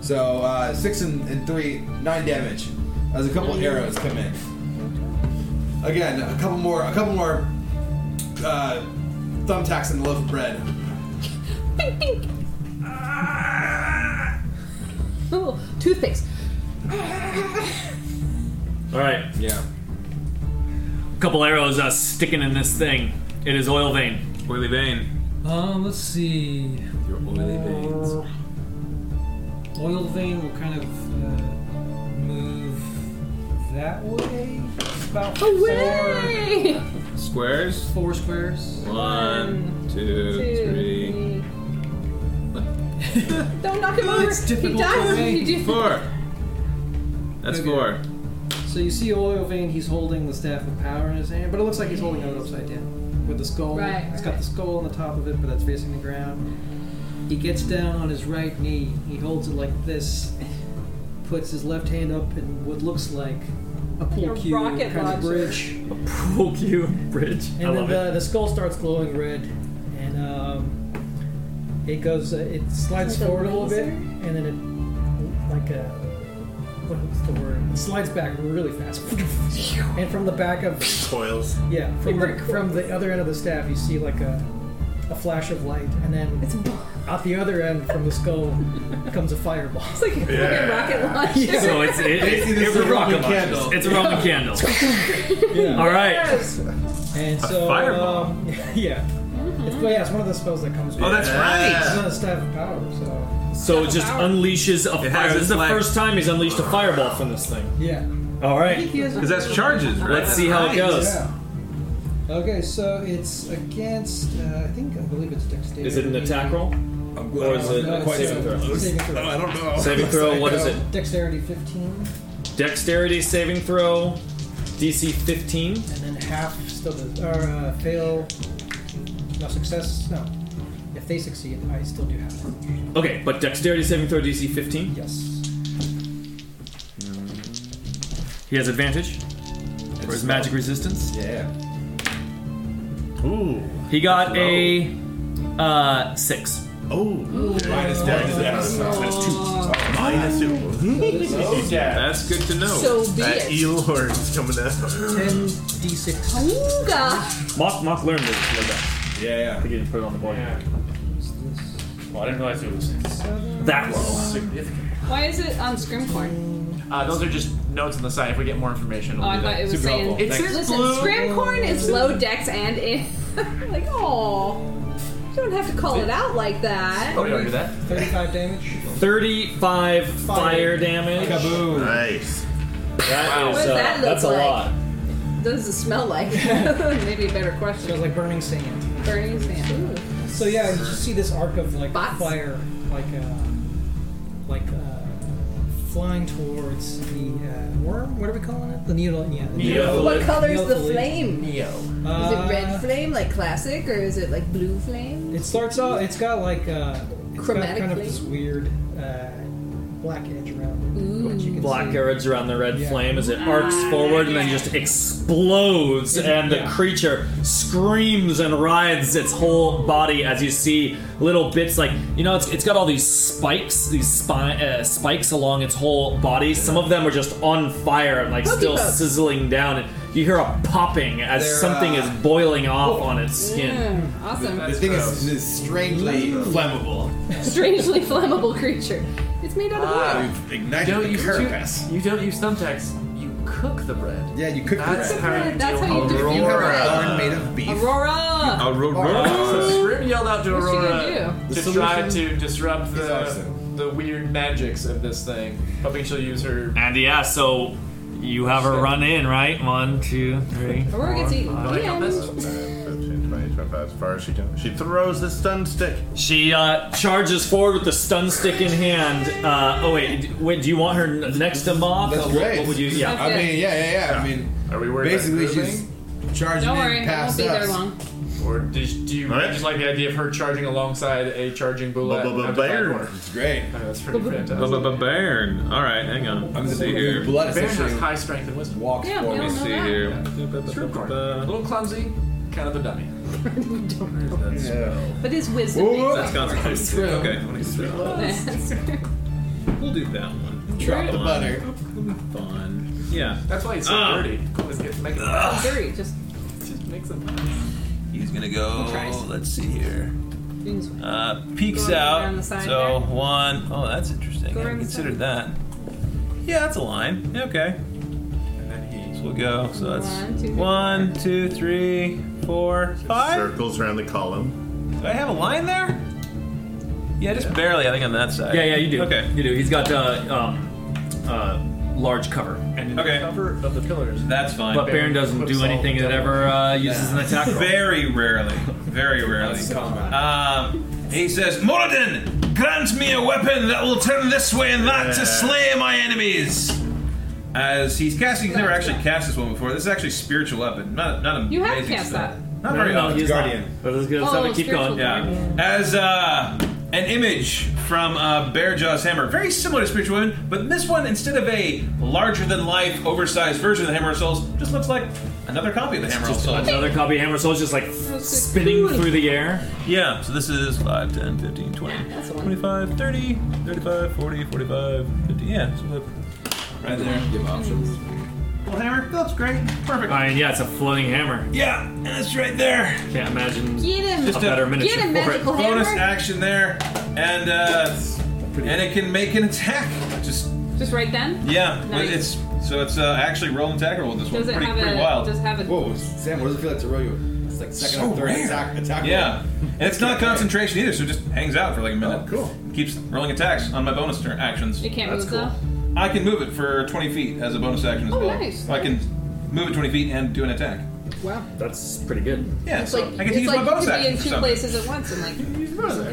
[SPEAKER 4] So uh, six and, and three, nine damage. As a couple arrows come in. Again, a couple more, a couple more uh, thumbtacks and a loaf of bread.
[SPEAKER 5] Ding, ding. Oh, toothpaste.
[SPEAKER 2] All right.
[SPEAKER 4] Yeah.
[SPEAKER 2] A couple arrows uh, sticking in this thing. It is oil vein.
[SPEAKER 3] Oily vein.
[SPEAKER 11] Um, let's see. Your
[SPEAKER 3] oily veins.
[SPEAKER 11] Oil vein will kind of uh, move that way. About
[SPEAKER 5] Away!
[SPEAKER 3] Squares.
[SPEAKER 11] Four squares.
[SPEAKER 3] One, two, three.
[SPEAKER 5] Don't knock him over.
[SPEAKER 11] It's
[SPEAKER 5] he
[SPEAKER 11] difficult
[SPEAKER 5] dies.
[SPEAKER 11] terrain.
[SPEAKER 5] He do-
[SPEAKER 3] Four. That's four.
[SPEAKER 11] So you see oil vein. He's holding the staff of power in his hand, but it looks like he's holding it upside down with the skull.
[SPEAKER 5] Right,
[SPEAKER 11] It's got the skull on the top of it, but that's facing the ground. He gets down on his right knee. He holds it like this. Puts his left hand up in what looks like a pool
[SPEAKER 5] Your
[SPEAKER 11] cue
[SPEAKER 5] rocket
[SPEAKER 11] kind of
[SPEAKER 5] launcher.
[SPEAKER 11] bridge.
[SPEAKER 2] A pool cue bridge. I
[SPEAKER 11] And then uh,
[SPEAKER 2] love
[SPEAKER 11] the,
[SPEAKER 2] it.
[SPEAKER 11] the skull starts glowing red, and um, it goes. Uh, it slides
[SPEAKER 5] It's like a
[SPEAKER 11] forward a little bit,
[SPEAKER 5] laser?
[SPEAKER 11] and then it like a what's the word? It slides back really fast, and from the back of
[SPEAKER 6] Coils.
[SPEAKER 11] yeah, from the, from the other end of the staff, you see like a a flash of light, and then out the other end from the skull comes a fireball. It's
[SPEAKER 5] like a
[SPEAKER 2] Yeah.
[SPEAKER 5] rocket launcher.
[SPEAKER 2] So it's it, it,
[SPEAKER 11] Basically,
[SPEAKER 2] it,
[SPEAKER 11] this
[SPEAKER 2] it's
[SPEAKER 11] is
[SPEAKER 2] a
[SPEAKER 11] a Roman
[SPEAKER 2] rocket
[SPEAKER 11] candle.
[SPEAKER 2] launcher. It's a Roman candle.
[SPEAKER 11] Yeah.
[SPEAKER 2] All right.
[SPEAKER 11] And
[SPEAKER 2] A
[SPEAKER 11] so,
[SPEAKER 2] fireball.
[SPEAKER 11] um, yeah. It's, well, yeah, it's one of the spells that comes.
[SPEAKER 2] Oh, that's right.
[SPEAKER 11] It's another staff of power. So
[SPEAKER 2] So it just unleashes a fire.
[SPEAKER 11] It has
[SPEAKER 2] This is the
[SPEAKER 11] like-
[SPEAKER 2] first time he's unleashed a fireball from this thing.
[SPEAKER 11] yeah.
[SPEAKER 2] All right.
[SPEAKER 11] think he has- 'Cause that's
[SPEAKER 3] charges, right?
[SPEAKER 2] Let's see how it goes.
[SPEAKER 11] Yeah. Okay, so it's against. Uh, I think I believe it's dexterity.
[SPEAKER 2] Is it an attack roll? Or is it
[SPEAKER 11] No,
[SPEAKER 2] a
[SPEAKER 11] it's
[SPEAKER 2] saving throw?
[SPEAKER 11] Saving throw.
[SPEAKER 2] I don't know. Saving throw, what is it?
[SPEAKER 11] Dexterity 15,
[SPEAKER 2] Dexterity saving throw, DC 15.
[SPEAKER 11] and then half still does, or uh, fail. No success. No. If they succeed, I still do half.
[SPEAKER 2] Okay, but dexterity saving throw, DC 15.
[SPEAKER 11] Yes.
[SPEAKER 2] He has advantage for his magic resistance.
[SPEAKER 4] Yeah.
[SPEAKER 2] Ooh. He got a uh, six. Oh.
[SPEAKER 4] Minus
[SPEAKER 2] Minus two.
[SPEAKER 6] Minus two.
[SPEAKER 3] That's good to know.
[SPEAKER 5] So be
[SPEAKER 6] that
[SPEAKER 5] it.
[SPEAKER 6] eel horn's coming out.
[SPEAKER 11] 10d6.
[SPEAKER 5] Oh god.
[SPEAKER 2] Mock, Mock learned this. like that.
[SPEAKER 4] Yeah, yeah. I
[SPEAKER 2] think he didn't put it on the board.
[SPEAKER 23] Well, I didn't realize it was
[SPEAKER 2] that
[SPEAKER 23] significant.
[SPEAKER 5] Why is it on Scrimcorn?
[SPEAKER 23] Uh, those are just notes on the side. If we get more information,
[SPEAKER 5] Oh,
[SPEAKER 23] we'll
[SPEAKER 5] I
[SPEAKER 23] do
[SPEAKER 5] thought
[SPEAKER 23] that.
[SPEAKER 5] it was saying.
[SPEAKER 23] It says
[SPEAKER 5] Listen,
[SPEAKER 23] blue.
[SPEAKER 5] Scrimcorn is low dex and in. like, oh, you don't have to call it out like that.
[SPEAKER 23] Oh, we don't do that.
[SPEAKER 11] 35 damage.
[SPEAKER 2] 35 fire damage. Kaboom. Nice. That
[SPEAKER 5] What does
[SPEAKER 2] uh,
[SPEAKER 5] that look
[SPEAKER 2] that's a
[SPEAKER 5] like?
[SPEAKER 2] lot.
[SPEAKER 5] does it smell like? Maybe a better question.
[SPEAKER 11] Smells like burning sand.
[SPEAKER 5] Burning sand.
[SPEAKER 11] So yeah, you just see this arc of like fire, like uh, like uh, flying towards the uh, worm. What are we calling it? The needle. Yeah. The needle.
[SPEAKER 5] What color's the flame?
[SPEAKER 11] Neo.
[SPEAKER 5] is it
[SPEAKER 11] Uh,
[SPEAKER 5] red flame like classic, or is it like blue flame?
[SPEAKER 11] It starts out. It's got like uh, it's got
[SPEAKER 5] Chromatic
[SPEAKER 11] kind of
[SPEAKER 5] flame?
[SPEAKER 11] this weird uh, black edge around it. which you can
[SPEAKER 2] Black
[SPEAKER 11] see.
[SPEAKER 2] arrows around the red flame as it arcs forward and then just explodes, and the creature screams and writhes its whole body as you see little bits like you know it's, it's got all these spikes, these spi- uh, spikes along its whole body. Some of them are just on fire and like
[SPEAKER 5] Pokey
[SPEAKER 2] still
[SPEAKER 5] pokes.
[SPEAKER 2] sizzling down. And you hear a popping as
[SPEAKER 4] They're,
[SPEAKER 2] something
[SPEAKER 4] uh,
[SPEAKER 2] is boiling off
[SPEAKER 5] Oh.
[SPEAKER 2] on its skin.
[SPEAKER 5] Mm, awesome.
[SPEAKER 4] The thing is, is strangely flammable.
[SPEAKER 5] Strangely flammable creature. It's made out of wood.
[SPEAKER 4] We've ignited
[SPEAKER 7] don't
[SPEAKER 4] the
[SPEAKER 7] use
[SPEAKER 4] carapace.
[SPEAKER 7] Tu- you don't use thumbtacks. You cook the bread.
[SPEAKER 4] Yeah, you cook
[SPEAKER 7] That's
[SPEAKER 4] the bread.
[SPEAKER 7] how you
[SPEAKER 5] That's
[SPEAKER 7] deal
[SPEAKER 5] how you
[SPEAKER 7] with
[SPEAKER 5] defeat
[SPEAKER 7] it.
[SPEAKER 5] Aurora.
[SPEAKER 4] Corn made of beef.
[SPEAKER 5] Aurora!
[SPEAKER 24] Aurora.
[SPEAKER 3] Oh.
[SPEAKER 7] So Scrim yelled out to
[SPEAKER 5] What's she gonna
[SPEAKER 7] Aurora
[SPEAKER 5] do?
[SPEAKER 7] to
[SPEAKER 5] The
[SPEAKER 7] try
[SPEAKER 5] solution
[SPEAKER 7] to disrupt the
[SPEAKER 4] awesome.
[SPEAKER 7] the weird magics of this thing, hoping she'll use her.
[SPEAKER 2] And yeah, so you have her run in, right? One, two, three.
[SPEAKER 5] Aurora gets eaten.
[SPEAKER 2] four,
[SPEAKER 5] The
[SPEAKER 2] five.
[SPEAKER 5] end.
[SPEAKER 6] 15, 20, 25, as far as she can. She throws the stun stick.
[SPEAKER 2] She uh, charges forward with the stun stick in hand. Uh, oh wait, d- wait, do you want her n- next to Moth?
[SPEAKER 4] That's
[SPEAKER 2] Uh, what-
[SPEAKER 4] great.
[SPEAKER 2] What, would you? Yeah.
[SPEAKER 4] I mean, yeah, yeah, yeah. I mean,
[SPEAKER 7] Are we worried?
[SPEAKER 4] basically
[SPEAKER 7] about
[SPEAKER 4] she's charging
[SPEAKER 5] Don't
[SPEAKER 4] in
[SPEAKER 5] worry, I won't
[SPEAKER 4] past
[SPEAKER 5] be
[SPEAKER 4] us.
[SPEAKER 5] there long.
[SPEAKER 7] Or do, you- do you
[SPEAKER 6] All right.
[SPEAKER 7] just like the idea of her charging alongside a charging bullet? out the back door?
[SPEAKER 4] It's great.
[SPEAKER 7] Oh, that's pretty fantastic.
[SPEAKER 24] Bairn. All right, hang on. Let me see here.
[SPEAKER 4] Blood
[SPEAKER 7] Baron has
[SPEAKER 4] essentially
[SPEAKER 7] high strength and wisdom.
[SPEAKER 4] walks
[SPEAKER 5] Yeah,
[SPEAKER 4] for
[SPEAKER 5] we
[SPEAKER 4] me.
[SPEAKER 5] all
[SPEAKER 24] Let me
[SPEAKER 5] know
[SPEAKER 24] see
[SPEAKER 5] that.
[SPEAKER 24] here.
[SPEAKER 7] A little clumsy, kind of a dummy.
[SPEAKER 5] But his wisdom
[SPEAKER 4] Whoa.
[SPEAKER 5] makes
[SPEAKER 24] That's
[SPEAKER 5] up.
[SPEAKER 24] concentration. Okay, let me see. We'll do that one.
[SPEAKER 4] Drop the butter.
[SPEAKER 24] Fun. Yeah.
[SPEAKER 7] That's why it's so
[SPEAKER 24] Ah.
[SPEAKER 7] dirty. Let's get make it.
[SPEAKER 5] Dirty, just
[SPEAKER 7] Just make some.
[SPEAKER 3] He's gonna go.
[SPEAKER 5] Christ.
[SPEAKER 3] Let's see here.
[SPEAKER 5] things.
[SPEAKER 3] Uh, peeks
[SPEAKER 5] Go
[SPEAKER 3] out.
[SPEAKER 5] around the
[SPEAKER 3] So
[SPEAKER 5] side there.
[SPEAKER 3] one. Oh, that's interesting.
[SPEAKER 5] Go
[SPEAKER 3] I
[SPEAKER 5] around the
[SPEAKER 3] considered that. Yeah, that's a line. Okay.
[SPEAKER 7] And then he.
[SPEAKER 3] So we'll go.
[SPEAKER 5] One,
[SPEAKER 3] So
[SPEAKER 5] two,
[SPEAKER 3] that's
[SPEAKER 5] three,
[SPEAKER 3] one, two, three, four, five.
[SPEAKER 6] Circles around the column.
[SPEAKER 3] Do I have a line there? Yeah, just barely. I think on that side.
[SPEAKER 2] Yeah, yeah, you do.
[SPEAKER 3] Okay.
[SPEAKER 2] You do. He's got uh, um, uh, large cover,
[SPEAKER 7] And
[SPEAKER 3] Okay.
[SPEAKER 7] the cover of the pillars.
[SPEAKER 3] That's fine.
[SPEAKER 2] but Baron
[SPEAKER 7] Baron
[SPEAKER 2] doesn't
[SPEAKER 7] flips
[SPEAKER 2] do
[SPEAKER 7] all
[SPEAKER 2] anything
[SPEAKER 7] the
[SPEAKER 2] that ever uh, uses an attack roll.
[SPEAKER 3] Very rarely. Very rarely. Um, he says, Moradin, grant me a weapon that will turn this way and that to slay my enemies. As he's casting, he's never actually cast this one before. This is actually spiritual weapon, not not amazing
[SPEAKER 5] You have cast
[SPEAKER 3] stuff.
[SPEAKER 5] that.
[SPEAKER 3] Not
[SPEAKER 2] No,
[SPEAKER 3] very
[SPEAKER 2] no,
[SPEAKER 3] often.
[SPEAKER 2] he's
[SPEAKER 4] Guardian.
[SPEAKER 2] Not. But it's good.
[SPEAKER 5] Oh,
[SPEAKER 2] keep going.
[SPEAKER 5] spiritual
[SPEAKER 3] Yeah. As uh, an image from uh, Bearjaw's hammer, very similar to Spiritual Women, but this one, instead of a larger than life, oversized version of the Hammer of Souls, just looks like another copy of the Hammer of
[SPEAKER 2] Just
[SPEAKER 3] Souls.
[SPEAKER 2] another copy hammer soul's just like spinning through the air.
[SPEAKER 3] Yeah, so this is 5, 10, 15, 20,
[SPEAKER 5] That's the one.
[SPEAKER 3] 25, 30, 35, 40, 45, 50. Yeah, so look. Right there.
[SPEAKER 4] Give options.
[SPEAKER 3] Well, hammer, that's great. Perfect.
[SPEAKER 2] I mean, yeah, it's a floating hammer.
[SPEAKER 3] Yeah, and it's right there.
[SPEAKER 2] Can't imagine
[SPEAKER 5] Get him!
[SPEAKER 2] a better miniature
[SPEAKER 5] Get him,
[SPEAKER 2] for it.
[SPEAKER 5] magical
[SPEAKER 3] Bonus
[SPEAKER 5] hammer!
[SPEAKER 3] action there, and uh, and it can make an attack. Just
[SPEAKER 25] Just right then?
[SPEAKER 3] yeah,
[SPEAKER 25] Nice.
[SPEAKER 3] it's so it's uh, actually roll and attack roll with this one.
[SPEAKER 25] Does it
[SPEAKER 3] Pretty,
[SPEAKER 25] have
[SPEAKER 3] pretty
[SPEAKER 25] a
[SPEAKER 3] wild.
[SPEAKER 25] does it have a
[SPEAKER 4] Whoa, Sam, what does it feel like to roll you? It's like second
[SPEAKER 3] So
[SPEAKER 4] or third
[SPEAKER 3] rare.
[SPEAKER 4] attack attack.
[SPEAKER 3] Yeah, and it's not concentration either, so it just hangs out for like a minute.
[SPEAKER 4] Oh, cool.
[SPEAKER 3] Keeps rolling attacks on my bonus turn actions.
[SPEAKER 25] it can't move though?
[SPEAKER 3] I can move it for 20 feet as a bonus action as
[SPEAKER 5] Oh,
[SPEAKER 3] well.
[SPEAKER 5] nice.
[SPEAKER 3] I can move it 20 feet and do an attack.
[SPEAKER 5] Wow.
[SPEAKER 2] That's pretty good.
[SPEAKER 3] Yeah,
[SPEAKER 5] It's
[SPEAKER 3] so
[SPEAKER 5] like,
[SPEAKER 3] I get
[SPEAKER 5] it's
[SPEAKER 3] to use
[SPEAKER 5] like
[SPEAKER 3] my
[SPEAKER 5] you
[SPEAKER 3] bonus
[SPEAKER 5] could be
[SPEAKER 3] action
[SPEAKER 5] in
[SPEAKER 3] for
[SPEAKER 5] two
[SPEAKER 3] something.
[SPEAKER 5] places at once and like, do some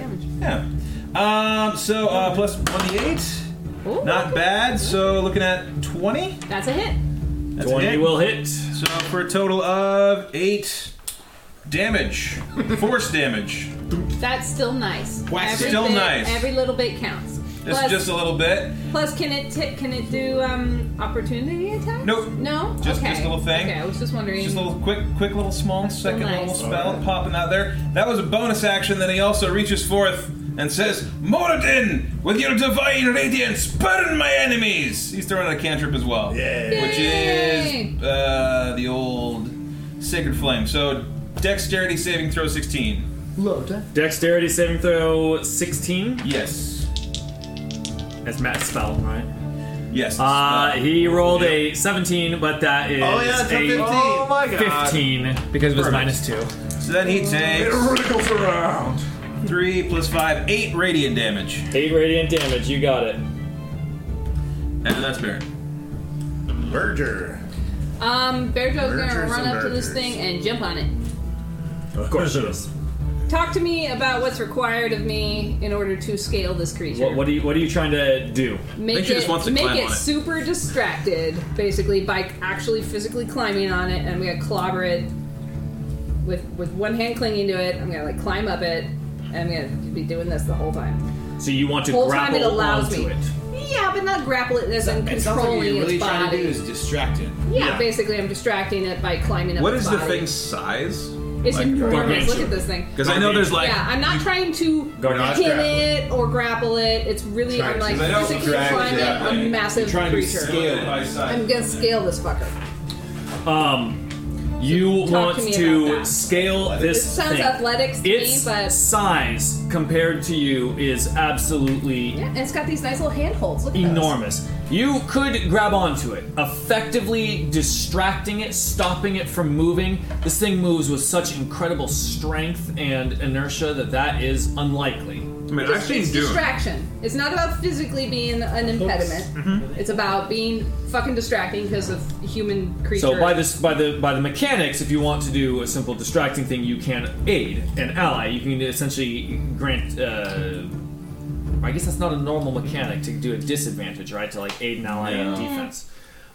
[SPEAKER 5] damage.
[SPEAKER 3] Yeah. Um, so uh, plus 1d8.
[SPEAKER 5] Ooh,
[SPEAKER 3] Not bad. So looking at 20.
[SPEAKER 5] That's a hit.
[SPEAKER 3] That's a
[SPEAKER 2] 20
[SPEAKER 3] hit.
[SPEAKER 2] will hit.
[SPEAKER 3] So for a total of 8 damage. Force damage.
[SPEAKER 5] That's still nice.
[SPEAKER 3] Wax
[SPEAKER 5] Every
[SPEAKER 3] still
[SPEAKER 5] bit-
[SPEAKER 3] nice.
[SPEAKER 5] Every little bit counts.
[SPEAKER 3] Just,
[SPEAKER 5] plus,
[SPEAKER 3] just a little bit.
[SPEAKER 5] plus, can it t- can it do um opportunity attack?
[SPEAKER 3] Nope.
[SPEAKER 5] No.
[SPEAKER 3] Just-
[SPEAKER 5] okay.
[SPEAKER 3] just a little thing.
[SPEAKER 5] Okay, I was just wondering.
[SPEAKER 3] Just a little quick, quick little small
[SPEAKER 5] still
[SPEAKER 3] second
[SPEAKER 5] nice.
[SPEAKER 3] little spell popping out there. That was a bonus action. Then he also reaches forth and says, "Moradin, with your divine radiance, burn my enemies." He's throwing out a cantrip as well,
[SPEAKER 6] Yeah.
[SPEAKER 3] which
[SPEAKER 5] Yay.
[SPEAKER 3] is uh, the old sacred flame. So, dexterity saving throw 16.
[SPEAKER 2] Dexterity saving throw 16.
[SPEAKER 3] Yes,
[SPEAKER 2] That's Matt's spell, right?
[SPEAKER 3] yes. it's
[SPEAKER 2] Uh,
[SPEAKER 3] spell.
[SPEAKER 2] he rolled a 17, but that is
[SPEAKER 6] Oh, yeah, it's a 15.
[SPEAKER 7] Oh my
[SPEAKER 2] a
[SPEAKER 7] god.
[SPEAKER 2] 15 because of his minus 2.
[SPEAKER 3] so then he takes
[SPEAKER 26] Rickles around.
[SPEAKER 3] three plus five, eight radiant damage,
[SPEAKER 2] 8 radiant damage, you got it.
[SPEAKER 3] and that's Baron.
[SPEAKER 6] Murder.
[SPEAKER 5] Um, Bear Joe's gonna
[SPEAKER 6] Mergers
[SPEAKER 5] run
[SPEAKER 6] and
[SPEAKER 5] up to this
[SPEAKER 6] mergers.
[SPEAKER 5] thing and jump on it.
[SPEAKER 6] Of course it is.
[SPEAKER 5] Talk to me about what's required of me in order to scale this creature.
[SPEAKER 2] What, what are you What are you trying to do?
[SPEAKER 5] Make it, make it super distracted, basically, by actually physically climbing on it, and we gotta clobber it with with one hand clinging to it. I'm gonna like climb up it, and I'm gonna be doing this the whole time.
[SPEAKER 2] So you want to
[SPEAKER 5] whole
[SPEAKER 2] grapple
[SPEAKER 5] time it allows
[SPEAKER 2] onto
[SPEAKER 5] me.
[SPEAKER 2] it.
[SPEAKER 5] Yeah, but not grapple it as I'm
[SPEAKER 4] It sounds like what
[SPEAKER 5] controlling
[SPEAKER 4] you're really
[SPEAKER 5] its
[SPEAKER 4] trying to do
[SPEAKER 5] body.
[SPEAKER 4] is distract it.
[SPEAKER 5] Yeah, basically, I'm distracting it by climbing up.
[SPEAKER 3] What
[SPEAKER 5] its
[SPEAKER 3] is the
[SPEAKER 5] body.
[SPEAKER 3] thing's size?
[SPEAKER 5] It's
[SPEAKER 3] Like,
[SPEAKER 5] enormous.
[SPEAKER 3] gargantuan.
[SPEAKER 5] Look at this thing.
[SPEAKER 3] 'Cause I know there's, like-
[SPEAKER 5] Yeah, I'm not trying to
[SPEAKER 3] Gargantuan.
[SPEAKER 5] pin it or grapple it. It's really I'm like physically climbing a massive creature. I'm gonna scale this fucker.
[SPEAKER 2] Um, you
[SPEAKER 5] Talk
[SPEAKER 2] want
[SPEAKER 5] to me
[SPEAKER 2] to,
[SPEAKER 5] about that.
[SPEAKER 2] scale this
[SPEAKER 5] It sounds
[SPEAKER 2] thing.
[SPEAKER 5] athletics to
[SPEAKER 2] its
[SPEAKER 5] me, but
[SPEAKER 2] size compared to you is absolutely
[SPEAKER 5] yeah, and it's got these nice little handholds. Look at those.
[SPEAKER 2] enormous. You could grab onto it, effectively distracting it, stopping it from moving. This thing moves with such incredible strength and inertia that that is unlikely. I mean,
[SPEAKER 5] It's- it's distraction. It's not about physically being an impediment.
[SPEAKER 2] Mm-hmm.
[SPEAKER 5] It's about being fucking distracting because of human creature.
[SPEAKER 2] So by this, by the by the mechanics, if you want to do a simple distracting thing, you can aid an ally. You can essentially grant. Uh, I guess that's not a normal mechanic to do a disadvantage, right? To like aid an ally in
[SPEAKER 5] No.
[SPEAKER 2] defense.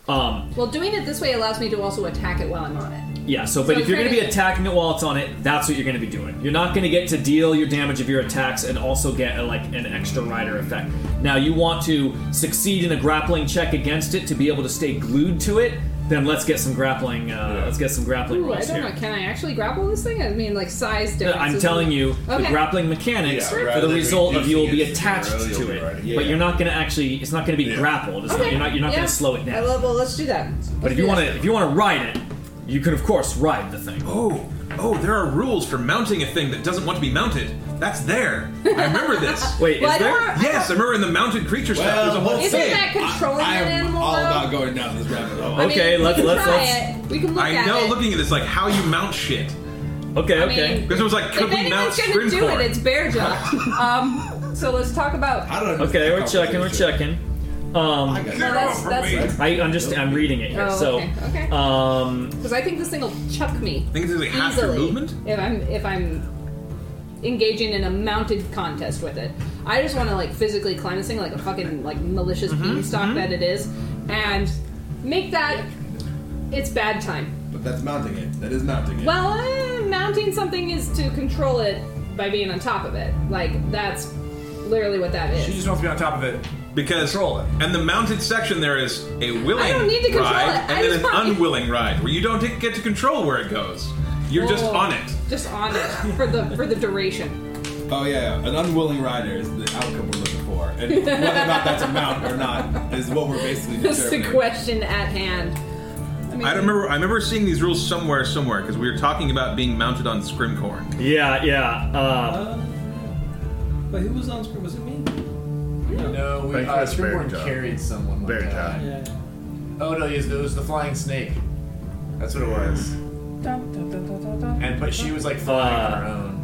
[SPEAKER 2] Um,
[SPEAKER 5] well, doing it this way allows me to also attack it while I'm on it.
[SPEAKER 2] yeah. So, but
[SPEAKER 5] So
[SPEAKER 2] if you're going to be
[SPEAKER 5] critical.
[SPEAKER 2] attacking it while it's on it, that's what you're going to be doing. You're not going to get to deal your damage of your attacks and also get uh, like an extra rider effect. Now, you want to succeed in a grappling check against it to be able to stay glued to it. Then let's get some grappling. Uh, Let's get some grappling
[SPEAKER 5] Ooh, I
[SPEAKER 2] rolls
[SPEAKER 5] don't
[SPEAKER 2] here.
[SPEAKER 5] know. Can I actually grapple this thing? I mean, like size difference.
[SPEAKER 2] I'm
[SPEAKER 5] is-
[SPEAKER 2] telling you, the
[SPEAKER 5] Okay.
[SPEAKER 2] grappling mechanics
[SPEAKER 5] Yeah,
[SPEAKER 2] are
[SPEAKER 5] rather
[SPEAKER 2] the
[SPEAKER 5] than
[SPEAKER 2] result of you will be
[SPEAKER 5] reducing
[SPEAKER 2] attached
[SPEAKER 5] it to zero,
[SPEAKER 2] to
[SPEAKER 5] you'll be
[SPEAKER 2] it,
[SPEAKER 5] riding.
[SPEAKER 2] but
[SPEAKER 5] Yeah.
[SPEAKER 2] you're not going to actually. It's not going to be grappled. It's not,
[SPEAKER 5] Okay.
[SPEAKER 2] you're not. You're not
[SPEAKER 5] Yeah.
[SPEAKER 2] going to slow it
[SPEAKER 5] I
[SPEAKER 2] down.
[SPEAKER 5] love, well, let's do that.
[SPEAKER 2] But if you want to, if you want to ride it, you can of course ride the thing.
[SPEAKER 3] Oh, oh, there are rules for mounting a thing that doesn't want to be mounted. That's there. I remember this.
[SPEAKER 2] Wait,
[SPEAKER 5] Well, is I don't there? wanna-
[SPEAKER 3] Yes, I remember in the mounted creature
[SPEAKER 4] Well,
[SPEAKER 3] stuff. There's a whole
[SPEAKER 5] Isn't
[SPEAKER 3] thing.
[SPEAKER 5] that controlling
[SPEAKER 4] Um, I
[SPEAKER 5] an
[SPEAKER 4] am
[SPEAKER 5] animal?
[SPEAKER 4] all
[SPEAKER 5] though?
[SPEAKER 4] about going down this rabbit hole.
[SPEAKER 5] I mean,
[SPEAKER 3] Okay,
[SPEAKER 5] we
[SPEAKER 3] let's-
[SPEAKER 5] can
[SPEAKER 3] let's-
[SPEAKER 5] try
[SPEAKER 3] let's-
[SPEAKER 5] It. We can look
[SPEAKER 3] I
[SPEAKER 5] at
[SPEAKER 3] know.
[SPEAKER 5] it.
[SPEAKER 3] Looking at this, like how you mount shit.
[SPEAKER 2] Okay,
[SPEAKER 5] I okay. mean,
[SPEAKER 3] Because it was like,
[SPEAKER 5] if
[SPEAKER 3] could we mount
[SPEAKER 5] anyone's gonna
[SPEAKER 3] sprint
[SPEAKER 5] do it, it's bear jaw. um, so let's talk about. I
[SPEAKER 4] don't
[SPEAKER 2] Okay, we're checking. We're checking. Um,
[SPEAKER 5] No, that's that's
[SPEAKER 2] I understand. I'm reading it here.
[SPEAKER 5] Oh,
[SPEAKER 2] so,
[SPEAKER 5] okay, okay.
[SPEAKER 2] um,
[SPEAKER 5] because I think this thing will chuck me.
[SPEAKER 3] think it's like half your
[SPEAKER 5] easily
[SPEAKER 3] movement.
[SPEAKER 5] If I'm if I'm engaging in a mounted contest with it, I just want to like physically climb this thing like a fucking like malicious
[SPEAKER 3] Mm-hmm,
[SPEAKER 5] beanstalk that it is, and make that it's bad time.
[SPEAKER 4] But that's mounting it. That is mounting it.
[SPEAKER 5] Well, uh, mounting something is to control it by being on top of it. Like that's literally what that is.
[SPEAKER 7] She just wants to be on top of it.
[SPEAKER 3] Because and the mounted section there is a willing
[SPEAKER 5] I don't need to control
[SPEAKER 3] ride
[SPEAKER 5] it.
[SPEAKER 3] and
[SPEAKER 5] I
[SPEAKER 3] then
[SPEAKER 5] just
[SPEAKER 3] an
[SPEAKER 5] want-
[SPEAKER 3] unwilling ride where you don't t- get to control where it goes. You're just
[SPEAKER 5] Whoa.
[SPEAKER 3] on it.
[SPEAKER 5] Just on it for the for the duration.
[SPEAKER 4] Oh yeah, yeah, an unwilling rider is the outcome we're looking for, and whether or not that's a mount or not is what we're basically
[SPEAKER 5] That's the
[SPEAKER 4] determining.
[SPEAKER 5] question at hand. I mean,
[SPEAKER 3] I remember. I remember seeing these rules somewhere, somewhere, because we were talking about being mounted on Scrimcorn.
[SPEAKER 2] yeah, yeah. Uh,
[SPEAKER 11] But who was on screen? Was it me? Uh,
[SPEAKER 7] No, we
[SPEAKER 11] Thank
[SPEAKER 7] uh,
[SPEAKER 11] you, Sparrow
[SPEAKER 7] Springborn
[SPEAKER 11] Jaw.
[SPEAKER 7] carried someone. Like
[SPEAKER 11] Bear
[SPEAKER 7] that.
[SPEAKER 11] Jaw. Yeah.
[SPEAKER 7] Oh no, it was, it was the flying snake. That's what it was. And but she was like flying on her own.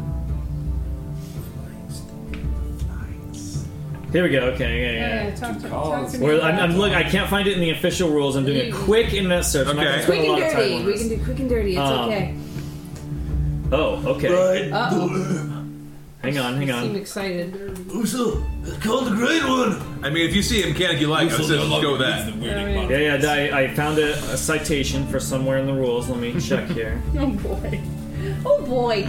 [SPEAKER 2] here we go. Okay, yeah, yeah.
[SPEAKER 5] Yeah, talk to- talk to me
[SPEAKER 2] Where
[SPEAKER 5] about
[SPEAKER 2] I'm, I'm
[SPEAKER 5] it.
[SPEAKER 2] look. I can't find it in the official rules. I'm doing a quick internet search. I'm not gonna spend
[SPEAKER 5] Quick
[SPEAKER 2] a
[SPEAKER 5] and
[SPEAKER 2] lot of time
[SPEAKER 5] dirty.
[SPEAKER 2] on
[SPEAKER 5] We
[SPEAKER 2] this.
[SPEAKER 5] can do quick and dirty. It's
[SPEAKER 2] Um,
[SPEAKER 5] okay.
[SPEAKER 2] Oh, okay.
[SPEAKER 5] Uh-oh.
[SPEAKER 2] Hang on, hang
[SPEAKER 5] Seem
[SPEAKER 2] on.
[SPEAKER 5] excited.
[SPEAKER 3] Uso, it's called the Great One. I mean, if you see a mechanic you like, I would say let's go with that.
[SPEAKER 2] Yeah, yeah. I, I found a, a citation for somewhere in the rules. Let me check here.
[SPEAKER 5] Oh boy. Oh boy.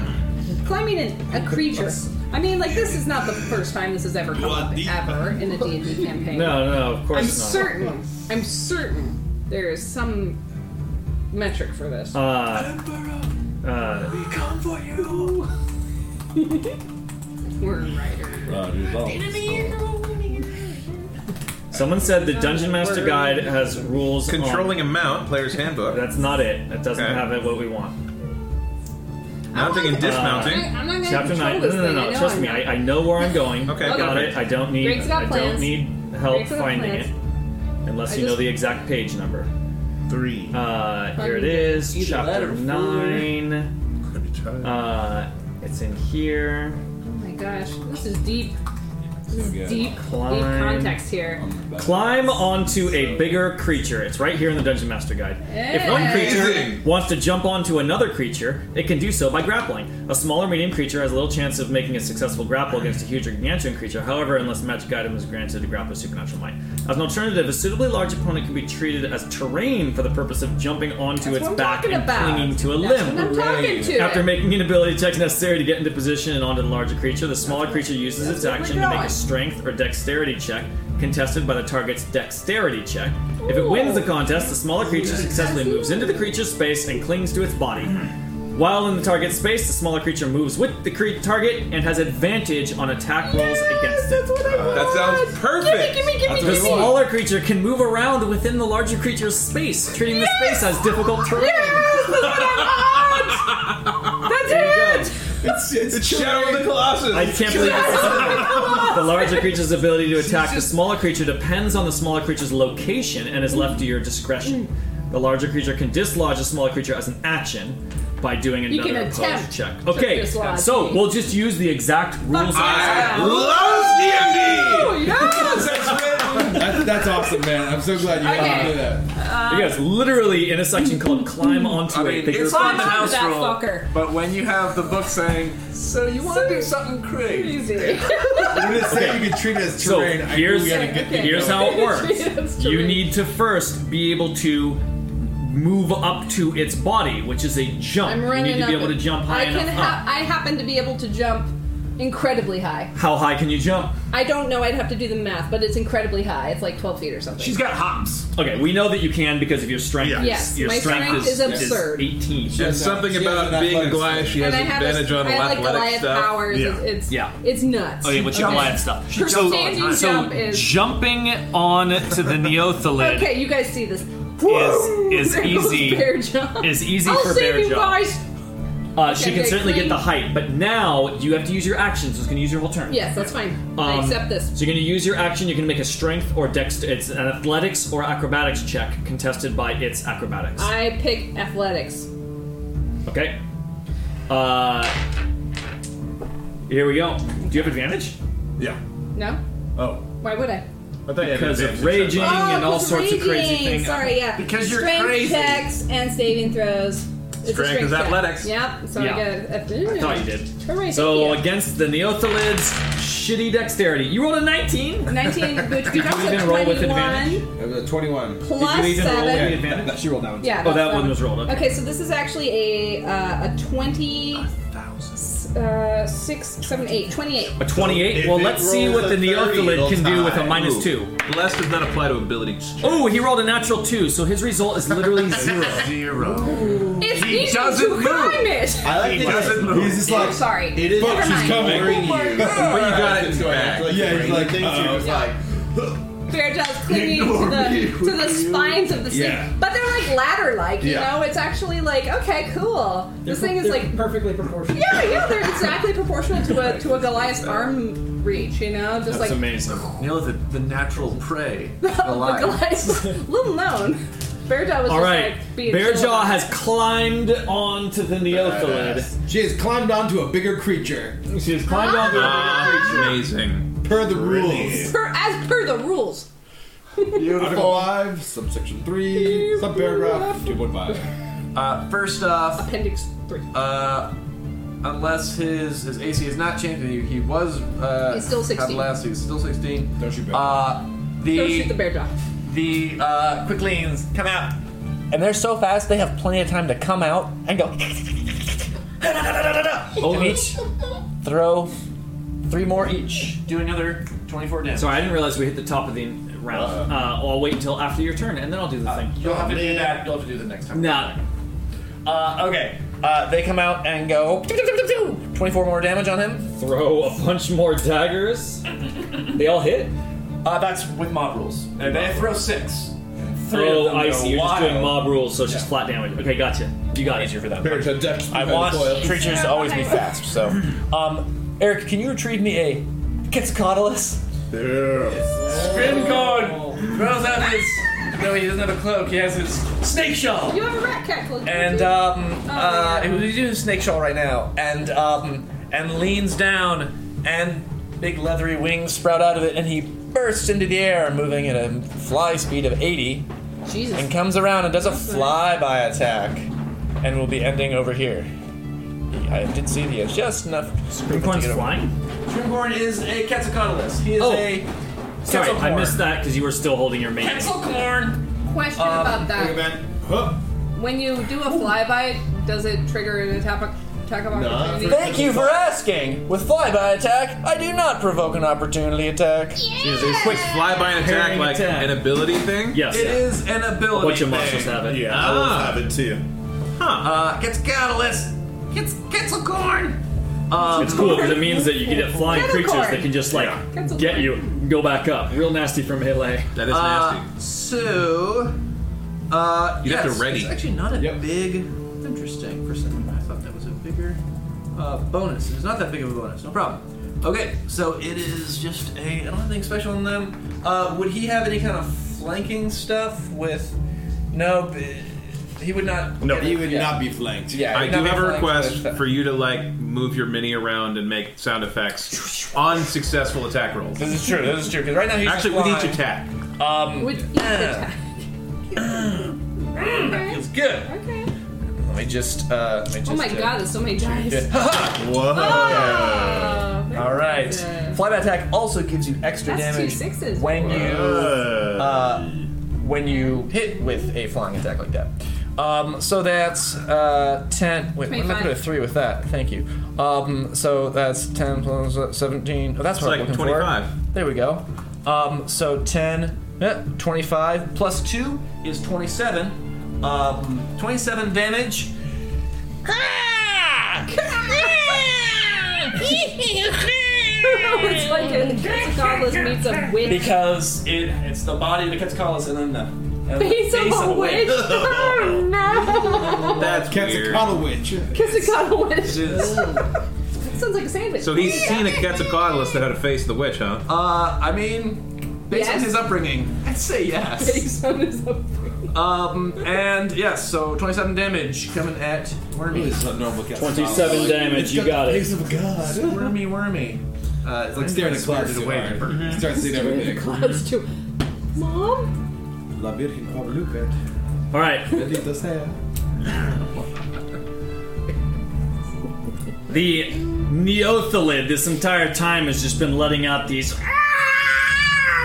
[SPEAKER 5] Climbing a, a creature. I mean, like this is not the first time this has ever come up ever in a D and D campaign.
[SPEAKER 2] No, no, of course
[SPEAKER 5] I'm
[SPEAKER 2] not.
[SPEAKER 5] certain. I'm certain there is some metric for this.
[SPEAKER 2] Um, Uh, uh,
[SPEAKER 5] we come for you. We're writers.
[SPEAKER 2] someone said the Dungeon Master Guide has rules.
[SPEAKER 3] Controlling a mount, player's handbook.
[SPEAKER 2] That's not it. That doesn't
[SPEAKER 3] Okay.
[SPEAKER 2] have it. What we want.
[SPEAKER 3] Mounting and dismounting.
[SPEAKER 5] I- I'm not gonna
[SPEAKER 2] Chapter
[SPEAKER 5] control
[SPEAKER 2] nine. No,
[SPEAKER 5] this
[SPEAKER 2] no, no.
[SPEAKER 5] thing. I
[SPEAKER 2] no.
[SPEAKER 5] know
[SPEAKER 2] Trust
[SPEAKER 5] I'm
[SPEAKER 2] me.
[SPEAKER 5] not.
[SPEAKER 2] I, I know where I'm going.
[SPEAKER 5] Okay,
[SPEAKER 2] I got
[SPEAKER 5] okay.
[SPEAKER 2] it. I don't need.
[SPEAKER 5] Greg's got
[SPEAKER 2] I
[SPEAKER 5] plans.
[SPEAKER 2] don't need help
[SPEAKER 5] Greg's got
[SPEAKER 2] finding
[SPEAKER 5] plans.
[SPEAKER 2] it, unless
[SPEAKER 5] I
[SPEAKER 2] you know
[SPEAKER 5] just-
[SPEAKER 2] the exact page number.
[SPEAKER 6] Three.
[SPEAKER 2] Uh, here it
[SPEAKER 5] Either
[SPEAKER 2] is.
[SPEAKER 5] that
[SPEAKER 2] Chapter
[SPEAKER 5] or four.
[SPEAKER 2] nine. Uh, it's in here.
[SPEAKER 5] Oh my gosh, this is deep.
[SPEAKER 16] Deep, deep context here.
[SPEAKER 2] Climb onto a bigger creature. It's right here in the Dungeon Master Guide. If one
[SPEAKER 16] Amazing.
[SPEAKER 2] creature wants to jump onto another creature, it can do so by grappling. A smaller medium creature has a little chance of making a successful grapple against a huge or gargantuan creature, however, unless a magic item is granted to grapple with supernatural might. As an alternative, a suitably large opponent can be treated as terrain for the purpose of jumping onto
[SPEAKER 5] That's
[SPEAKER 2] its
[SPEAKER 5] what I'm
[SPEAKER 2] back
[SPEAKER 5] talking
[SPEAKER 2] and
[SPEAKER 5] about.
[SPEAKER 2] clinging to a
[SPEAKER 5] That's
[SPEAKER 2] limb.
[SPEAKER 5] what I'm talking to.
[SPEAKER 2] After making an ability check necessary to get into position and onto the larger creature, the smaller creature uses its
[SPEAKER 5] That's what
[SPEAKER 2] action
[SPEAKER 5] we're
[SPEAKER 2] to make a
[SPEAKER 5] doing.
[SPEAKER 2] strength or dexterity check contested by the target's dexterity check. If it wins the contest, the smaller creature successfully moves into the creature's space and clings to its body. While in the target space, the smaller creature moves with the cre- target and has advantage on attack rolls against it.
[SPEAKER 7] uh,
[SPEAKER 3] That sounds perfect.
[SPEAKER 16] Gimme, gimme, gimme,
[SPEAKER 2] the
[SPEAKER 16] gimme.
[SPEAKER 2] smaller creature can move around within the larger creature's space, treating the space as difficult terrain.
[SPEAKER 5] That's
[SPEAKER 2] it!
[SPEAKER 4] It's, it's
[SPEAKER 3] Shadow of the Colossus.
[SPEAKER 2] I can't believe this. the larger creature's ability to attack the smaller creature depends on the smaller creature's location and is left to your discretion. The larger creature can dislodge a smaller creature as an action by doing
[SPEAKER 5] You
[SPEAKER 2] another
[SPEAKER 5] can
[SPEAKER 2] opposed
[SPEAKER 5] attempt
[SPEAKER 2] check.
[SPEAKER 5] to
[SPEAKER 2] Okay,
[SPEAKER 5] dislodge
[SPEAKER 2] so
[SPEAKER 5] me.
[SPEAKER 2] we'll just use the exact rules.
[SPEAKER 4] I
[SPEAKER 5] love DMD! Yes!
[SPEAKER 4] that's, that's awesome, man. I'm so glad you
[SPEAKER 5] Okay.
[SPEAKER 4] got to do that.
[SPEAKER 2] You guys literally in a section called "Climb onto
[SPEAKER 7] I
[SPEAKER 2] a
[SPEAKER 7] mean,
[SPEAKER 2] bigger
[SPEAKER 7] it's not
[SPEAKER 2] creature."
[SPEAKER 7] house rule, but when you have the book saying, "So you want to do something crazy?"
[SPEAKER 2] Okay.
[SPEAKER 4] treat it as
[SPEAKER 2] So
[SPEAKER 4] terrain. I knew
[SPEAKER 2] here's
[SPEAKER 4] we had to get the
[SPEAKER 2] here's
[SPEAKER 4] yellow.
[SPEAKER 2] how it
[SPEAKER 4] Treat it as
[SPEAKER 2] works. You
[SPEAKER 4] terrain.
[SPEAKER 2] need to first be able to move up to its body, which is a jump.
[SPEAKER 5] I'm
[SPEAKER 2] you
[SPEAKER 5] running
[SPEAKER 2] need to be
[SPEAKER 5] up
[SPEAKER 2] able to
[SPEAKER 5] it.
[SPEAKER 2] jump high
[SPEAKER 5] I
[SPEAKER 2] enough.
[SPEAKER 5] can
[SPEAKER 2] up.
[SPEAKER 5] ha- I happen to be able to jump incredibly high.
[SPEAKER 2] How high can you jump?
[SPEAKER 5] I don't know. I'd have to do the math, but it's incredibly high. It's like 12 feet or something.
[SPEAKER 2] She's got hops. Okay, we know that you can because of your strength.
[SPEAKER 5] Yes,
[SPEAKER 2] your
[SPEAKER 5] my strength is absurd.
[SPEAKER 2] 18.
[SPEAKER 3] And something about being a Goliath, she has
[SPEAKER 5] and I have
[SPEAKER 3] advantage
[SPEAKER 5] a,
[SPEAKER 3] on
[SPEAKER 5] I like
[SPEAKER 3] athletic
[SPEAKER 5] Goliath
[SPEAKER 3] stuff.
[SPEAKER 5] powers.
[SPEAKER 2] Yeah.
[SPEAKER 5] It's, it's
[SPEAKER 2] Yeah.
[SPEAKER 5] it's nuts.
[SPEAKER 2] Okay, with
[SPEAKER 5] Okay.
[SPEAKER 2] Goliath stuff.
[SPEAKER 5] Her standing
[SPEAKER 2] so
[SPEAKER 5] jump is
[SPEAKER 2] jumping on to the Neothalid
[SPEAKER 5] okay. You guys see this?
[SPEAKER 2] is
[SPEAKER 5] There goes
[SPEAKER 2] easy-
[SPEAKER 5] Bear jump.
[SPEAKER 2] is easy
[SPEAKER 5] I'll
[SPEAKER 2] for
[SPEAKER 5] save
[SPEAKER 2] bear
[SPEAKER 5] you
[SPEAKER 2] jump.
[SPEAKER 5] guys.
[SPEAKER 2] Uh, she
[SPEAKER 5] Okay,
[SPEAKER 2] can
[SPEAKER 5] they
[SPEAKER 2] certainly get
[SPEAKER 5] cling.
[SPEAKER 2] the height, but now you have to use your action, so it's going to use your whole turn.
[SPEAKER 5] Yes, that's fine. I
[SPEAKER 2] Um,
[SPEAKER 5] accept this.
[SPEAKER 2] So you're going to use your action. You can make a strength or dex. It's an athletics or acrobatics check contested by its acrobatics.
[SPEAKER 5] I pick athletics.
[SPEAKER 2] Okay. Uh, here we go. Do you have advantage? Yeah.
[SPEAKER 5] No?
[SPEAKER 2] Oh.
[SPEAKER 5] Why would I?
[SPEAKER 2] I thought because of raging
[SPEAKER 5] Oh,
[SPEAKER 2] and all
[SPEAKER 5] 'cause
[SPEAKER 2] sorts of crazy
[SPEAKER 5] reading.
[SPEAKER 2] things.
[SPEAKER 5] Sorry, yeah.
[SPEAKER 2] Because you're
[SPEAKER 5] strength
[SPEAKER 2] crazy.
[SPEAKER 5] checks and saving throws. It's a
[SPEAKER 2] Strength is
[SPEAKER 5] check.
[SPEAKER 2] athletics.
[SPEAKER 5] Yep. So
[SPEAKER 2] Yeah.
[SPEAKER 5] I got. A,
[SPEAKER 2] I thought you did.
[SPEAKER 5] Hooray,
[SPEAKER 2] So
[SPEAKER 5] thank you.
[SPEAKER 2] against the Neothalid's shitty dexterity, you rolled a 19.
[SPEAKER 5] 19, which becomes
[SPEAKER 2] Did you
[SPEAKER 5] a
[SPEAKER 2] even roll with
[SPEAKER 5] 21.
[SPEAKER 2] advantage?
[SPEAKER 4] It was a 21.
[SPEAKER 5] Plus
[SPEAKER 2] Did you even roll with
[SPEAKER 5] seven.
[SPEAKER 2] advantage?
[SPEAKER 4] She rolled that one.
[SPEAKER 5] Yeah.
[SPEAKER 2] Oh,
[SPEAKER 5] that's
[SPEAKER 2] that one
[SPEAKER 5] seven.
[SPEAKER 2] was rolled. Okay.
[SPEAKER 5] Okay, so this is actually a uh, a 20. Uh, six, seven, eight, 28.
[SPEAKER 2] A 28. well,
[SPEAKER 5] it
[SPEAKER 2] let's see
[SPEAKER 5] rolls
[SPEAKER 2] what the
[SPEAKER 5] a 30,
[SPEAKER 2] Neothalid can do
[SPEAKER 3] it'll
[SPEAKER 2] with a
[SPEAKER 3] tie.
[SPEAKER 2] minus
[SPEAKER 3] Ooh.
[SPEAKER 2] two.
[SPEAKER 3] Bless does not apply to abilities.
[SPEAKER 2] Oh, he rolled a natural two, so his result is literally zero. zero.
[SPEAKER 5] It's
[SPEAKER 2] He
[SPEAKER 5] easy
[SPEAKER 2] doesn't
[SPEAKER 5] to
[SPEAKER 2] move.
[SPEAKER 5] climb it.
[SPEAKER 2] I like He that- doesn't move. he's just like,
[SPEAKER 5] I'm sorry.
[SPEAKER 10] It is.
[SPEAKER 5] Never
[SPEAKER 10] Fuck, she's
[SPEAKER 5] mind.
[SPEAKER 10] coming. Oh my God.
[SPEAKER 3] But you got it back.
[SPEAKER 10] Like, yeah,
[SPEAKER 4] like,
[SPEAKER 10] things
[SPEAKER 4] uh-oh.
[SPEAKER 10] you're just like.
[SPEAKER 5] Fairchild's clinging
[SPEAKER 10] Ignore
[SPEAKER 5] to
[SPEAKER 10] me,
[SPEAKER 5] the to the spines of the snake.
[SPEAKER 10] Yeah.
[SPEAKER 5] But they're like ladder like, you
[SPEAKER 10] Yeah.
[SPEAKER 5] know? It's actually like, okay, cool. this thing is like
[SPEAKER 11] perfectly proportionate.
[SPEAKER 5] Yeah, yeah, they're exactly proportional to a to a Goliath's arm reach, you know? Just like
[SPEAKER 7] amazing. Neil, the, the natural prey,
[SPEAKER 5] the Goliath's little known. Fairchild was
[SPEAKER 2] All
[SPEAKER 5] just
[SPEAKER 2] right.
[SPEAKER 5] like being chill
[SPEAKER 2] Bearjaw
[SPEAKER 5] about
[SPEAKER 2] has climbed onto the Neothalid.
[SPEAKER 4] She has climbed onto a bigger creature.
[SPEAKER 2] She has climbed onto
[SPEAKER 3] a bigger creature. Amazing.
[SPEAKER 4] Per the
[SPEAKER 5] it.
[SPEAKER 4] rules.
[SPEAKER 5] Uh, Per, as per the rules.
[SPEAKER 4] Article 5, subsection 3, subparagraph 2.5.
[SPEAKER 7] Uh, first off,
[SPEAKER 5] appendix three.
[SPEAKER 7] Uh, unless his his AC has not changed, and he, he was uh,
[SPEAKER 5] He's still 16.
[SPEAKER 7] Had last, he's still sixteen. Don't
[SPEAKER 4] shoot
[SPEAKER 7] bear. Uh, the
[SPEAKER 5] Don't shoot the bear jaw.
[SPEAKER 7] the uh, quicklings come out, and they're so fast they have plenty of time to come out and go. and each throw three more each. Do another twenty-four damage.
[SPEAKER 2] Sorry, I didn't realize we hit the top of the round. Uh, I'll wait until after your turn, and then I'll do the thing.
[SPEAKER 7] You'll have to do that. You'll have to do the next time.
[SPEAKER 2] Nah.
[SPEAKER 7] Uh, okay. Uh, they come out and go. 24 more damage on him.
[SPEAKER 2] Throw a bunch more daggers. they all hit.
[SPEAKER 7] Uh, that's with mob rules. And they throw six. Three of
[SPEAKER 2] oh,
[SPEAKER 7] them
[SPEAKER 2] I
[SPEAKER 7] go
[SPEAKER 2] see. You're just
[SPEAKER 7] wild.
[SPEAKER 2] doing mob rules, so it's just flat damage. Okay, gotcha. You got it. Easier
[SPEAKER 7] for that.
[SPEAKER 2] Bear's
[SPEAKER 4] a dex.
[SPEAKER 7] I want creatures to always be fast. So, um, Eric, can you retrieve me a Quetzalcoatlus? Spin card. Throws out his. No, he doesn't have a cloak. He has his snake shawl.
[SPEAKER 5] You have a rat cat close.
[SPEAKER 7] And um,
[SPEAKER 5] Oh,
[SPEAKER 7] uh, he's doing a snake shawl right now, and um, and leans down and Big leathery wings sprout out of it, and he bursts into the air, moving at a fly speed of 80.
[SPEAKER 5] Jesus.
[SPEAKER 7] And comes around and does a flyby attack, and will be ending over here. I did see the just enough. Scrimcorn's
[SPEAKER 2] flying?
[SPEAKER 7] Scrimcorn is a quetzalcoatlus. He is
[SPEAKER 2] Oh.
[SPEAKER 7] a.
[SPEAKER 2] Sorry, I
[SPEAKER 7] Quetzalcorn.
[SPEAKER 2] missed that because you were still holding your main.
[SPEAKER 5] Question
[SPEAKER 2] Um,
[SPEAKER 7] uh,
[SPEAKER 5] about that. When you do a flyby, does it trigger an attack, attack of opportunity?
[SPEAKER 7] Thank you for asking. With flyby attack, I do not provoke an opportunity attack.
[SPEAKER 3] Quick flyby and attack,
[SPEAKER 7] Parrying
[SPEAKER 3] like
[SPEAKER 7] attack.
[SPEAKER 3] an ability thing?
[SPEAKER 7] Yes. It is an ability
[SPEAKER 3] What your
[SPEAKER 7] thing.
[SPEAKER 3] monsters have it.
[SPEAKER 7] Yeah,
[SPEAKER 3] Ah.
[SPEAKER 7] ours
[SPEAKER 6] have it too.
[SPEAKER 7] Huh. Uh, gets catalyst. Gets gets a corn. Um,
[SPEAKER 2] it's cool because it means that you can get flying creatures that can just like get you, and go back up. Real nasty from melee.
[SPEAKER 3] That
[SPEAKER 7] Uh, so, uh,
[SPEAKER 2] You'd have to
[SPEAKER 7] yes,
[SPEAKER 2] ready.
[SPEAKER 7] It's actually not a big. Interesting. For a second, I thought that was a bigger uh, bonus. It's not that big of a bonus. No problem. Okay, so it is just a. I don't have anything special on them. Uh, would he have any kind of flanking stuff with? No, b- he would not. Yeah. Yeah,
[SPEAKER 3] I
[SPEAKER 7] he'd
[SPEAKER 3] do
[SPEAKER 7] not be
[SPEAKER 3] have a
[SPEAKER 7] flanked with-
[SPEAKER 3] request for you to like move your mini around and make sound effects on successful attack rolls.
[SPEAKER 7] This is true. This is true. Because right now he's
[SPEAKER 3] actually
[SPEAKER 7] just
[SPEAKER 3] with each attack.
[SPEAKER 7] Um,
[SPEAKER 5] With each
[SPEAKER 7] attack. that feels good. Okay. Let me just. Uh, let me just
[SPEAKER 5] Oh my
[SPEAKER 7] uh,
[SPEAKER 5] god, there's so many dice.
[SPEAKER 7] Yeah. Whoa. All right. Flyby attack also gives you extra
[SPEAKER 5] That's two
[SPEAKER 7] damage
[SPEAKER 5] sixes.
[SPEAKER 7] when you uh, when you hit with a flying attack like that. Um, so that's uh, 10. Wait, I'm going to put a 3 with that. Thank you. Um, so that's 10 plus uh, 17. Oh, that's
[SPEAKER 3] It's
[SPEAKER 7] what
[SPEAKER 3] like
[SPEAKER 7] I'm looking
[SPEAKER 3] 25.
[SPEAKER 7] for. There we go. Um, so 10, yeah, 25 plus 2 is 27. Um, 27 damage.
[SPEAKER 5] it's like a Quetzalcoatlus meets a witch.
[SPEAKER 7] Because it it's the body of the Quetzalcoatlus and then the, and the
[SPEAKER 5] Face of a witch. Oh no.
[SPEAKER 3] That's
[SPEAKER 4] Quetzalcoatl witch.
[SPEAKER 5] Quetzalcoatl
[SPEAKER 3] Jeez.
[SPEAKER 5] witch. Sounds like a sandwich.
[SPEAKER 3] So he's seen a Quetzalcoatlus that had a face of the witch, huh?
[SPEAKER 7] Uh, I mean, based on
[SPEAKER 5] Yes.
[SPEAKER 7] his upbringing, I'd say yes.
[SPEAKER 5] Based on his
[SPEAKER 7] um, and yes, so 27 damage coming at Wormy.
[SPEAKER 4] This is a normal Quetzalcoatl.
[SPEAKER 2] 27 damage, you got it.
[SPEAKER 4] Face of God.
[SPEAKER 7] Wormy, wormy. Uh, it's
[SPEAKER 4] like staring at clouds too hard.
[SPEAKER 7] Mhm.
[SPEAKER 4] Starts seeing
[SPEAKER 7] Staring at
[SPEAKER 4] everything.
[SPEAKER 5] Clouds too. Mom?
[SPEAKER 4] La Virgen Guadalupe.
[SPEAKER 2] All right.
[SPEAKER 4] Bendito sea.
[SPEAKER 2] The Neothalid this entire time has just been letting out these "Ah!"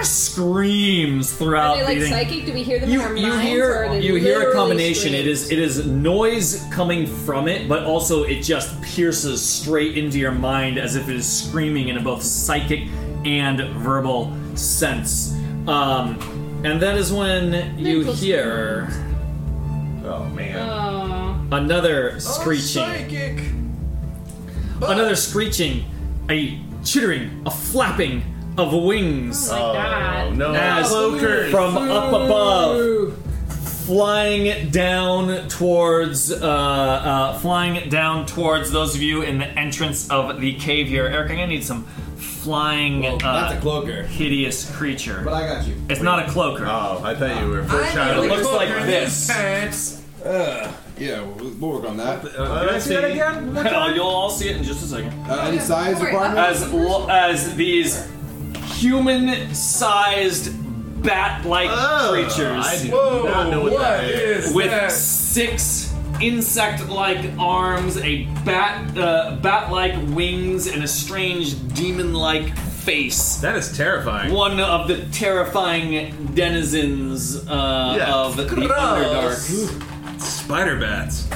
[SPEAKER 2] screams
[SPEAKER 5] Are
[SPEAKER 2] throughout
[SPEAKER 5] they like
[SPEAKER 2] the thing.
[SPEAKER 5] psychic? Do we hear them
[SPEAKER 2] you,
[SPEAKER 5] in our
[SPEAKER 2] you
[SPEAKER 5] minds? or
[SPEAKER 2] hear
[SPEAKER 5] are they
[SPEAKER 2] you hear a
[SPEAKER 5] literally
[SPEAKER 2] combination.
[SPEAKER 5] screaming?
[SPEAKER 2] It is it is noise coming from it, but also it just pierces straight into your mind as if it is screaming in a both psychic and verbal sense. Um, and that is when you
[SPEAKER 5] Mental
[SPEAKER 2] hear
[SPEAKER 7] Oh man.
[SPEAKER 5] Oh.
[SPEAKER 2] another screeching. Another screeching, a chittering, a flapping of wings.
[SPEAKER 5] Oh, God.
[SPEAKER 2] no.
[SPEAKER 5] no.
[SPEAKER 2] As
[SPEAKER 5] Flukers.
[SPEAKER 2] from
[SPEAKER 5] Foo.
[SPEAKER 2] up above, flying down towards, uh, uh, flying down towards those of you in the entrance of the cave here. Eric, I'm gonna need some flying.
[SPEAKER 7] Oh,
[SPEAKER 2] uh,
[SPEAKER 4] that's a cloaker.
[SPEAKER 2] Hideous creature.
[SPEAKER 4] But I got you.
[SPEAKER 2] It's not a cloaker.
[SPEAKER 6] Oh, I thought you were
[SPEAKER 4] I
[SPEAKER 6] first shot.
[SPEAKER 4] know the cloaker in
[SPEAKER 2] this.
[SPEAKER 4] Uh, yeah, we'll, we'll work on that.
[SPEAKER 2] Uh,
[SPEAKER 4] Did I see that
[SPEAKER 2] again? you'll all see it in just a second.
[SPEAKER 4] Uh, any size requirement?
[SPEAKER 2] As lo- as these human-sized bat-like
[SPEAKER 6] Oh,
[SPEAKER 2] creatures.
[SPEAKER 6] I do Whoa, not know what that what is. is
[SPEAKER 2] With
[SPEAKER 6] that?
[SPEAKER 2] six insect-like arms, a bat uh, bat-like wings, and a strange demon-like face.
[SPEAKER 3] That is terrifying.
[SPEAKER 2] One of the terrifying denizens uh,
[SPEAKER 3] Yeah.
[SPEAKER 2] of the
[SPEAKER 3] Gross.
[SPEAKER 2] Underdark.
[SPEAKER 3] Spider bats.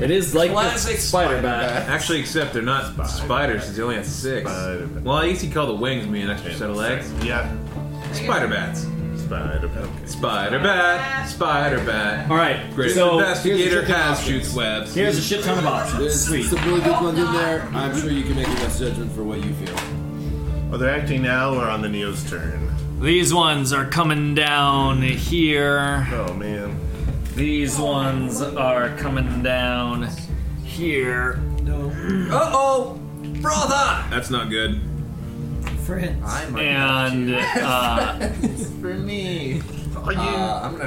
[SPEAKER 2] It is like
[SPEAKER 3] Classic
[SPEAKER 2] spider, bat.
[SPEAKER 3] Actually, except they're not spiders. Since they only have six. Well, I guess he called the wings me an extra set of legs.
[SPEAKER 6] Yeah.
[SPEAKER 3] Spider bats.
[SPEAKER 6] Spider bat.
[SPEAKER 3] Spider bat. Spider bat.
[SPEAKER 2] All right.
[SPEAKER 3] Greatest
[SPEAKER 2] so- Here's
[SPEAKER 3] investigator
[SPEAKER 7] Uh,
[SPEAKER 2] a shit ton of
[SPEAKER 3] has shoots webs.
[SPEAKER 2] Here's a shit ton of options.
[SPEAKER 4] There's
[SPEAKER 2] Sweet.
[SPEAKER 4] some really good ones in there. I'm sure you can make a best judgment for what you feel.
[SPEAKER 6] Are they acting now or on the Neo's turn?
[SPEAKER 2] These ones are coming down here.
[SPEAKER 6] Oh man.
[SPEAKER 2] These ones are coming down here.
[SPEAKER 11] No.
[SPEAKER 2] Uh oh! Brother!
[SPEAKER 3] That's not good.
[SPEAKER 11] Friends.
[SPEAKER 2] And uh,
[SPEAKER 7] for me.
[SPEAKER 6] Are you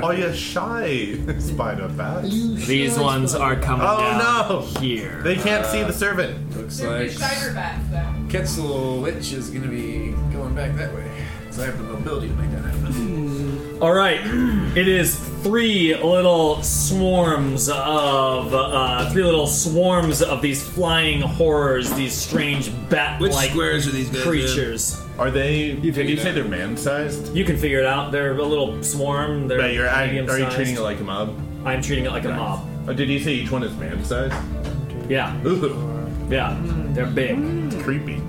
[SPEAKER 6] are you shy spider bats?
[SPEAKER 2] These ones are coming
[SPEAKER 6] oh,
[SPEAKER 2] down
[SPEAKER 6] no.
[SPEAKER 2] here.
[SPEAKER 6] They can't see
[SPEAKER 7] Uh,
[SPEAKER 6] the servant.
[SPEAKER 7] Looks like Ketzelwitch is gonna be going back that way. Cause I have the mobility to make that happen.
[SPEAKER 2] All right, it is three little swarms of uh, three little swarms of these flying horrors, these strange bat-like
[SPEAKER 6] Which squares are these guys in?
[SPEAKER 2] creatures?
[SPEAKER 6] Are they? did you
[SPEAKER 2] it
[SPEAKER 6] say
[SPEAKER 2] out.
[SPEAKER 6] they're man-sized?
[SPEAKER 2] You can figure it out. They're a little swarm. They're
[SPEAKER 6] But you're, I, are you
[SPEAKER 2] medium-sized.
[SPEAKER 6] treating it like a mob?
[SPEAKER 2] I'm treating it like a mob.
[SPEAKER 6] Oh, did you say each one is man-sized?
[SPEAKER 2] Yeah. Yeah. They're big.
[SPEAKER 6] It's creepy.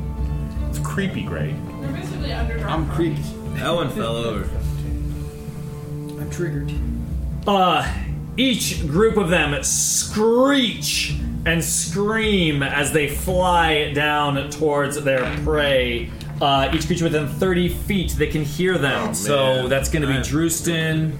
[SPEAKER 6] It's creepy, Gray.
[SPEAKER 27] They're basically underground.
[SPEAKER 6] I'm creeped.
[SPEAKER 2] That one fell over.
[SPEAKER 11] I'm triggered.
[SPEAKER 2] Uh, each group of them screech and scream as they fly down towards their prey. Uh, each creature within 30 feet, they can hear them. so that's going to be Drewston,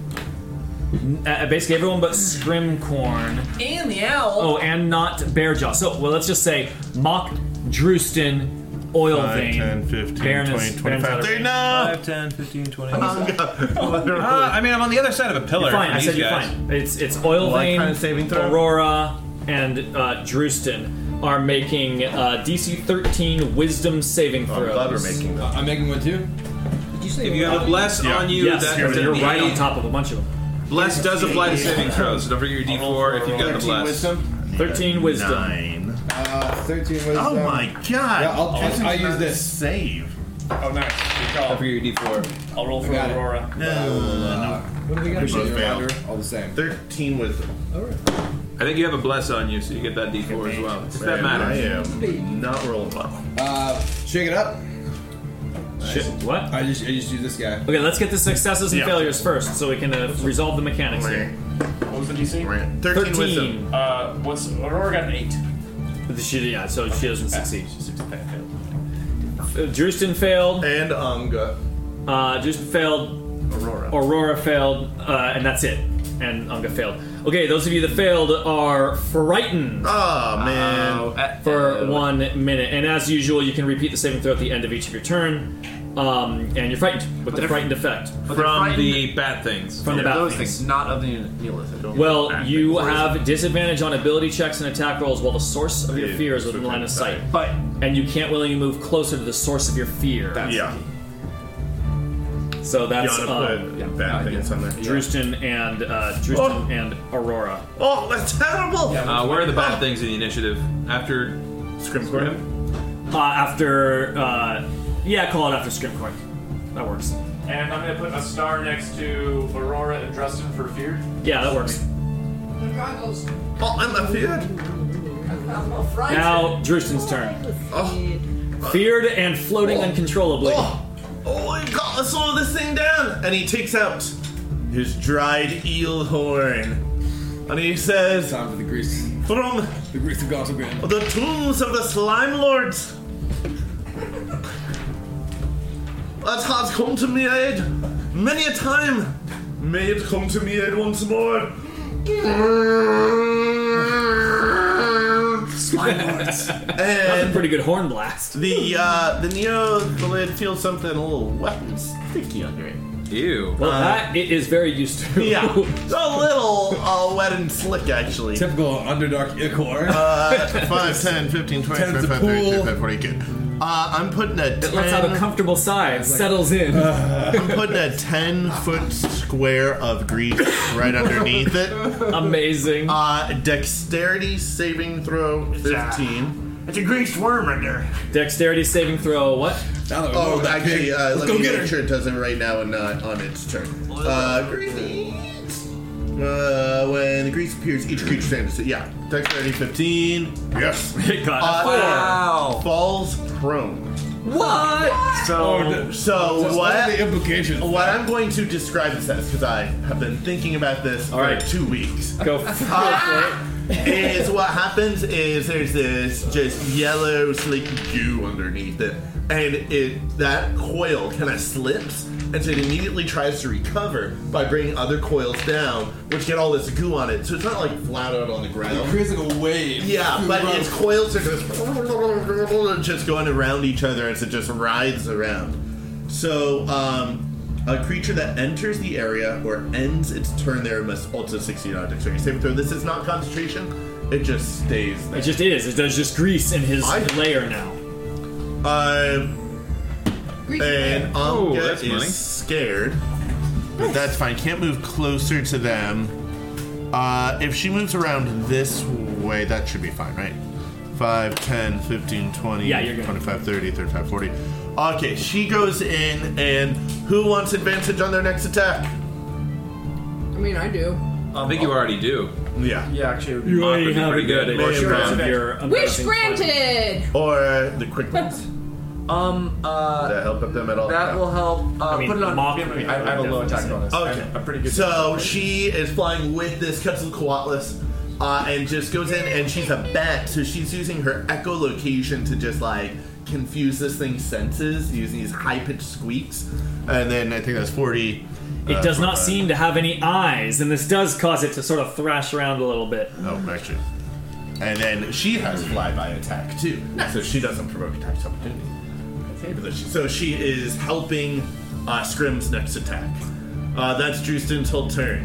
[SPEAKER 2] uh, basically everyone but Scrimcorn.
[SPEAKER 11] And the owl.
[SPEAKER 2] Oh, and not Bearjaw. So, well, let's just say Mock, Drewston, Oil
[SPEAKER 6] Five,
[SPEAKER 2] Vein,
[SPEAKER 6] 10, 15, 20, 25, 30. No!
[SPEAKER 28] 5, 10, 15, 20.
[SPEAKER 7] Um,
[SPEAKER 6] Literally.
[SPEAKER 28] Ah, I mean, I'm on the other side of a pillar.
[SPEAKER 2] You're fine.
[SPEAKER 28] from
[SPEAKER 2] I said
[SPEAKER 28] these
[SPEAKER 2] you're
[SPEAKER 28] guys.
[SPEAKER 2] fine. It's it's oil
[SPEAKER 28] Well, that
[SPEAKER 2] vein,
[SPEAKER 28] kind of saving throw?
[SPEAKER 2] Aurora, and uh, Drewston are making uh, DC 13 Wisdom saving
[SPEAKER 6] I'm
[SPEAKER 2] throws.
[SPEAKER 6] glad we're making them.
[SPEAKER 2] I'm making one too.
[SPEAKER 11] Did you say
[SPEAKER 3] If you have a bless on you,
[SPEAKER 2] yes,
[SPEAKER 3] that-
[SPEAKER 2] you're,
[SPEAKER 3] that
[SPEAKER 2] you're
[SPEAKER 3] the-
[SPEAKER 2] right on top of a bunch of them.
[SPEAKER 3] Bless does apply to saving throws, so don't forget your d4 if you've got the
[SPEAKER 2] 13
[SPEAKER 3] bless.
[SPEAKER 2] wisdom? 13 wisdom.
[SPEAKER 6] Nine.
[SPEAKER 4] Uh, 13 wisdom.
[SPEAKER 6] Oh my god!
[SPEAKER 4] Yeah, I'll,
[SPEAKER 6] Jason's
[SPEAKER 4] I'll use
[SPEAKER 6] not
[SPEAKER 4] this.
[SPEAKER 6] Save.
[SPEAKER 13] Oh, nice. Good call.
[SPEAKER 4] Don't forget your d4.
[SPEAKER 13] I'll roll
[SPEAKER 4] I
[SPEAKER 13] for
[SPEAKER 4] got it.
[SPEAKER 13] Aurora.
[SPEAKER 4] No, uh,
[SPEAKER 11] What do we got?
[SPEAKER 4] Appreciate
[SPEAKER 3] Both
[SPEAKER 4] your
[SPEAKER 3] failed.
[SPEAKER 4] reminder. All the same.
[SPEAKER 6] 13 wisdom.
[SPEAKER 3] I think you have a bless on you, so you get that d4 as well. Does that
[SPEAKER 6] Man,
[SPEAKER 3] matter?
[SPEAKER 6] I am not rolling well.
[SPEAKER 4] Uh, shake it up.
[SPEAKER 2] What?
[SPEAKER 4] I just, I just use this guy.
[SPEAKER 2] Okay, let's get the successes and
[SPEAKER 4] Yeah.
[SPEAKER 2] failures first, so we can uh, resolve the mechanics here.
[SPEAKER 13] What was the DC?
[SPEAKER 6] 13,
[SPEAKER 13] wisdom. Uh, what's Aurora got an eight?
[SPEAKER 2] She, yeah, so she doesn't succeed. Uh, Drewston failed.
[SPEAKER 6] And Unga.
[SPEAKER 2] Uh, Drewston failed.
[SPEAKER 6] Aurora.
[SPEAKER 2] Aurora failed, uh, and that's it. And Unga failed. Okay, those of you that failed are frightened.
[SPEAKER 6] Oh, man.
[SPEAKER 2] Uh,
[SPEAKER 7] Uh,
[SPEAKER 2] for one minute. And as usual, you can repeat the saving throw at the end of each of your turn. Um, and you're frightened with the
[SPEAKER 3] they're-
[SPEAKER 2] frightened effect.
[SPEAKER 3] From the bad things.
[SPEAKER 2] From the bad
[SPEAKER 3] those
[SPEAKER 2] things.
[SPEAKER 13] Not of the Neolithic.
[SPEAKER 7] Ah,
[SPEAKER 2] Well, you have disadvantage on ability checks and attack rolls while the source of your fear is within line of sight.
[SPEAKER 13] But
[SPEAKER 2] and you can't willingly move closer to the source of your fear.
[SPEAKER 6] yeah.
[SPEAKER 2] So that's
[SPEAKER 6] You
[SPEAKER 2] um,
[SPEAKER 6] wanna put bad things on there.
[SPEAKER 2] Drewston and uh, Drewston and Aurora.
[SPEAKER 6] Oh, that's terrible!
[SPEAKER 3] Uh, where are the bad things in the initiative? After Scrim?
[SPEAKER 2] Uh, after uh, yeah, call it after Scrimcorn. That works.
[SPEAKER 13] And I'm gonna put a star next to Aurora and Dresden for fear.
[SPEAKER 2] Yeah, that works.
[SPEAKER 27] The goggles.
[SPEAKER 6] Oh, I'm afraid.
[SPEAKER 27] I'm not frightened.
[SPEAKER 2] Now Drewston's turn. Feared and floating uncontrollably.
[SPEAKER 6] Oh, I gotta slow this thing down! And he takes out his dried eel horn. And he says,
[SPEAKER 4] Time for the grease.
[SPEAKER 6] From
[SPEAKER 4] The grease of Gotham Grand.
[SPEAKER 6] the tombs of the slime lords. That has come to me aid many a time. May it come to me aid once more.
[SPEAKER 2] Slime lords.
[SPEAKER 6] And
[SPEAKER 2] pretty good horn blast.
[SPEAKER 6] The uh, the neo the lid feels something a little wet and sticky under it.
[SPEAKER 3] Ew.
[SPEAKER 2] Well,
[SPEAKER 6] Uh,
[SPEAKER 2] that it is very used to.
[SPEAKER 6] Yeah, it's a little uh, wet and slick actually.
[SPEAKER 4] Typical Underdark Ichor.
[SPEAKER 6] Uh, 5, 10, 15, 20,
[SPEAKER 4] Ten's a
[SPEAKER 6] 25, 30,
[SPEAKER 4] pool.
[SPEAKER 6] 35, 40. Good. Uh, I'm putting a 10.
[SPEAKER 2] It lets out a comfortable sigh. It settles in.
[SPEAKER 6] Uh. I'm putting a 10 foot square of grease right underneath it.
[SPEAKER 2] Amazing.
[SPEAKER 6] Uh, dexterity saving throw 15.
[SPEAKER 2] It's a greased worm right there. Dexterity saving throw. What?
[SPEAKER 6] Oh, actually, uh, let me make sure it does it right now and not on its turn. Uh, greasy. Uh, when the grease appears, each creature stands. Yeah, dexterity 15. Yes,
[SPEAKER 2] it got
[SPEAKER 6] uh,
[SPEAKER 2] four.
[SPEAKER 6] Wow. Falls prone.
[SPEAKER 2] What?
[SPEAKER 6] So, so
[SPEAKER 4] Oh, Just
[SPEAKER 6] what?
[SPEAKER 4] all the implications.
[SPEAKER 6] What I'm going to describe this as, because I have been thinking about this for
[SPEAKER 2] right.
[SPEAKER 6] two weeks.
[SPEAKER 2] Go
[SPEAKER 6] for it. Is what happens is there's this just yellow slick goo underneath it, and it that coil kind of slips, and so it immediately tries to recover by bringing other coils down, which get all this goo on it. So it's not like flat out on the ground.
[SPEAKER 4] It creates like a wave.
[SPEAKER 6] Yeah,
[SPEAKER 4] Through
[SPEAKER 6] but
[SPEAKER 4] the
[SPEAKER 6] its
[SPEAKER 4] rope.
[SPEAKER 6] coils are just just going around each other as it just rides around. So um, A creature that enters the area or ends its turn there must also succeed on a dexterity saving throw. This is not concentration; it just stays. There.
[SPEAKER 2] It just is. It does just grease in his layer now.
[SPEAKER 6] Uh,
[SPEAKER 5] Grease
[SPEAKER 6] and
[SPEAKER 2] Oh,
[SPEAKER 6] Anka
[SPEAKER 2] that's
[SPEAKER 6] is
[SPEAKER 2] funny.
[SPEAKER 6] scared, but that's fine. Can't move closer to them. Uh, if she moves around this way, that should be fine, right? 5, 10, 15, 20,
[SPEAKER 2] Yeah, you're good.
[SPEAKER 6] 25, 30, 35, 40. Okay, she goes in, and who wants advantage on their next attack?
[SPEAKER 5] I mean, I do.
[SPEAKER 3] I think you
[SPEAKER 2] Um,
[SPEAKER 3] already do.
[SPEAKER 6] Yeah.
[SPEAKER 7] Yeah, actually.
[SPEAKER 3] You already have pretty good.
[SPEAKER 6] Or
[SPEAKER 3] Motion
[SPEAKER 6] Shroud.
[SPEAKER 3] round.
[SPEAKER 5] Wish granted.
[SPEAKER 6] Or uh, the quick ones.
[SPEAKER 7] Um, uh.
[SPEAKER 6] Does that help them at all?
[SPEAKER 7] That
[SPEAKER 6] No.
[SPEAKER 7] will help. Uh,
[SPEAKER 6] I mean,
[SPEAKER 7] put it on.
[SPEAKER 6] mock-
[SPEAKER 7] I, I have a low attack bonus.
[SPEAKER 2] Oh,
[SPEAKER 6] Okay.
[SPEAKER 7] I'm a pretty good.
[SPEAKER 6] So she is flying with this Quetzalcoatlus uh, and just goes in, and she's a bat, so she's using her echolocation to just like confuse this thing's senses using these high pitched squeaks. And then I think that's 40.
[SPEAKER 2] It
[SPEAKER 6] uh,
[SPEAKER 2] does not
[SPEAKER 6] 45.
[SPEAKER 2] seem to have any eyes, and this does cause it to sort of thrash around a little bit.
[SPEAKER 6] Oh, gotcha. And then she has flyby attack too, so she doesn't provoke attacks of opportunity. So she is helping uh, Scrim's next attack. Uh, that's Drewston's whole turn.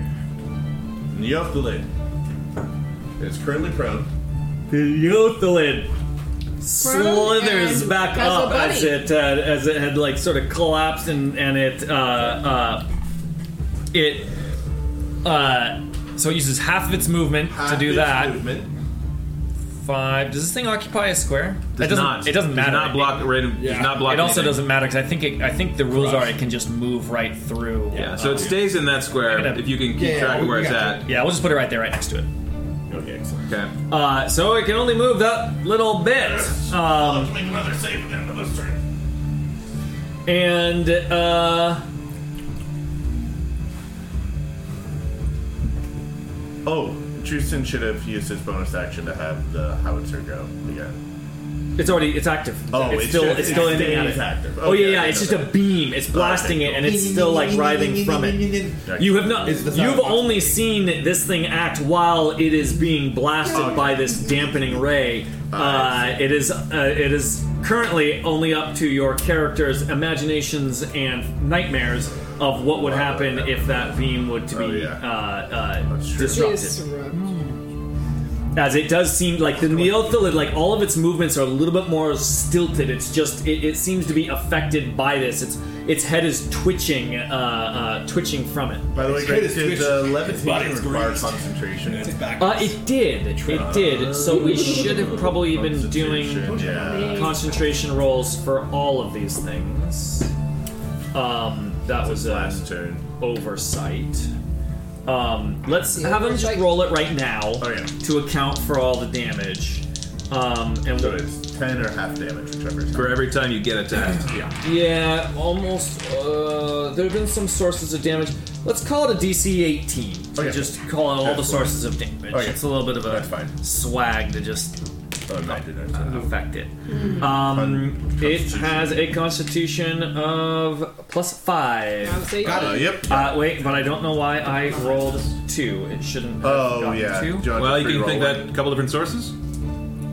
[SPEAKER 6] Neothelid is currently prone.
[SPEAKER 2] Neothelid slithers
[SPEAKER 5] and
[SPEAKER 2] back
[SPEAKER 5] has a
[SPEAKER 2] up
[SPEAKER 5] buddy.
[SPEAKER 2] as it uh, as it had like sort of collapsed and and it uh, uh, it uh, so it uses half of its movement to do
[SPEAKER 6] its
[SPEAKER 2] that.
[SPEAKER 6] movement.
[SPEAKER 2] Five. Does this thing occupy a square?
[SPEAKER 3] Does
[SPEAKER 2] it doesn't,
[SPEAKER 3] not.
[SPEAKER 2] It doesn't
[SPEAKER 3] Does
[SPEAKER 2] matter.
[SPEAKER 3] not block- random- does not block
[SPEAKER 2] It also
[SPEAKER 3] anything.
[SPEAKER 2] doesn't matter because I think it, I think the rules are it can just move right through. Uh,
[SPEAKER 3] Yeah, so it stays in that square if you can keep track of where it's at.
[SPEAKER 2] Yeah, we'll just put it right there, right next to it.
[SPEAKER 6] Okay, excellent.
[SPEAKER 3] Okay.
[SPEAKER 2] Uh, so it can only move that little bit. Um,
[SPEAKER 6] Make another save at the end of this turn.
[SPEAKER 2] and uh,
[SPEAKER 6] Oh, Drewston should have used his bonus action to have the howitzer go again.
[SPEAKER 2] it's already it's active.
[SPEAKER 6] Oh,
[SPEAKER 2] it's
[SPEAKER 6] it
[SPEAKER 2] still
[SPEAKER 6] should-
[SPEAKER 2] it's still
[SPEAKER 6] it
[SPEAKER 2] aiming at
[SPEAKER 6] stays
[SPEAKER 2] it.
[SPEAKER 6] active.
[SPEAKER 2] Oh yeah,
[SPEAKER 6] Okay,
[SPEAKER 2] yeah.
[SPEAKER 6] I
[SPEAKER 2] It's
[SPEAKER 6] know
[SPEAKER 2] just a
[SPEAKER 6] that.
[SPEAKER 2] beam. It's blasting it, and it's still like writhing from it. You have not.
[SPEAKER 6] It's the
[SPEAKER 2] You've
[SPEAKER 6] sound.
[SPEAKER 2] only seen this thing act while it is being blasted by this dampening ray. Uh, it is. Uh, it is currently only up to your character's imaginations and nightmares of what would happen if that beam would to be
[SPEAKER 6] Oh,
[SPEAKER 2] uh, uh, disrupted. As it does seem like the neothelid, like all of its movements are a little bit more stilted. It's just it, it seems to be affected by this. Its its head is twitching, uh, uh, twitching from it.
[SPEAKER 6] By the way, Greg, did the levitation require
[SPEAKER 2] greased.
[SPEAKER 6] concentration?
[SPEAKER 2] Uh, it did. It did. So we should have probably been doing
[SPEAKER 6] yeah.
[SPEAKER 2] concentration rolls for all of these things. Um, that was a last
[SPEAKER 6] turn
[SPEAKER 2] oversight. Um, let's have him just roll it right now
[SPEAKER 6] Oh,
[SPEAKER 2] to account for all the damage. Um, and
[SPEAKER 6] So it's ten or half damage, whichever.
[SPEAKER 3] For every time you get attacked.
[SPEAKER 2] yeah. Yeah, almost. Uh, there have been some sources of damage. Let's call it a DC 18. To
[SPEAKER 6] Okay.
[SPEAKER 2] Just call out all the
[SPEAKER 6] That's
[SPEAKER 2] sources of damage.
[SPEAKER 6] Okay.
[SPEAKER 2] It's a little bit of a swag to just uh,
[SPEAKER 6] Mm-hmm.
[SPEAKER 2] affect it. Um, it has a constitution of plus five.
[SPEAKER 5] I'll say Got it.
[SPEAKER 6] yep.
[SPEAKER 2] Uh, wait, but I don't know why I rolled two. It shouldn't have
[SPEAKER 6] Oh,
[SPEAKER 2] gotten two.
[SPEAKER 3] Well, you can think that a couple different sources.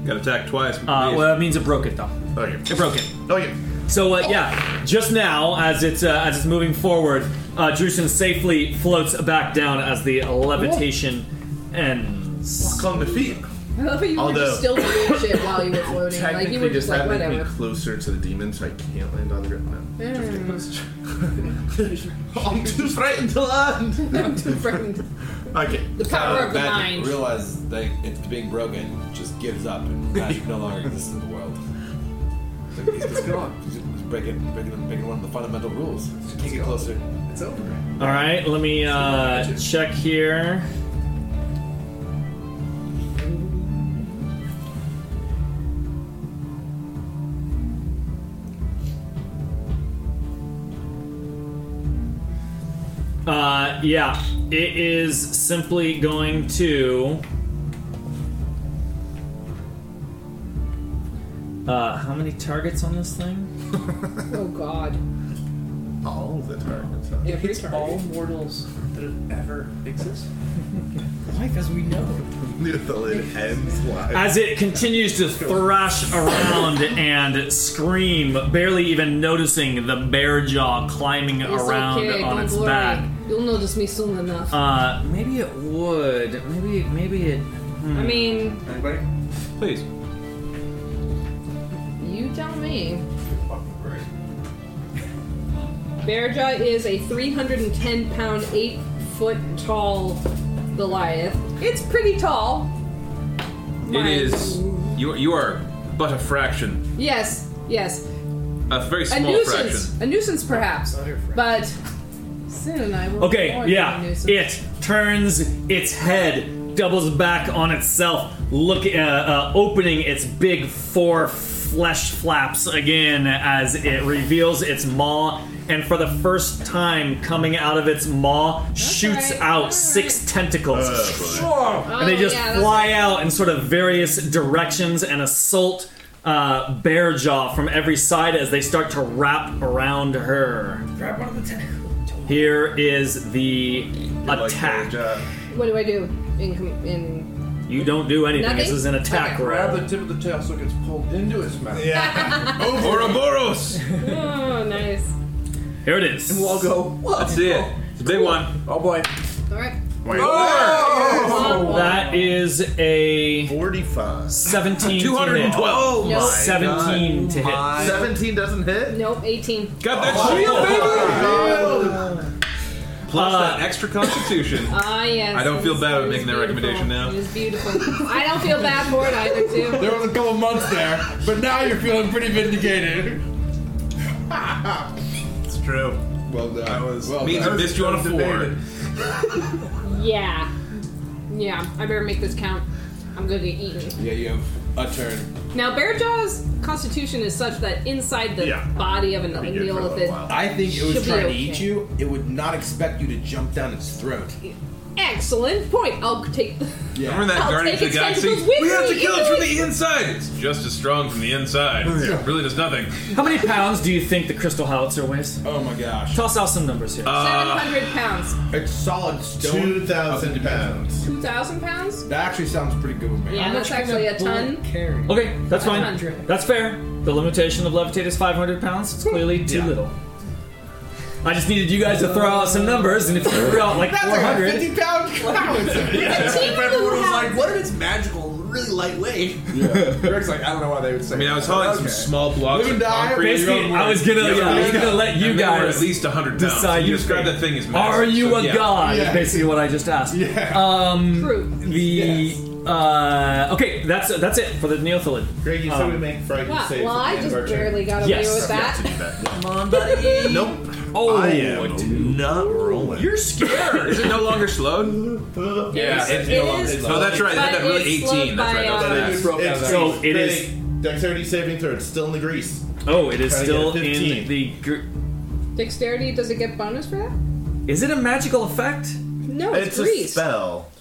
[SPEAKER 3] Got attacked twice.
[SPEAKER 2] Uh, well, that means it broke it though.
[SPEAKER 6] Okay. Oh,
[SPEAKER 2] It broke it.
[SPEAKER 6] Okay.
[SPEAKER 2] So uh, yeah, just now as it's uh, as it's moving forward, uh, Drusen safely floats back down as the levitation ends.
[SPEAKER 6] Walk on the feet.
[SPEAKER 5] I love how you were
[SPEAKER 6] Although-
[SPEAKER 5] just still doing shit while you were floating. like you were
[SPEAKER 6] Technically,
[SPEAKER 5] just
[SPEAKER 6] does
[SPEAKER 5] like
[SPEAKER 6] that make me
[SPEAKER 5] whatever.
[SPEAKER 6] closer to the demon so I can't land on the ground? No. I'm too frightened to land.
[SPEAKER 5] I'm too frightened.
[SPEAKER 6] Okay.
[SPEAKER 5] The power of the mind.
[SPEAKER 4] Realize that it's being broken, just gives up, and magic no longer exists in the world. It's like, it's- it's gone. It's breaking, breaking, breaking one of the fundamental rules. Take it closer. It's over.
[SPEAKER 2] All right, let me uh, check here. Uh, yeah, it is simply going to. Uh, how many targets on this thing?
[SPEAKER 5] Oh god.
[SPEAKER 6] all the targets. huh?
[SPEAKER 11] It hits all mortals that have ever existed. Life as we know.
[SPEAKER 6] Until it ends live.
[SPEAKER 2] As it continues to thrash around and scream, barely even noticing the bear jaw climbing
[SPEAKER 5] It's
[SPEAKER 2] around
[SPEAKER 5] okay,
[SPEAKER 2] on
[SPEAKER 5] don't
[SPEAKER 2] its
[SPEAKER 5] worry.
[SPEAKER 2] back.
[SPEAKER 5] You'll notice me soon enough.
[SPEAKER 2] Uh, maybe it would. Maybe, maybe it.
[SPEAKER 5] I mean,
[SPEAKER 3] Anybody? Please.
[SPEAKER 5] You tell me. Bearjaw is a 310 pound, 8 foot tall Goliath. It's pretty tall.
[SPEAKER 3] It is. You, you are but a fraction.
[SPEAKER 5] Yes, yes.
[SPEAKER 3] A very
[SPEAKER 5] a
[SPEAKER 3] small
[SPEAKER 5] nuisance.
[SPEAKER 3] fraction.
[SPEAKER 5] A nuisance, perhaps. But Sin and I will.
[SPEAKER 2] Okay,
[SPEAKER 5] avoid
[SPEAKER 2] yeah.
[SPEAKER 5] the nuisance.
[SPEAKER 2] It turns its head, doubles back on itself, look, uh, uh, opening its big four flesh flaps again as it reveals its maw, and for the first time, coming out of its maw, shoots out six tentacles,
[SPEAKER 5] boy.
[SPEAKER 2] and they
[SPEAKER 5] Oh,
[SPEAKER 2] just
[SPEAKER 5] yeah, that's-
[SPEAKER 2] fly out in sort of various directions and assault. Uh, bear jaw from every side as they start to wrap around her.
[SPEAKER 11] Grab one of the tentacles.
[SPEAKER 2] Here is the attack.
[SPEAKER 5] What do I do? In, com- in
[SPEAKER 2] you don't do anything. This
[SPEAKER 5] Nothing?
[SPEAKER 2] is an attack
[SPEAKER 5] Okay.
[SPEAKER 2] round.
[SPEAKER 7] Grab the tip of the tail so it gets pulled into its mouth.
[SPEAKER 5] Yeah.
[SPEAKER 3] Ouroboros!
[SPEAKER 5] oh, nice.
[SPEAKER 2] Here it is.
[SPEAKER 7] And we'll all go, what?
[SPEAKER 3] That's it. It's a big one.
[SPEAKER 7] Oh boy.
[SPEAKER 5] All right.
[SPEAKER 7] Oh!
[SPEAKER 2] That is a
[SPEAKER 6] 45.
[SPEAKER 2] 17
[SPEAKER 6] 212.
[SPEAKER 2] To hit.
[SPEAKER 6] Oh my
[SPEAKER 2] 17
[SPEAKER 6] God.
[SPEAKER 2] to hit.
[SPEAKER 6] My- 17 doesn't hit?
[SPEAKER 5] Nope, 18.
[SPEAKER 3] Got that
[SPEAKER 6] Oh.
[SPEAKER 3] shield, baby!
[SPEAKER 5] Oh.
[SPEAKER 3] Plus
[SPEAKER 2] Uh,
[SPEAKER 3] that extra constitution.
[SPEAKER 5] Ah, yes.
[SPEAKER 3] I don't feel bad about making that recommendation
[SPEAKER 5] It
[SPEAKER 3] now.
[SPEAKER 5] was beautiful. I don't feel bad for it either, too.
[SPEAKER 4] There was a couple months there, but now you're feeling pretty vindicated.
[SPEAKER 1] It's true.
[SPEAKER 4] Well done.
[SPEAKER 1] I was.
[SPEAKER 4] Well
[SPEAKER 3] Means I
[SPEAKER 4] done.
[SPEAKER 3] missed you on a four.
[SPEAKER 5] Yeah. Yeah, I better make this count. I'm gonna get eaten.
[SPEAKER 4] Yeah, you have a turn.
[SPEAKER 5] Now, Bearjaw's constitution is such that inside the
[SPEAKER 4] Yeah.
[SPEAKER 5] body of an
[SPEAKER 4] Be good for a little
[SPEAKER 5] Neolithic.
[SPEAKER 4] while. I think it
[SPEAKER 5] should
[SPEAKER 4] was
[SPEAKER 5] be
[SPEAKER 4] trying
[SPEAKER 5] okay.
[SPEAKER 4] to eat you. It would not expect you to jump down its throat.
[SPEAKER 5] Excellent point. I'll take.
[SPEAKER 4] Yeah.
[SPEAKER 3] Remember that
[SPEAKER 5] I'll
[SPEAKER 3] Guardians
[SPEAKER 5] take
[SPEAKER 3] of the
[SPEAKER 5] its
[SPEAKER 3] Galaxy?
[SPEAKER 5] tentacles with
[SPEAKER 3] We have to
[SPEAKER 5] me,
[SPEAKER 3] kill it from
[SPEAKER 5] ew.
[SPEAKER 3] the inside! It's just as strong from the inside.
[SPEAKER 2] Oh,
[SPEAKER 3] It really does nothing.
[SPEAKER 2] How many pounds do you think the crystal howitzer weighs?
[SPEAKER 4] Oh my gosh.
[SPEAKER 2] Toss out some numbers
[SPEAKER 3] Uh,
[SPEAKER 2] here.
[SPEAKER 5] Seven hundred pounds.
[SPEAKER 4] It's solid stone.
[SPEAKER 6] 2,000
[SPEAKER 4] pounds.
[SPEAKER 5] Two thousand pounds.
[SPEAKER 4] That actually sounds pretty good with me.
[SPEAKER 5] Yeah, that's actually a ton.
[SPEAKER 11] Carry.
[SPEAKER 2] okay, that's fine.
[SPEAKER 5] 500.
[SPEAKER 2] That's fair. The limitation of levitate is 500 pounds. It's clearly too little. I just needed you guys to throw out some numbers, and if you threw out like
[SPEAKER 27] That's like a
[SPEAKER 2] 400,
[SPEAKER 4] 50 pound cow.
[SPEAKER 27] Yeah.
[SPEAKER 4] If everyone was like,
[SPEAKER 27] what if it's magical, really lightweight?
[SPEAKER 4] Eric's like, I don't know why they would say
[SPEAKER 3] I mean, I was hauling some small blocks
[SPEAKER 4] Live
[SPEAKER 3] of
[SPEAKER 4] and die,
[SPEAKER 3] concrete.
[SPEAKER 2] basically, I was gonna, yeah, I was gonna let you
[SPEAKER 3] And they were
[SPEAKER 2] guys
[SPEAKER 3] at least 100 pounds.
[SPEAKER 2] decide.
[SPEAKER 3] You
[SPEAKER 2] your
[SPEAKER 3] described
[SPEAKER 2] fate.
[SPEAKER 3] that thing as massive.
[SPEAKER 2] Are you
[SPEAKER 3] so,
[SPEAKER 2] a
[SPEAKER 3] yeah.
[SPEAKER 2] god?
[SPEAKER 3] Yeah.
[SPEAKER 2] Is basically what I just asked. Um,
[SPEAKER 5] True.
[SPEAKER 2] The uh, okay, that's that's it for the Neophilid. Um,
[SPEAKER 6] Greg, you said we make frightened
[SPEAKER 5] Wow,
[SPEAKER 6] saves
[SPEAKER 5] well,
[SPEAKER 6] at the
[SPEAKER 5] I
[SPEAKER 6] end of
[SPEAKER 5] just
[SPEAKER 6] our turn.
[SPEAKER 5] barely got away
[SPEAKER 2] Yes.
[SPEAKER 5] with that.
[SPEAKER 2] Come on, buddy.
[SPEAKER 6] Nope.
[SPEAKER 2] Oh,
[SPEAKER 6] I am not rolling.
[SPEAKER 2] You're scared.
[SPEAKER 3] Is it no longer slowed? Yeah,
[SPEAKER 6] Yes,
[SPEAKER 3] it's
[SPEAKER 6] it
[SPEAKER 3] no longer
[SPEAKER 6] is,
[SPEAKER 3] slowed. Oh, that's right. That,
[SPEAKER 6] but
[SPEAKER 3] that really
[SPEAKER 6] it's
[SPEAKER 3] 18.
[SPEAKER 6] slowed
[SPEAKER 3] That's
[SPEAKER 6] by,
[SPEAKER 3] right. That was
[SPEAKER 6] uh,
[SPEAKER 3] fast.
[SPEAKER 5] um,
[SPEAKER 6] It's broke down.
[SPEAKER 2] So it is.
[SPEAKER 6] Dexterity saving throw. It's still in the grease.
[SPEAKER 2] Oh, it is
[SPEAKER 6] Try to
[SPEAKER 2] still
[SPEAKER 6] get a 15.
[SPEAKER 2] in the. Gr-
[SPEAKER 5] Dexterity. Does it get bonus for that?
[SPEAKER 2] is it a magical effect?
[SPEAKER 5] No, it's, grease.
[SPEAKER 6] spell.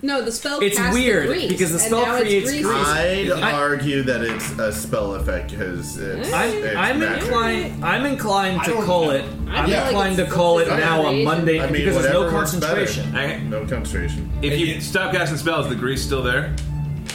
[SPEAKER 5] No, the spell.
[SPEAKER 2] It's
[SPEAKER 5] casts
[SPEAKER 2] weird,
[SPEAKER 5] the grease,
[SPEAKER 2] because the
[SPEAKER 5] and
[SPEAKER 2] spell
[SPEAKER 5] now it's
[SPEAKER 2] creates grease.
[SPEAKER 6] I'd
[SPEAKER 2] I-
[SPEAKER 6] argue that it's a spell effect because it's.
[SPEAKER 2] I'm,
[SPEAKER 6] it's
[SPEAKER 2] I'm
[SPEAKER 6] magic.
[SPEAKER 2] inclined. I'm inclined to call it.
[SPEAKER 6] I
[SPEAKER 2] I'm
[SPEAKER 6] feel like
[SPEAKER 2] inclined
[SPEAKER 6] it's
[SPEAKER 2] to call it
[SPEAKER 6] something
[SPEAKER 2] now a
[SPEAKER 6] created.
[SPEAKER 2] Monday
[SPEAKER 6] I mean,
[SPEAKER 2] because there's no
[SPEAKER 6] whatever works better.
[SPEAKER 2] concentration.
[SPEAKER 6] No concentration.
[SPEAKER 3] If you stop casting spells, the grease still there?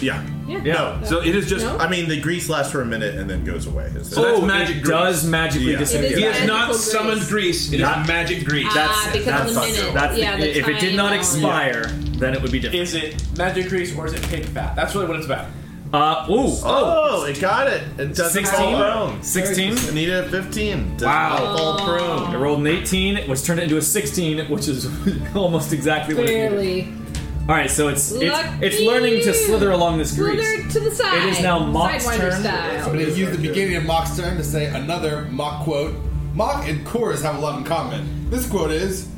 [SPEAKER 6] Yeah.
[SPEAKER 5] Yeah.
[SPEAKER 6] No.
[SPEAKER 3] So it is just- No?
[SPEAKER 6] I mean, the grease lasts for a minute and then goes away. Is
[SPEAKER 3] So
[SPEAKER 6] it?
[SPEAKER 2] Oh.
[SPEAKER 3] that's magic grease.
[SPEAKER 6] Yeah.
[SPEAKER 3] He has not summoned grease. It is
[SPEAKER 2] Not-
[SPEAKER 3] magic grease.
[SPEAKER 2] That's
[SPEAKER 16] Ah, because of the
[SPEAKER 2] that's,
[SPEAKER 16] minute.
[SPEAKER 2] that's
[SPEAKER 16] Yeah, the
[SPEAKER 2] if it did
[SPEAKER 16] time
[SPEAKER 2] not
[SPEAKER 16] and-
[SPEAKER 2] expire, then it would be different.
[SPEAKER 7] Is it magic grease or is it pig fat? That's really what it's about.
[SPEAKER 2] Uh, ooh, oh,
[SPEAKER 6] Oh, it got it. It doesn't
[SPEAKER 2] 16?
[SPEAKER 6] fall prone.
[SPEAKER 2] 16?
[SPEAKER 6] It needed a 15. Does
[SPEAKER 2] Wow.
[SPEAKER 6] not fall
[SPEAKER 2] I
[SPEAKER 6] prone.
[SPEAKER 2] rolled an 18, it was turned into a 16, which is almost exactly what it needed.
[SPEAKER 5] Barely.
[SPEAKER 2] All right, so it's it's,
[SPEAKER 5] Lucky
[SPEAKER 2] it's learning to slither along this
[SPEAKER 5] Slither
[SPEAKER 2] grease.
[SPEAKER 5] to the side.
[SPEAKER 2] It is now Mock's
[SPEAKER 5] Sidewinder
[SPEAKER 2] turn.
[SPEAKER 5] style.
[SPEAKER 4] Somebody used the beginning of Mock's turn to say another Mock quote. Mock and Chorus have a lot in common. This quote is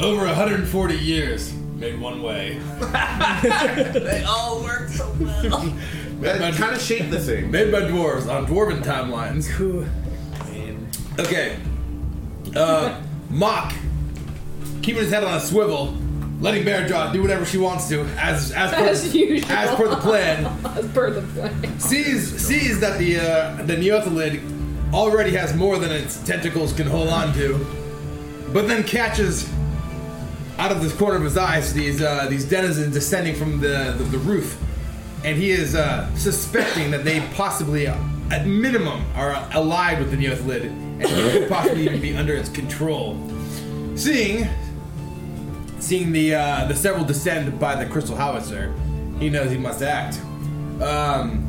[SPEAKER 4] Over 140 years, made one way.
[SPEAKER 27] they all work so well.
[SPEAKER 4] That kind of shaped the thing. Made by dwarves on dwarven timelines. Okay. Uh, Mock, keeping his head on a swivel, letting Bearjaw do whatever she wants to, as as per,
[SPEAKER 5] As usual.
[SPEAKER 4] as per the plan.
[SPEAKER 5] As per the plan.
[SPEAKER 4] sees sees that the uh, the Neothalid already has more than its tentacles can hold on to, but then catches out of the corner of his eyes these uh, these denizens descending from the, the, the roof, and he is uh, suspecting that they possibly, uh, at minimum, are allied with the Neothlid, and could possibly even be under its control. Seeing seeing the uh, the several descend by the crystal howitzer, he knows he must act. Um,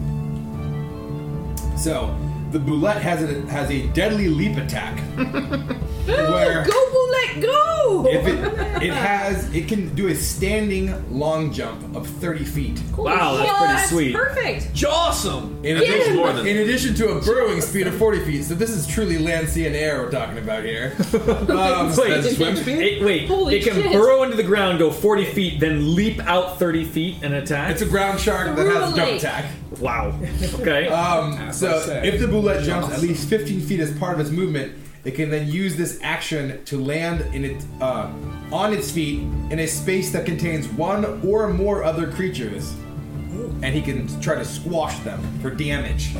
[SPEAKER 4] so the boulette has a has a deadly leap attack. Where-
[SPEAKER 5] go, Bullet,
[SPEAKER 4] If it, it has it can do a standing long jump of thirty feet.
[SPEAKER 2] Wow, that's pretty sweet.
[SPEAKER 5] Perfect.
[SPEAKER 4] Awesome. In
[SPEAKER 5] Get him.
[SPEAKER 4] addition,
[SPEAKER 5] More than-
[SPEAKER 4] in addition to a burrowing speed of 40 feet, so this is truly land, sea, and air we're talking about here. Um,
[SPEAKER 2] wait,
[SPEAKER 4] that's swim speed?
[SPEAKER 2] It, wait,
[SPEAKER 4] Holy
[SPEAKER 2] it can
[SPEAKER 4] shit.
[SPEAKER 2] burrow into the ground, go 40 feet, then leap out 30 feet and attack. It's
[SPEAKER 4] a ground shark that has a jump attack.
[SPEAKER 2] Wow. Okay.
[SPEAKER 4] Um, so if the boulette jumps at least 15 feet as part of its movement, it can then use this action to land in it uh, on its feet in a space that contains one or more other creatures, and he can try to squash them for damage.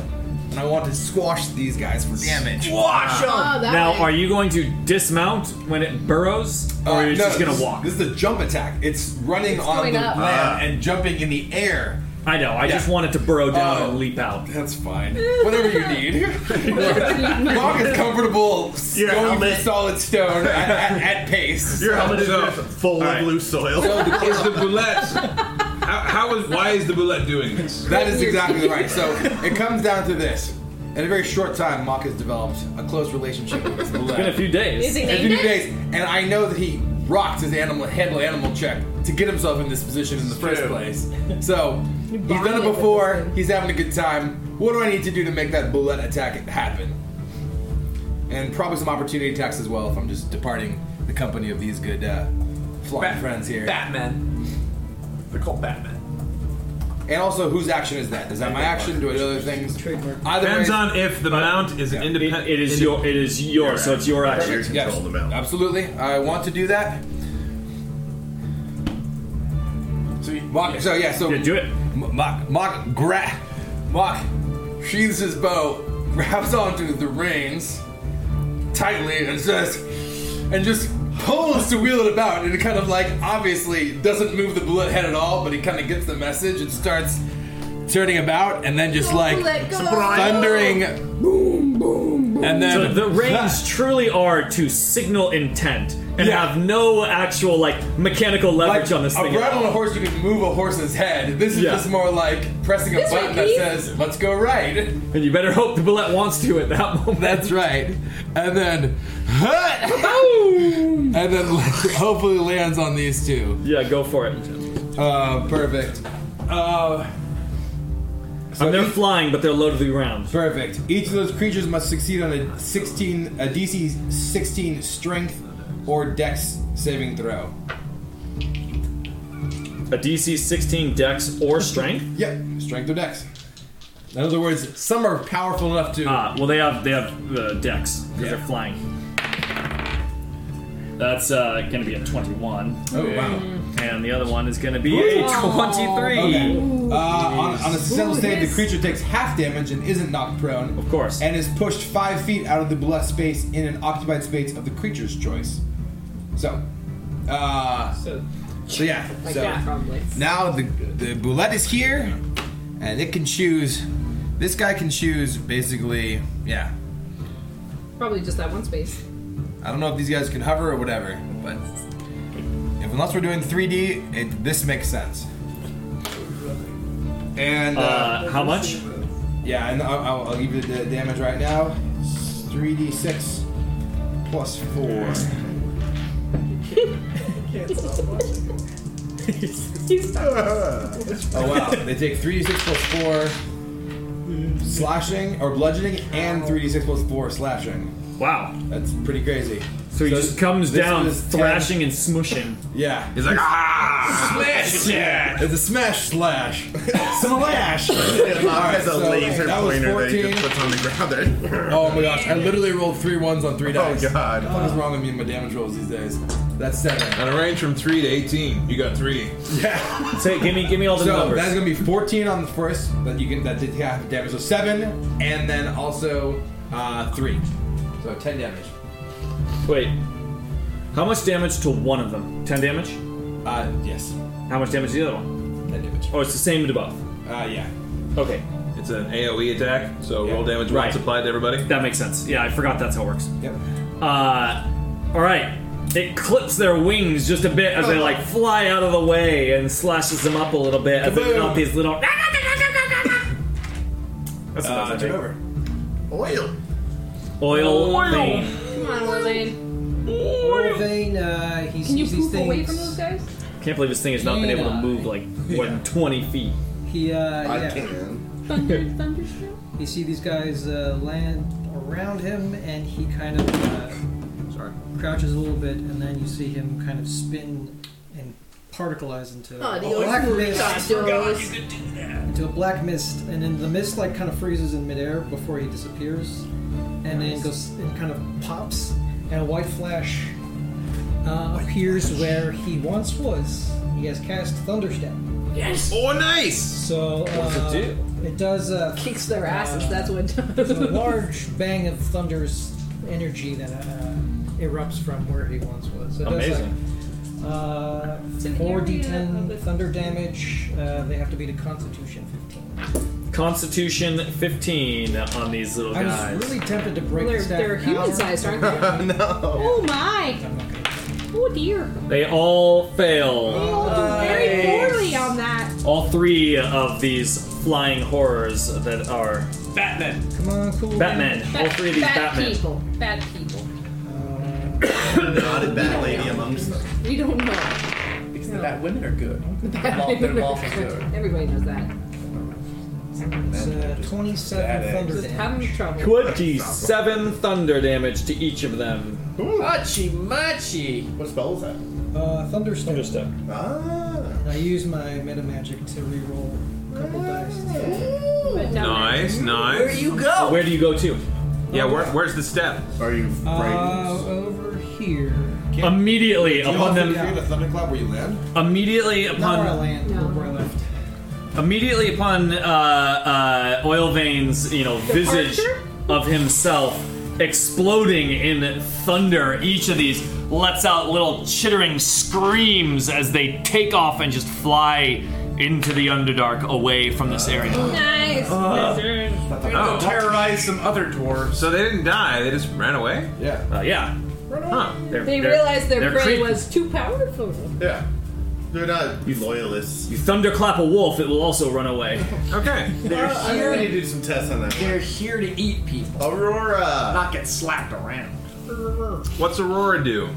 [SPEAKER 4] And I want to squash these guys for damage. Uh,
[SPEAKER 2] Squash 'em! Oh, that Now, way. are you going to dismount when it burrows, or are you Oh, just gonna
[SPEAKER 4] this,
[SPEAKER 2] walk?
[SPEAKER 4] Uh, This is a jump attack. It's running
[SPEAKER 2] It's
[SPEAKER 4] on
[SPEAKER 2] going
[SPEAKER 4] the
[SPEAKER 2] up.
[SPEAKER 4] land
[SPEAKER 2] Ah.
[SPEAKER 4] and jumping in the air.
[SPEAKER 2] I know. I just want it to burrow
[SPEAKER 4] Uh,
[SPEAKER 2] down and leap out.
[SPEAKER 4] That's fine. Whatever you need. Bog is comfortable
[SPEAKER 6] Your
[SPEAKER 4] going
[SPEAKER 6] helmet-
[SPEAKER 4] through solid stone at, at, at pace.
[SPEAKER 6] Your helmet is
[SPEAKER 4] So-
[SPEAKER 6] just full
[SPEAKER 4] All
[SPEAKER 6] of
[SPEAKER 4] right.
[SPEAKER 6] blue soil.
[SPEAKER 4] So the-
[SPEAKER 3] Is the boulette? How, how is? Why is the boulette doing this?
[SPEAKER 4] That is exactly right. So it comes down to this. In a very short time, Mock has developed a close relationship with his
[SPEAKER 2] It's been a few days. Is he
[SPEAKER 4] a
[SPEAKER 2] named
[SPEAKER 4] few
[SPEAKER 2] it?
[SPEAKER 4] days, and I know that he rocked his animal handle animal check to get himself in this position in the first place. So he's done it before. He's having a good time. What do I need to do to make that bullet attack happen? And probably some opportunity attacks as well if I'm just departing the company of these good uh, flying friends here.
[SPEAKER 7] Batman. They're called Batman.
[SPEAKER 4] And also, whose action is that? Is that my action? Do I do other things? Either
[SPEAKER 3] Depends
[SPEAKER 4] way-
[SPEAKER 3] on if the mount is an independent.
[SPEAKER 2] It is your. It is your. So it's your action.
[SPEAKER 4] Perfect. Yes. Absolutely. I want to do that. So, Mock, so yeah, so do
[SPEAKER 2] it.
[SPEAKER 4] Mock, Mock, gra- Mock sheathes his bow, grabs onto the reins tightly, and says, and just pulls to wheel it about, and it kind of like obviously doesn't move the bullet head at all, but he kind of gets the message and starts turning about, and then just like
[SPEAKER 27] bullet, go.
[SPEAKER 4] thundering And then-
[SPEAKER 2] so the reins truly are to signal intent and have no actual like mechanical leverage on this
[SPEAKER 4] a
[SPEAKER 2] thing. at
[SPEAKER 4] bridle on
[SPEAKER 2] all.
[SPEAKER 4] a horse, you can move a horse's head. This is
[SPEAKER 2] Yeah.
[SPEAKER 4] just more like pressing a
[SPEAKER 2] This way,
[SPEAKER 4] button that
[SPEAKER 2] please.
[SPEAKER 4] says, let's go right.
[SPEAKER 2] And you better hope the bullet wants to at that moment.
[SPEAKER 4] That's right. And then, and then hopefully lands on these two.
[SPEAKER 2] Yeah, go for it.
[SPEAKER 4] Uh, perfect. Uh,
[SPEAKER 2] and they're flying, but they're low to the ground.
[SPEAKER 4] Perfect. Each of those creatures must succeed on a 16, a DC 16 strength or dex saving throw.
[SPEAKER 2] A DC 16 dex or strength?
[SPEAKER 4] yep, strength or dex. In other words, some are powerful enough to.
[SPEAKER 2] Ah, well, they have they have uh, dex because they're flying. That's uh, going to be a 21.
[SPEAKER 4] Oh, wow.
[SPEAKER 2] And the other one is going to be a 23.
[SPEAKER 4] Okay. Uh, on, on a successful save, the creature takes half damage and isn't knocked prone. Of
[SPEAKER 2] course.
[SPEAKER 4] And is pushed five feet out of the blessed space in an occupied space of the creature's choice. So, uh, so, yeah.
[SPEAKER 5] Like
[SPEAKER 4] so
[SPEAKER 5] that, probably.
[SPEAKER 4] now the the boulette is here, and it can choose. This guy can choose basically. Yeah.
[SPEAKER 5] Probably just that one space.
[SPEAKER 4] I don't know if these guys can hover or whatever, but if, unless we're doing 3D, it, this makes sense. And uh,
[SPEAKER 2] Uh, how much?
[SPEAKER 4] Yeah, and I'll, I'll, I'll give you the damage right now. It's 3d6 plus four. Oh wow! they take 3d6 plus four slashing or bludgeoning, and 3d6 plus four slashing.
[SPEAKER 2] Wow,
[SPEAKER 4] that's pretty crazy.
[SPEAKER 2] So he just comes
[SPEAKER 4] this
[SPEAKER 2] down
[SPEAKER 4] is
[SPEAKER 2] thrashing and smushing.
[SPEAKER 4] Yeah.
[SPEAKER 2] He's like, ah!
[SPEAKER 4] Smash! Yeah. It's a smash slash. slash!
[SPEAKER 6] It has a laser
[SPEAKER 4] that was
[SPEAKER 6] pointer that he
[SPEAKER 4] 14.
[SPEAKER 6] just puts on the ground. There.
[SPEAKER 4] Oh my gosh, I literally rolled three ones on three dice.
[SPEAKER 6] Oh god.
[SPEAKER 4] What is wrong with me and my damage rolls these days? That's seven.
[SPEAKER 3] On a range from three to eighteen, you got three.
[SPEAKER 4] Yeah.
[SPEAKER 2] Say, give me, give me all the
[SPEAKER 4] so
[SPEAKER 2] numbers.
[SPEAKER 4] that's gonna be 14 on the first that you can that did half damage. So seven, and then also Uh, three. So ten damage.
[SPEAKER 2] Wait. How much damage to one of them? 10 damage?
[SPEAKER 4] Uh, yes.
[SPEAKER 2] How much damage to the other one?
[SPEAKER 4] 10 damage.
[SPEAKER 2] Oh, it's the same to both?
[SPEAKER 4] Uh, yeah.
[SPEAKER 2] Okay.
[SPEAKER 3] It's an AoE attack, so roll damage
[SPEAKER 2] Right.
[SPEAKER 3] once applied to everybody.
[SPEAKER 2] That makes sense. Yeah, I forgot that's how it works.
[SPEAKER 4] Yep.
[SPEAKER 2] Uh, all right. It clips their wings just a bit as they like fly out of the way and slashes them up a little bit as they got these little. That's
[SPEAKER 4] Uh,
[SPEAKER 2] enough, I
[SPEAKER 4] turn
[SPEAKER 2] think.
[SPEAKER 4] over.
[SPEAKER 6] Oil.
[SPEAKER 2] Oil.
[SPEAKER 11] Oil.
[SPEAKER 2] vein.
[SPEAKER 5] Come on, Wolverine.
[SPEAKER 11] Wolverine, uh, he
[SPEAKER 5] Can you
[SPEAKER 11] sees these
[SPEAKER 5] poof
[SPEAKER 11] things.
[SPEAKER 5] away from those guys?
[SPEAKER 2] Can't believe this thing has not been able to move like more than twenty feet.
[SPEAKER 11] He, uh,
[SPEAKER 2] I
[SPEAKER 11] yeah.
[SPEAKER 5] Thunder, thunderstruck.
[SPEAKER 11] You see these guys uh, land around him, and he kind of uh, Sorry. crouches a little bit, and then you see him kind of spin and particleize into
[SPEAKER 5] Oh, the
[SPEAKER 11] a
[SPEAKER 5] old
[SPEAKER 11] black
[SPEAKER 5] school
[SPEAKER 11] mist.
[SPEAKER 5] tacos.
[SPEAKER 11] Into a black mist, and then the mist like kind of freezes in midair before he disappears, and then goes it kind of pops, and a white flash uh, appears where he once was. He has cast Thunderstep.
[SPEAKER 27] Yes.
[SPEAKER 3] Oh, nice!
[SPEAKER 11] So uh,
[SPEAKER 27] What does it
[SPEAKER 11] It does uh,
[SPEAKER 5] Kicks their asses,
[SPEAKER 11] uh,
[SPEAKER 5] that's what it
[SPEAKER 11] there's
[SPEAKER 5] does.
[SPEAKER 11] a large bang of thunder's energy that uh, erupts from where he once was. So it does,
[SPEAKER 2] Amazing.
[SPEAKER 11] like, uh,
[SPEAKER 5] an
[SPEAKER 11] 4d10 thunder damage. Uh, they have to beat a constitution 15.
[SPEAKER 2] Constitution fifteen on these little
[SPEAKER 11] I
[SPEAKER 2] guys.
[SPEAKER 11] was really tempted to break
[SPEAKER 5] They're-
[SPEAKER 11] the staff.
[SPEAKER 5] they're
[SPEAKER 11] now.
[SPEAKER 5] human-sized, aren't they?
[SPEAKER 6] no.
[SPEAKER 5] Oh my! Oh dear.
[SPEAKER 2] They all fail.
[SPEAKER 5] Oh, very poorly on that.
[SPEAKER 2] All three of these flying horrors that are Batman.
[SPEAKER 11] Come on, cool.
[SPEAKER 2] Batman.
[SPEAKER 16] Bad-
[SPEAKER 2] All three of these
[SPEAKER 16] bad
[SPEAKER 2] Batman.
[SPEAKER 16] people. Bad people.
[SPEAKER 11] Uh,
[SPEAKER 6] Not a bad lady amongst them.
[SPEAKER 5] We don't know.
[SPEAKER 7] Because the bat women are good.
[SPEAKER 5] Batman. Everybody knows that.
[SPEAKER 11] It's uh, 27
[SPEAKER 2] Badass.
[SPEAKER 11] thunder
[SPEAKER 5] Just
[SPEAKER 11] damage.
[SPEAKER 5] having trouble.
[SPEAKER 2] 27 thunder damage to each of them.
[SPEAKER 7] Machi machi.
[SPEAKER 6] What spell is that?
[SPEAKER 11] Uh, Thunderstep.
[SPEAKER 2] Thunderstep.
[SPEAKER 6] Ah.
[SPEAKER 11] And I use my meta magic to reroll a couple dice.
[SPEAKER 5] But no.
[SPEAKER 3] Nice, nice.
[SPEAKER 5] Where you go?
[SPEAKER 2] Where do you go to?
[SPEAKER 3] Yeah, where, where's the step?
[SPEAKER 6] Are you
[SPEAKER 11] Uh, over here.
[SPEAKER 2] Immediately upon them.
[SPEAKER 4] create a thunderclap where you land?
[SPEAKER 2] Immediately
[SPEAKER 11] Not where I
[SPEAKER 2] upon.
[SPEAKER 11] land, but where I left.
[SPEAKER 2] Immediately upon uh, uh, Oil Vein's, you know, visage
[SPEAKER 11] Departure?
[SPEAKER 2] of himself exploding in thunder, each of these lets out little chittering screams as they take off and just fly into the Underdark away from this area.
[SPEAKER 5] Nice.
[SPEAKER 2] Uh,
[SPEAKER 5] Wizard.
[SPEAKER 7] We're gonna go terrorize some other dwarves.
[SPEAKER 3] So they didn't die, they just ran away?
[SPEAKER 4] Yeah.
[SPEAKER 2] Uh, yeah.
[SPEAKER 3] Huh.
[SPEAKER 2] They're-
[SPEAKER 5] They
[SPEAKER 2] they're-
[SPEAKER 5] realized their
[SPEAKER 2] they're
[SPEAKER 5] prey
[SPEAKER 2] creep-
[SPEAKER 5] was too powerful.
[SPEAKER 6] Yeah. They're not loyalists.
[SPEAKER 2] You thunderclap a wolf, it will also run away.
[SPEAKER 3] Okay.
[SPEAKER 6] They're
[SPEAKER 7] Uh, I
[SPEAKER 6] here
[SPEAKER 7] mean-
[SPEAKER 6] to do some tests on that.
[SPEAKER 7] They're here to eat people,
[SPEAKER 6] Aurora.
[SPEAKER 7] not get slapped around.
[SPEAKER 3] What's Aurora do?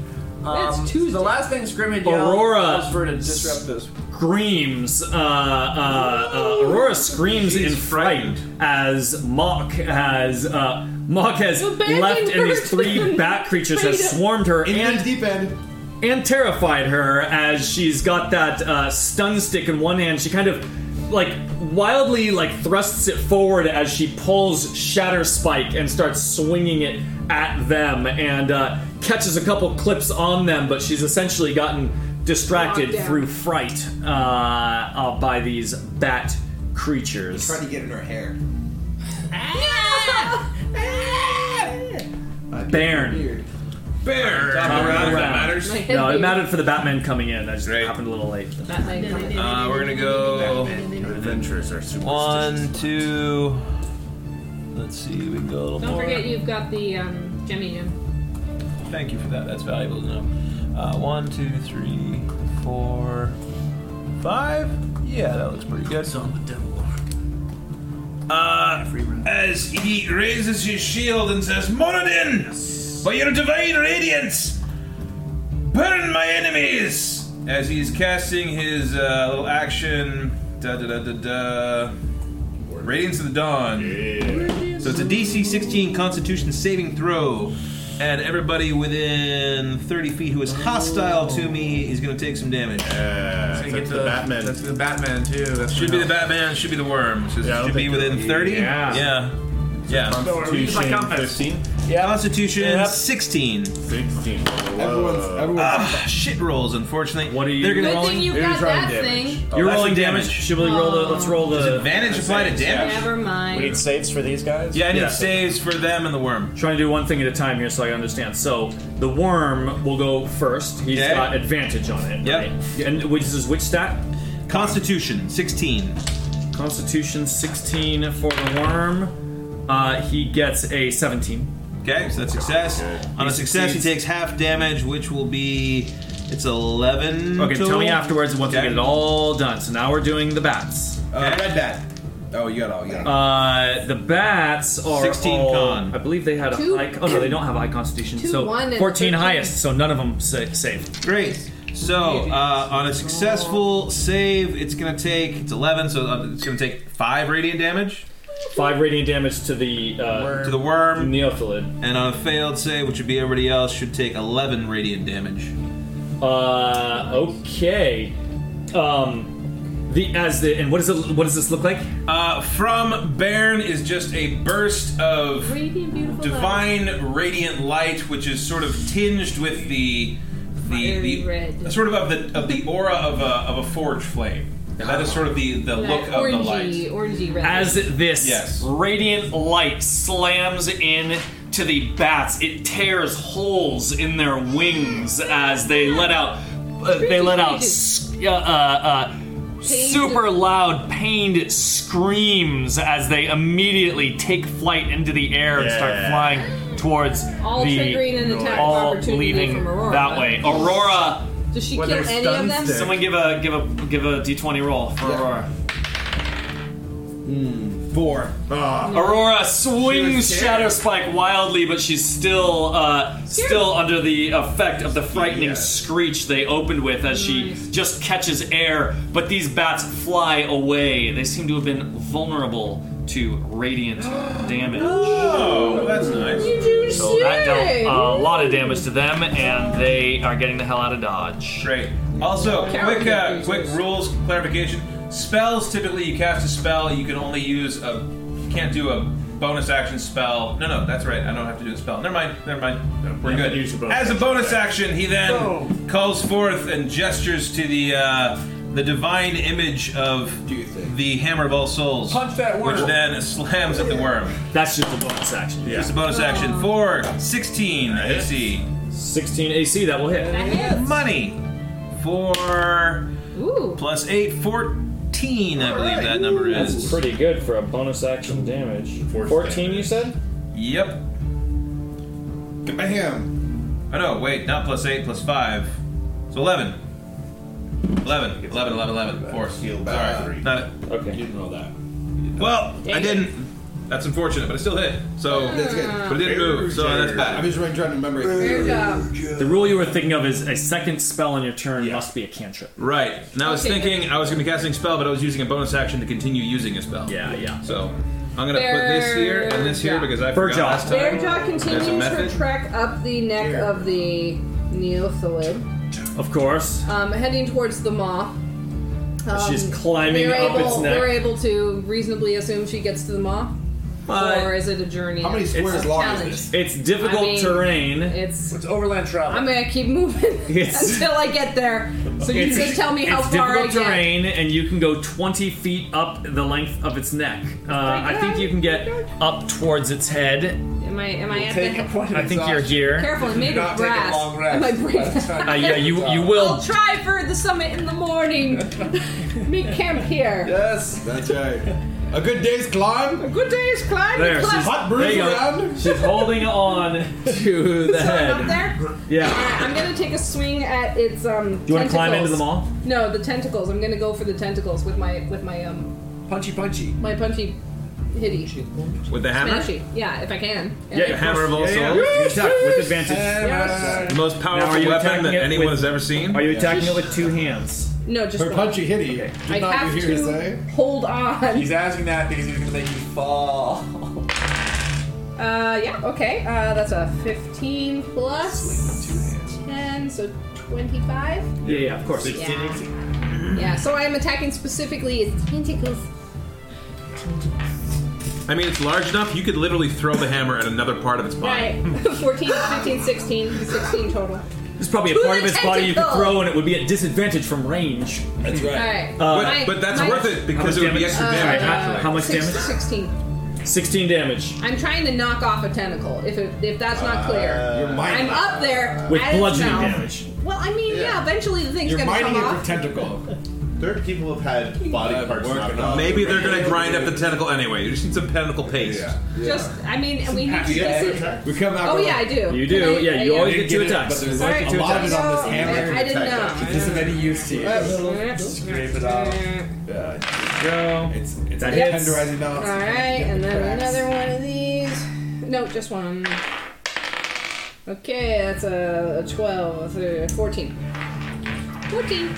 [SPEAKER 7] That's Tuesday. The last thing Scrim had yelled
[SPEAKER 2] Aurora
[SPEAKER 7] was for her to disrupt this.
[SPEAKER 2] screams. Uh, uh, uh, Aurora screams in fright as Mock has uh, Mock has
[SPEAKER 27] The bad
[SPEAKER 2] left, and these
[SPEAKER 27] person.
[SPEAKER 2] three bat creatures have
[SPEAKER 27] Freedom.
[SPEAKER 2] swarmed her
[SPEAKER 6] In
[SPEAKER 2] and
[SPEAKER 6] the deep end.
[SPEAKER 2] and terrified her as she's got that uh, stun stick in one hand. She kind of like wildly like thrusts it forward as she pulls Shatter Spike and starts swinging it at them and uh, catches a couple clips on them, but she's essentially gotten distracted
[SPEAKER 5] Knocked down.
[SPEAKER 2] through fright uh, uh, by these bat creatures.
[SPEAKER 4] Try to get in her hair.
[SPEAKER 2] Bairn.
[SPEAKER 3] Bear.
[SPEAKER 2] Top
[SPEAKER 3] Top
[SPEAKER 2] round.
[SPEAKER 3] round, if that matters.
[SPEAKER 2] No, it mattered for the Batman coming in. I just happened a little late.
[SPEAKER 3] Uh, we're gonna go
[SPEAKER 6] Adventurers are super.
[SPEAKER 28] One, two. Let's see. We can go a little
[SPEAKER 5] Don't
[SPEAKER 28] more.
[SPEAKER 5] forget you've got the um, Jimmy Jim.
[SPEAKER 28] Thank you for that. That's valuable to know. Uh, one, two, three, four, five. Yeah, that looks pretty good. on the devil.
[SPEAKER 9] Uh,
[SPEAKER 28] As he raises his shield and says, Moradin, by your divine radiance, burn my enemies! As he's casting his uh, little action, da da da da da, Radiance of the Dawn. So it's a DC 16 Constitution saving throw, and everybody within 30 feet who is hostile to me is going to take some damage.
[SPEAKER 6] Uh,
[SPEAKER 28] So
[SPEAKER 6] so
[SPEAKER 28] you get
[SPEAKER 6] it's
[SPEAKER 28] the-
[SPEAKER 6] the Batman.
[SPEAKER 7] That's the Batman too. That's
[SPEAKER 28] Should be the Batman, should be the worm. So
[SPEAKER 6] Yeah, I don't
[SPEAKER 28] should be
[SPEAKER 6] think
[SPEAKER 28] within
[SPEAKER 6] it'll be-
[SPEAKER 28] 30?
[SPEAKER 6] yeah.
[SPEAKER 28] Yeah. Yeah.
[SPEAKER 7] Don't worry, use my compass.
[SPEAKER 28] So
[SPEAKER 3] Yeah. Constitution 16. 16.
[SPEAKER 4] Everyone's,
[SPEAKER 2] Uh,
[SPEAKER 4] everyone's
[SPEAKER 2] ah.
[SPEAKER 3] Ah, shit rolls, unfortunately. What are you?
[SPEAKER 29] Good thing you got that thing.
[SPEAKER 3] You're
[SPEAKER 2] That's
[SPEAKER 3] rolling
[SPEAKER 2] the
[SPEAKER 3] damage.
[SPEAKER 2] Should we roll the? Let's roll the.
[SPEAKER 3] Oh, Does advantage apply to damage?
[SPEAKER 29] Never mind.
[SPEAKER 2] need saves for these guys.
[SPEAKER 3] Yeah, I need saves for them and the worm.
[SPEAKER 2] Trying to do one thing at a time here, so I understand. So the worm will go first. He's
[SPEAKER 3] Okay.
[SPEAKER 2] got advantage on it.
[SPEAKER 3] Yep.
[SPEAKER 2] Right? And which is which stat?
[SPEAKER 3] Constitution sixteen.
[SPEAKER 2] Constitution sixteen for the worm. Uh, he gets a seventeen.
[SPEAKER 3] Okay, so that's success. On a
[SPEAKER 2] He
[SPEAKER 3] success, he
[SPEAKER 2] succeeds.
[SPEAKER 3] takes half damage, which will be it's eleven.
[SPEAKER 2] Okay, tell
[SPEAKER 3] total.
[SPEAKER 2] me afterwards once we get it all done. So now we're doing the bats.
[SPEAKER 4] Uh, red bat. Oh, you got all. You got all.
[SPEAKER 2] Uh, the bats are
[SPEAKER 4] 16
[SPEAKER 2] all-
[SPEAKER 4] con.
[SPEAKER 2] I believe they had a
[SPEAKER 4] Two-
[SPEAKER 2] high. Oh no, they don't have high constitution.
[SPEAKER 4] Two,
[SPEAKER 2] so
[SPEAKER 4] one, and
[SPEAKER 2] 14
[SPEAKER 4] 13.
[SPEAKER 2] highest. So none of them sa- save.
[SPEAKER 3] Great. So uh, on a successful save, it's gonna take it's eleven, so uh, it's gonna take five radiant damage.
[SPEAKER 2] Five radiant damage to the uh,
[SPEAKER 3] to the worm
[SPEAKER 2] neophyllid,
[SPEAKER 3] and on a failed save, which would be everybody else, should take eleven radiant damage.
[SPEAKER 2] Uh, okay. Um, the as the and what does it what does this look like?
[SPEAKER 3] Uh, from Bairn is just a burst of divine radiant light, which is sort of tinged with the the, the sort of of the of the aura of a of a forge flame. That is sort of the the look of the light.
[SPEAKER 5] orangey, orangey red.
[SPEAKER 2] As this
[SPEAKER 3] Yes.
[SPEAKER 2] radiant light slams in to the bats, it tears holes in their wings as they let out. Uh, they let out s- uh, uh, uh, super loud, pained screams as they immediately take flight into the air and start
[SPEAKER 30] Yeah.
[SPEAKER 2] flying towards
[SPEAKER 5] All
[SPEAKER 2] the
[SPEAKER 5] triggering an attack of
[SPEAKER 2] all
[SPEAKER 5] opportunity
[SPEAKER 2] leaving
[SPEAKER 5] from Aurora.
[SPEAKER 2] that way. Aurora,
[SPEAKER 5] Does she kill any of them?
[SPEAKER 2] Someone give a give a give a d twenty roll for Aurora.
[SPEAKER 4] Four.
[SPEAKER 2] Aurora swings
[SPEAKER 4] She was
[SPEAKER 2] Shadow Spike wildly, but she's still uh, still under the effect of the frightening screech they opened with as she just catches air. But these bats fly away. They seem to have been vulnerable to radiant damage.
[SPEAKER 3] Oh, that's nice. You do
[SPEAKER 2] so uh, that
[SPEAKER 3] shit.
[SPEAKER 2] dealt a lot of damage to them, and they are getting the hell out of dodge.
[SPEAKER 3] Great. Also, quick uh, quick rules clarification. Spells typically you cast a spell, you can only use a you can't do a bonus action spell. No, no, that's right. I don't have to do a spell. Never mind. Never mind. We're
[SPEAKER 6] you
[SPEAKER 3] good.
[SPEAKER 6] can use a bonus
[SPEAKER 3] As a bonus action, he then calls forth and gestures to the uh, the divine image of the hammer of all souls. Punch that
[SPEAKER 7] worm.
[SPEAKER 3] Which then slams at the worm.
[SPEAKER 2] That's just a bonus action.
[SPEAKER 3] Just a bonus action for 16 AC.
[SPEAKER 2] 16 AC, that will hit.
[SPEAKER 3] Money. Four plus eight, 14, I believe that number is.
[SPEAKER 2] That's pretty good for a bonus action damage. 14, you said?
[SPEAKER 3] Yep. Bam! Oh no, wait, not plus 8, plus 5. So 11. 11, 11, 11, 11. Force. Sorry, not it.
[SPEAKER 2] Okay.
[SPEAKER 3] You didn't roll that. Well, I didn't. That's unfortunate, but it still hit. So,
[SPEAKER 4] That's good.
[SPEAKER 3] but it didn't move, so that's bad.
[SPEAKER 4] I'm just trying to remember.
[SPEAKER 2] The rule you were thinking of is a second spell on your turn must be a cantrip.
[SPEAKER 3] Right. And I was
[SPEAKER 2] Okay,
[SPEAKER 3] thinking I was going to be casting a spell, but I was using a bonus action to continue using a spell.
[SPEAKER 2] Yeah, yeah.
[SPEAKER 3] So I'm going to put this here and this here
[SPEAKER 5] Bearjaw.
[SPEAKER 3] because I forgot
[SPEAKER 2] Bearjaw.
[SPEAKER 3] last time.
[SPEAKER 5] Bearjaw
[SPEAKER 3] There's
[SPEAKER 5] continues
[SPEAKER 3] a
[SPEAKER 5] her
[SPEAKER 3] method.
[SPEAKER 5] trek up the neck of the neophilid,
[SPEAKER 2] Of course.
[SPEAKER 5] um, heading towards the moth. Um,
[SPEAKER 2] She's climbing
[SPEAKER 5] we're
[SPEAKER 2] up
[SPEAKER 5] able,
[SPEAKER 2] its neck.
[SPEAKER 5] We're able to reasonably assume she gets to the moth,
[SPEAKER 2] Uh,
[SPEAKER 5] or is it a journey? It's a challenge.
[SPEAKER 2] It's difficult
[SPEAKER 5] I mean,
[SPEAKER 2] terrain.
[SPEAKER 5] It's,
[SPEAKER 7] overland travel.
[SPEAKER 5] I'm gonna keep moving
[SPEAKER 2] It's-
[SPEAKER 5] until I get there. So you
[SPEAKER 2] It's-
[SPEAKER 5] just tell me how
[SPEAKER 2] it's
[SPEAKER 5] far I
[SPEAKER 2] difficult
[SPEAKER 5] get.
[SPEAKER 2] terrain, and you can go 20 feet up the length of its neck. Uh, I
[SPEAKER 5] "Oh,
[SPEAKER 2] think you can get up towards its head.
[SPEAKER 5] Am I? Am I
[SPEAKER 2] We'll
[SPEAKER 5] at
[SPEAKER 2] take
[SPEAKER 5] the?
[SPEAKER 2] a point of I think you're exhaustion. here.
[SPEAKER 5] Careful, it
[SPEAKER 2] Do
[SPEAKER 5] may be
[SPEAKER 2] not take a
[SPEAKER 5] grass.
[SPEAKER 2] long
[SPEAKER 5] It
[SPEAKER 2] rest.
[SPEAKER 5] might break.
[SPEAKER 2] Uh, yeah, you you
[SPEAKER 5] I'll
[SPEAKER 2] will.
[SPEAKER 5] try for the summit in the morning. Meet camp here.
[SPEAKER 4] Yes, that's right. A good day's climb. A
[SPEAKER 5] good day's climb.
[SPEAKER 2] There, she's,
[SPEAKER 4] hot
[SPEAKER 2] there
[SPEAKER 4] brews
[SPEAKER 2] you go.
[SPEAKER 4] around.
[SPEAKER 2] She's holding on to the
[SPEAKER 5] So I'm up
[SPEAKER 2] head.
[SPEAKER 5] there.
[SPEAKER 2] Yeah.
[SPEAKER 5] Alright, I'm gonna take a swing at its um.
[SPEAKER 2] Do you want
[SPEAKER 5] want
[SPEAKER 2] to climb into the mall?
[SPEAKER 5] No, the tentacles. I'm gonna go for the tentacles with my with my um
[SPEAKER 7] Punchy punchy.
[SPEAKER 5] my punchy hitty.
[SPEAKER 3] With the hammer?
[SPEAKER 5] Smashy. Yeah, if I can.
[SPEAKER 3] Yeah, the hammer of all
[SPEAKER 2] Yeah,
[SPEAKER 3] souls.
[SPEAKER 2] yeah. Attack with advantage.
[SPEAKER 5] Yes.
[SPEAKER 3] The most
[SPEAKER 2] Now, are
[SPEAKER 3] powerful
[SPEAKER 2] you
[SPEAKER 3] weapon
[SPEAKER 2] attacking
[SPEAKER 3] that
[SPEAKER 2] it
[SPEAKER 3] anyone
[SPEAKER 2] with-
[SPEAKER 3] has ever seen.
[SPEAKER 2] Are you attacking it with two hands?
[SPEAKER 5] No, just
[SPEAKER 4] Her
[SPEAKER 5] one.
[SPEAKER 4] punchy hitty.
[SPEAKER 5] I
[SPEAKER 4] Did not
[SPEAKER 5] have
[SPEAKER 4] you hear
[SPEAKER 5] to
[SPEAKER 4] her say?
[SPEAKER 5] hold on.
[SPEAKER 7] He's asking that because he's gonna make you fall.
[SPEAKER 5] Uh, yeah, okay. Uh, that's a 15 plus 10, so 25.
[SPEAKER 2] Yeah, yeah, of course.
[SPEAKER 5] Yeah. Yeah, so I am attacking specifically its tentacles.
[SPEAKER 3] I mean, it's large enough, you could literally throw the hammer at another part of its body.
[SPEAKER 5] Right. 14, 15, 16, 16 total.
[SPEAKER 2] There's probably a
[SPEAKER 5] Who's
[SPEAKER 2] part of its body you could
[SPEAKER 5] tentacle?
[SPEAKER 2] throw, and it would be at disadvantage from range. That's
[SPEAKER 5] right. Alright. My- my- Uh,
[SPEAKER 3] because it would be extra damage,
[SPEAKER 2] Uh, How,
[SPEAKER 3] actually.
[SPEAKER 2] how much
[SPEAKER 5] Six-
[SPEAKER 2] damage?
[SPEAKER 5] 16.
[SPEAKER 2] 16 damage.
[SPEAKER 5] I'm trying to knock off a tentacle, if, it, if that's not clear.
[SPEAKER 2] Uh, You're mining
[SPEAKER 5] I'm up there.
[SPEAKER 2] With
[SPEAKER 5] at its
[SPEAKER 2] bludgeoning
[SPEAKER 5] mouth.
[SPEAKER 2] damage.
[SPEAKER 5] Well, I mean, yeah. eventually the thing's
[SPEAKER 6] You're
[SPEAKER 5] gonna
[SPEAKER 6] mining
[SPEAKER 5] come
[SPEAKER 6] it
[SPEAKER 5] off.
[SPEAKER 6] with tentacle. There are people who've had body parts knocked off.
[SPEAKER 3] Maybe they're gonna grind up the tentacle anyway. You just need some tentacle paste.
[SPEAKER 5] Just, I mean, we need to. this is-
[SPEAKER 3] We come
[SPEAKER 5] out Oh, with- yeah, I do.
[SPEAKER 2] You do,
[SPEAKER 5] I-
[SPEAKER 2] yeah. You
[SPEAKER 5] I-
[SPEAKER 2] always
[SPEAKER 5] I
[SPEAKER 2] get two
[SPEAKER 5] get it,
[SPEAKER 2] attacks.
[SPEAKER 5] but there's like Sorry, a lot of it on this I- hammer. I didn't know.
[SPEAKER 2] Is this of any use to
[SPEAKER 7] Scrape it off.
[SPEAKER 2] Go. It's, it's
[SPEAKER 7] a tenderizing
[SPEAKER 5] All
[SPEAKER 7] balance.
[SPEAKER 5] right, and then
[SPEAKER 7] Cracks.
[SPEAKER 5] another one of these. No, just one. Okay, that's a, a 12, uh, 14. 14.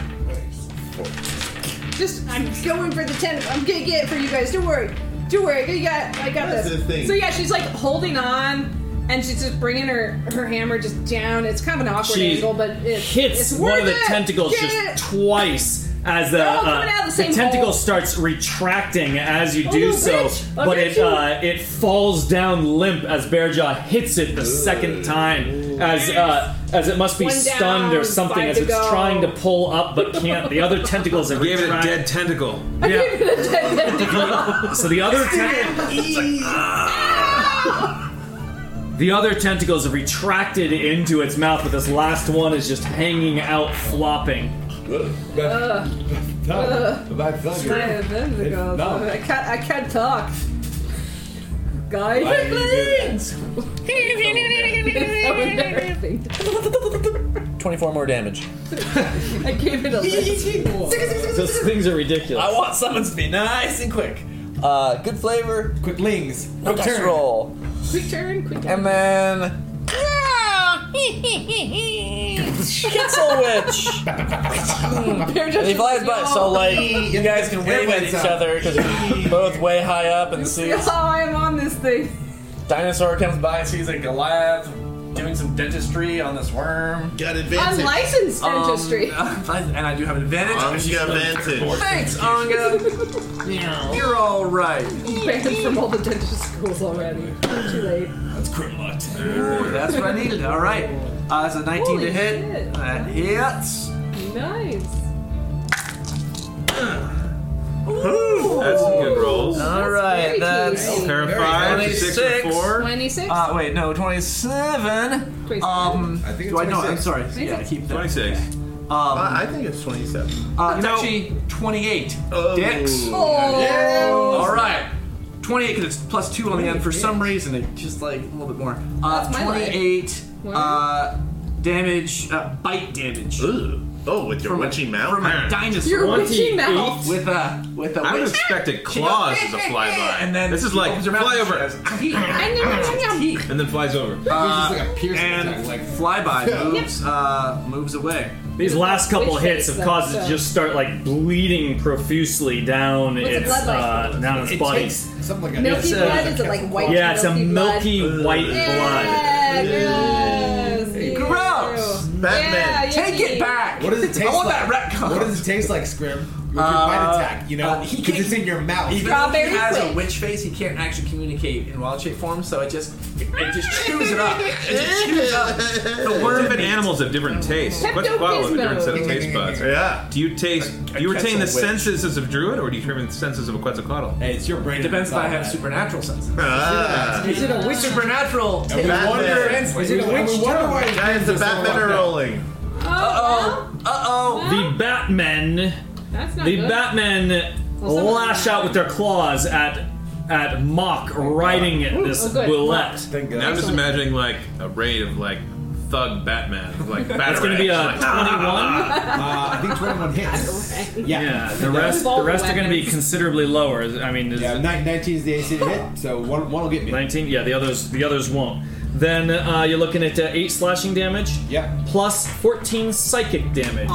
[SPEAKER 5] Just, I'm going for the 10. I'm gonna get it for you guys. Don't worry. Don't worry. I got, I got
[SPEAKER 6] That's
[SPEAKER 5] this.
[SPEAKER 6] the thing.
[SPEAKER 5] So yeah, she's like holding on. And she's just bringing her, her hammer just down. It's kind of an awkward
[SPEAKER 2] She
[SPEAKER 5] angle, but it
[SPEAKER 2] hits
[SPEAKER 5] it's
[SPEAKER 2] one
[SPEAKER 5] worth
[SPEAKER 2] of the
[SPEAKER 5] it.
[SPEAKER 2] tentacles
[SPEAKER 5] Get
[SPEAKER 2] just
[SPEAKER 5] it.
[SPEAKER 2] twice as the,
[SPEAKER 5] They're all coming
[SPEAKER 2] uh,
[SPEAKER 5] out of the same
[SPEAKER 2] tentacle
[SPEAKER 5] hole.
[SPEAKER 2] starts retracting as you
[SPEAKER 5] Oh,
[SPEAKER 2] do
[SPEAKER 5] no,
[SPEAKER 2] so,
[SPEAKER 5] bitch. I
[SPEAKER 2] but
[SPEAKER 5] got
[SPEAKER 2] it
[SPEAKER 5] you.
[SPEAKER 2] uh, it falls down limp as Bearjaw hits it the second time as uh, as it must be
[SPEAKER 5] One
[SPEAKER 2] stunned
[SPEAKER 5] down,
[SPEAKER 2] or something
[SPEAKER 5] five
[SPEAKER 2] as
[SPEAKER 5] to
[SPEAKER 2] it's
[SPEAKER 5] go.
[SPEAKER 2] trying to pull up but can't. The other tentacles have gave it a dead
[SPEAKER 3] tentacle.
[SPEAKER 2] Yeah. so the other ten- the other tentacles have retracted into its mouth, but this last one is just hanging out, flopping.
[SPEAKER 5] Ugh. Ugh.
[SPEAKER 2] Back
[SPEAKER 5] Yeah, that's the girl.
[SPEAKER 2] No.
[SPEAKER 5] I can't. I can't talk. Guys,
[SPEAKER 2] Why do
[SPEAKER 5] please. So embarrassing.
[SPEAKER 23] 24 more damage.
[SPEAKER 5] I gave it a little.
[SPEAKER 2] Those things are ridiculous.
[SPEAKER 13] I want summons to be nice and quick. Uh, good flavor. Quick lings. Quick
[SPEAKER 5] turn.
[SPEAKER 13] roll.
[SPEAKER 5] Quick turn. Quick turn.
[SPEAKER 13] And then Kitzel Witch. and he flies by, so like you guys can wave at each other because you're both way high up and see.
[SPEAKER 5] Oh, I am on this thing.
[SPEAKER 13] Dinosaur comes by and sees a Goliath doing some dentistry on this worm.
[SPEAKER 6] Got
[SPEAKER 5] Unlicensed
[SPEAKER 13] Um,
[SPEAKER 5] dentistry.
[SPEAKER 13] and I do have an advantage.
[SPEAKER 6] Unga advantage.
[SPEAKER 13] Thanks, Onga. You're all right.
[SPEAKER 5] Banned from all the dentist schools already. Too late.
[SPEAKER 13] That's criminal activity. That's what I needed. All right. Uh, that's a 19
[SPEAKER 5] Holy
[SPEAKER 13] to hit.
[SPEAKER 5] shit.
[SPEAKER 13] That hits.
[SPEAKER 5] Nice.
[SPEAKER 3] That's some good rolls.
[SPEAKER 13] All right. That's
[SPEAKER 3] Pair of five, six, and four.
[SPEAKER 5] 26.
[SPEAKER 13] Uh, wait, no, 27. Um, I think do I know? I'm
[SPEAKER 6] 26.
[SPEAKER 13] sorry. Yeah, I keep that.
[SPEAKER 3] 26.
[SPEAKER 13] Um,
[SPEAKER 6] I think it's 27.
[SPEAKER 13] uh, it's actually 28. Dicks.
[SPEAKER 6] Oh. Yeah.
[SPEAKER 13] All right. 28 because it's plus two on the end for some reason. It just like a little bit more. Uh,
[SPEAKER 6] That's my life.
[SPEAKER 13] 28 uh, damage, uh, bite damage.
[SPEAKER 6] Oh, with your
[SPEAKER 13] From a-
[SPEAKER 6] witchy mouth?
[SPEAKER 13] From a dinosaur.
[SPEAKER 6] Your witchy 28. mouth.
[SPEAKER 13] With a with a.
[SPEAKER 3] I
[SPEAKER 13] witch-
[SPEAKER 3] would've expected claws as a flyby.
[SPEAKER 13] And then
[SPEAKER 3] This is
[SPEAKER 13] he
[SPEAKER 3] like
[SPEAKER 13] opens her mouth
[SPEAKER 3] fly
[SPEAKER 13] and she
[SPEAKER 3] over.
[SPEAKER 13] has
[SPEAKER 5] teeth.
[SPEAKER 3] And then flies over.
[SPEAKER 13] Uh,
[SPEAKER 3] It's just like a piercing
[SPEAKER 13] and
[SPEAKER 3] attack, like-
[SPEAKER 13] flyby
[SPEAKER 3] Yeah.
[SPEAKER 13] moves uh, moves away.
[SPEAKER 2] These last couple hits have caused it to just start like bleeding profusely down
[SPEAKER 13] What's
[SPEAKER 5] the
[SPEAKER 2] its
[SPEAKER 5] blood like?
[SPEAKER 2] uh, down its body.
[SPEAKER 4] something like
[SPEAKER 5] Milky
[SPEAKER 2] It's a-
[SPEAKER 5] blood? Is it like white?
[SPEAKER 2] yeah, it's a milky white
[SPEAKER 5] Yeah,
[SPEAKER 2] blood.
[SPEAKER 5] gross.
[SPEAKER 13] Gross.
[SPEAKER 5] Batman. Yeah,
[SPEAKER 13] Take
[SPEAKER 5] yucky.
[SPEAKER 13] it back.
[SPEAKER 4] What does it taste
[SPEAKER 13] I want
[SPEAKER 4] like?
[SPEAKER 13] that retcon.
[SPEAKER 4] What does it taste like, Scrim? With your
[SPEAKER 13] Uh,
[SPEAKER 4] bite attack, you know?
[SPEAKER 13] uh, he
[SPEAKER 4] 'Cause
[SPEAKER 13] can't-
[SPEAKER 4] it's in your mouth.
[SPEAKER 13] Even though he has a witch face, he can't actually communicate in wild shape form, so it just it, it just chews it up. It just chews up the
[SPEAKER 3] The
[SPEAKER 13] worm
[SPEAKER 3] worm and animals have different tastes. What's
[SPEAKER 13] Pepto-Bismol.
[SPEAKER 3] Qual have a different set of taste buds?
[SPEAKER 6] Yeah. Ah.
[SPEAKER 3] Do you taste?
[SPEAKER 13] A- a
[SPEAKER 3] Do you retain the
[SPEAKER 13] Quetzal witch.
[SPEAKER 3] senses as of druid, or do you retain the senses of a Quetzalcoatl?
[SPEAKER 4] Hey, it's your brain.
[SPEAKER 13] It depends if I have supernatural senses.
[SPEAKER 3] Ah.
[SPEAKER 13] Is it a witch supernatural?
[SPEAKER 3] And we wonder-
[SPEAKER 13] Is
[SPEAKER 3] it a witch tongue?
[SPEAKER 6] Guys, the Batman are rolling.
[SPEAKER 13] Uh oh. Uh oh.
[SPEAKER 2] The Batmen,
[SPEAKER 5] That's
[SPEAKER 2] the Batmen
[SPEAKER 5] Well, some of
[SPEAKER 2] lash out with their claws at at Mock riding at this
[SPEAKER 5] Oh, good.
[SPEAKER 2] roulette.
[SPEAKER 4] Uh,
[SPEAKER 3] Now I'm just imagining like a raid of like thug Batman, like
[SPEAKER 2] That's gonna be a
[SPEAKER 3] Batarang, like,
[SPEAKER 4] Uh, I think 21 hits. Yeah.
[SPEAKER 2] Yeah, the rest the rest are going to be considerably lower. I mean, is
[SPEAKER 4] yeah, 19 is the AC to hit, so one, one will get me.
[SPEAKER 2] 19. Yeah, the others the others won't. Then uh, you're looking at uh, eight slashing damage.
[SPEAKER 4] Yeah.
[SPEAKER 2] Plus 14 psychic damage.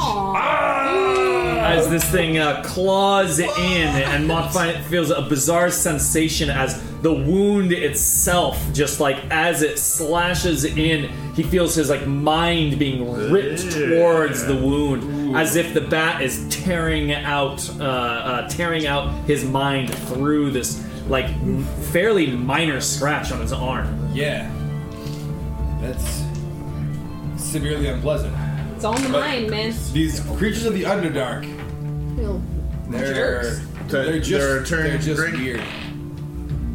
[SPEAKER 2] As this thing uh, claws in, and Mott fi- feels a bizarre sensation as the wound itself, just like as it slashes in, he feels his like mind being ripped towards the wound, as if the bat is tearing out, uh, uh, tearing out his mind through this
[SPEAKER 7] like m- fairly minor scratch on his arm.
[SPEAKER 4] Yeah. That's severely unpleasant.
[SPEAKER 5] It's on the
[SPEAKER 4] But
[SPEAKER 5] mind, man.
[SPEAKER 4] These creatures of the Underdark,
[SPEAKER 5] Little
[SPEAKER 4] they're,
[SPEAKER 5] jerks.
[SPEAKER 4] they're just,
[SPEAKER 7] They're
[SPEAKER 4] they're
[SPEAKER 7] turning
[SPEAKER 4] just
[SPEAKER 7] green.
[SPEAKER 4] weird.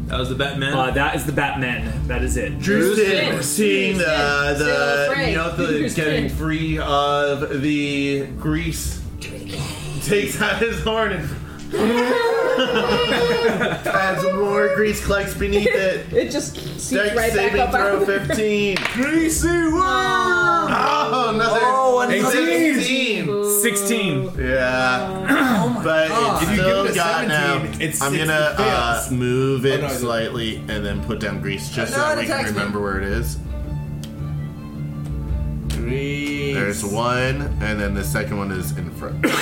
[SPEAKER 3] That was the Batman.
[SPEAKER 7] Uh, that is the Batman. That is it.
[SPEAKER 6] Drew's in, seeing the, the
[SPEAKER 7] afraid.
[SPEAKER 6] you know the
[SPEAKER 7] Drew's
[SPEAKER 6] getting
[SPEAKER 7] dead.
[SPEAKER 6] free of the grease takes out his horn and as more grease collects beneath it.
[SPEAKER 5] It just seeps
[SPEAKER 6] Dex
[SPEAKER 5] right back
[SPEAKER 6] saving
[SPEAKER 5] up out
[SPEAKER 6] throw
[SPEAKER 5] of the-
[SPEAKER 6] 15.
[SPEAKER 5] Greasy worm!
[SPEAKER 6] Oh, another
[SPEAKER 5] Oh,
[SPEAKER 6] a
[SPEAKER 5] another
[SPEAKER 6] 16.
[SPEAKER 7] 16.
[SPEAKER 6] Yeah. but it's
[SPEAKER 5] God. If you give
[SPEAKER 6] still
[SPEAKER 5] it a
[SPEAKER 6] got
[SPEAKER 5] 17,
[SPEAKER 6] now.
[SPEAKER 5] it's-
[SPEAKER 6] I'm
[SPEAKER 5] it's-
[SPEAKER 6] gonna
[SPEAKER 5] it
[SPEAKER 6] uh,
[SPEAKER 5] fails.
[SPEAKER 6] move it
[SPEAKER 5] Oh, no, it-
[SPEAKER 6] slightly and then put down grease just
[SPEAKER 5] No,
[SPEAKER 6] so that
[SPEAKER 5] it
[SPEAKER 6] we can
[SPEAKER 5] attacks me.
[SPEAKER 6] remember where it is. Grease. There's one, and then the second one is in front.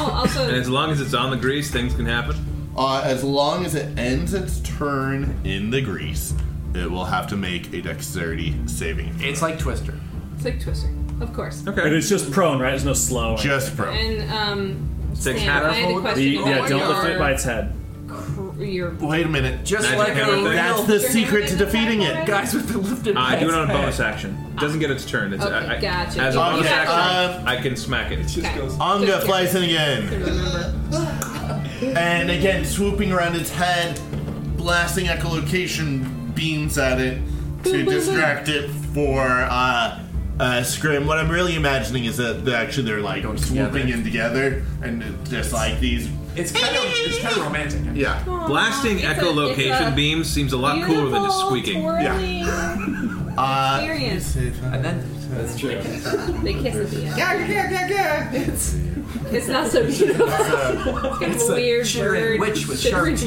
[SPEAKER 5] Oh, also,
[SPEAKER 3] And as long as it's on the grease, things can happen.
[SPEAKER 6] Uh, as long as it ends its turn in the grease, it will have to make a dexterity saving.
[SPEAKER 31] It's like Twister.
[SPEAKER 5] it's like Twister, of course.
[SPEAKER 7] But it's just prone, right? There's no slow.
[SPEAKER 6] Just prone.
[SPEAKER 5] And um,
[SPEAKER 7] Six
[SPEAKER 5] Stan, I had a question.
[SPEAKER 7] yeah,
[SPEAKER 5] What
[SPEAKER 7] don't
[SPEAKER 5] are
[SPEAKER 7] lift it by its head.
[SPEAKER 5] cr- Your
[SPEAKER 6] Wait a minute.
[SPEAKER 5] Just
[SPEAKER 3] Magic like hammer a thing? real-
[SPEAKER 6] That's the
[SPEAKER 5] Your
[SPEAKER 6] secret to defeating it.
[SPEAKER 5] Guys
[SPEAKER 6] with the lifted
[SPEAKER 3] Uh, I do it on a bonus action. Doesn't get its turn. It's, I, I,
[SPEAKER 5] Okay, gotcha.
[SPEAKER 3] As a
[SPEAKER 5] You-
[SPEAKER 3] bonus
[SPEAKER 5] you have
[SPEAKER 3] action, I can smack it. It just goes.
[SPEAKER 6] Anga flies in uh, again. and again, swooping around its head, blasting echolocation beams at it to distract it for uh, uh, Scrim. What I'm really imagining is that they're actually they're like swooping in together and it's just like these.
[SPEAKER 13] It's kind of it's kind of romantic.
[SPEAKER 6] Yeah.
[SPEAKER 3] Blasting
[SPEAKER 13] It's a-
[SPEAKER 3] echolocation
[SPEAKER 13] it's a
[SPEAKER 3] beams seems a lot cooler than just squeaking.
[SPEAKER 6] Uh,
[SPEAKER 5] Experience.
[SPEAKER 6] and then
[SPEAKER 4] That's true.
[SPEAKER 5] They kiss at the end.
[SPEAKER 32] Yeah, yeah, yeah, yeah.
[SPEAKER 5] It's, it's not so beautiful. It's, kind of a weird bird. Different-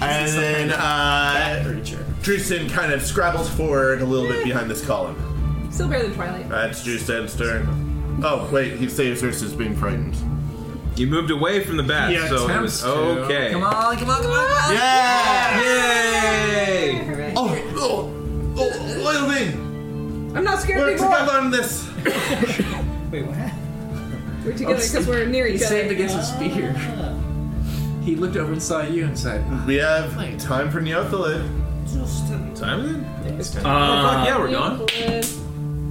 [SPEAKER 6] And then uh, Drusen kind of scrabbles forward a little bit behind this column.
[SPEAKER 5] Still better than Twilight.
[SPEAKER 6] That's Drusen's turn. Oh wait, he saves versus being frightened.
[SPEAKER 3] You moved away from the bat,
[SPEAKER 6] He
[SPEAKER 3] so it
[SPEAKER 6] attempts
[SPEAKER 3] was
[SPEAKER 6] to.
[SPEAKER 3] okay.
[SPEAKER 32] Come on, come on, come on.
[SPEAKER 6] Yeah!
[SPEAKER 3] Yay!
[SPEAKER 6] Oh, oh, oh, little thing.
[SPEAKER 5] I'm not scared
[SPEAKER 6] We're
[SPEAKER 5] anymore.
[SPEAKER 6] together on this.
[SPEAKER 11] Wait, what happened?
[SPEAKER 5] We're together because we're near each
[SPEAKER 13] He
[SPEAKER 5] other.
[SPEAKER 13] saved against his fear. He looked over and saw you and said,
[SPEAKER 6] We have time for Neothalid.
[SPEAKER 3] Time
[SPEAKER 6] then?
[SPEAKER 3] Uh, fuck yeah, we're
[SPEAKER 5] gone.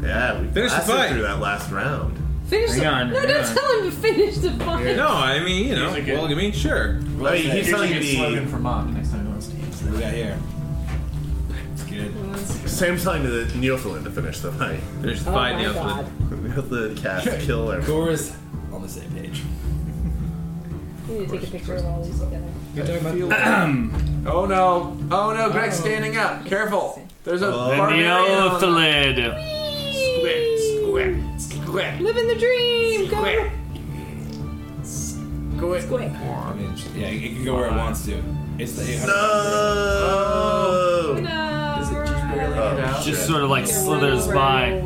[SPEAKER 6] Yeah, we
[SPEAKER 3] Finish the
[SPEAKER 6] blasted
[SPEAKER 3] fight.
[SPEAKER 6] through that last round.
[SPEAKER 5] Finish
[SPEAKER 3] Hang
[SPEAKER 5] the,
[SPEAKER 3] on,
[SPEAKER 5] No,
[SPEAKER 3] hang
[SPEAKER 5] don't
[SPEAKER 3] on.
[SPEAKER 5] tell him to finish the fight.
[SPEAKER 3] No, I mean, you know, well, I mean, sure.
[SPEAKER 6] Well, Wait, he's here's a telling good me- slogan
[SPEAKER 31] for mom next time he wants to use
[SPEAKER 4] What do we got here?
[SPEAKER 6] Good. Sam's telling the Neothalid to finish the fight.
[SPEAKER 3] Finish the Oh fight, my Neothalid.
[SPEAKER 6] Neothalid cast killer.
[SPEAKER 4] Gora's on the same page.
[SPEAKER 5] We need to take a picture of all these together.
[SPEAKER 13] "Oh no, oh no, Greg's standing up. Careful, there's a
[SPEAKER 3] Oh.
[SPEAKER 7] The
[SPEAKER 13] barbarian on the-"
[SPEAKER 7] Neothalid.
[SPEAKER 13] Square, square, square.
[SPEAKER 5] Living the dream. Go.
[SPEAKER 13] Square.
[SPEAKER 5] Square.
[SPEAKER 4] I mean, yeah, it can go where it wants to. It's the 800.
[SPEAKER 6] No.
[SPEAKER 5] uh,
[SPEAKER 4] Oh,
[SPEAKER 7] Just
[SPEAKER 4] shit.
[SPEAKER 7] sort of like slithers by.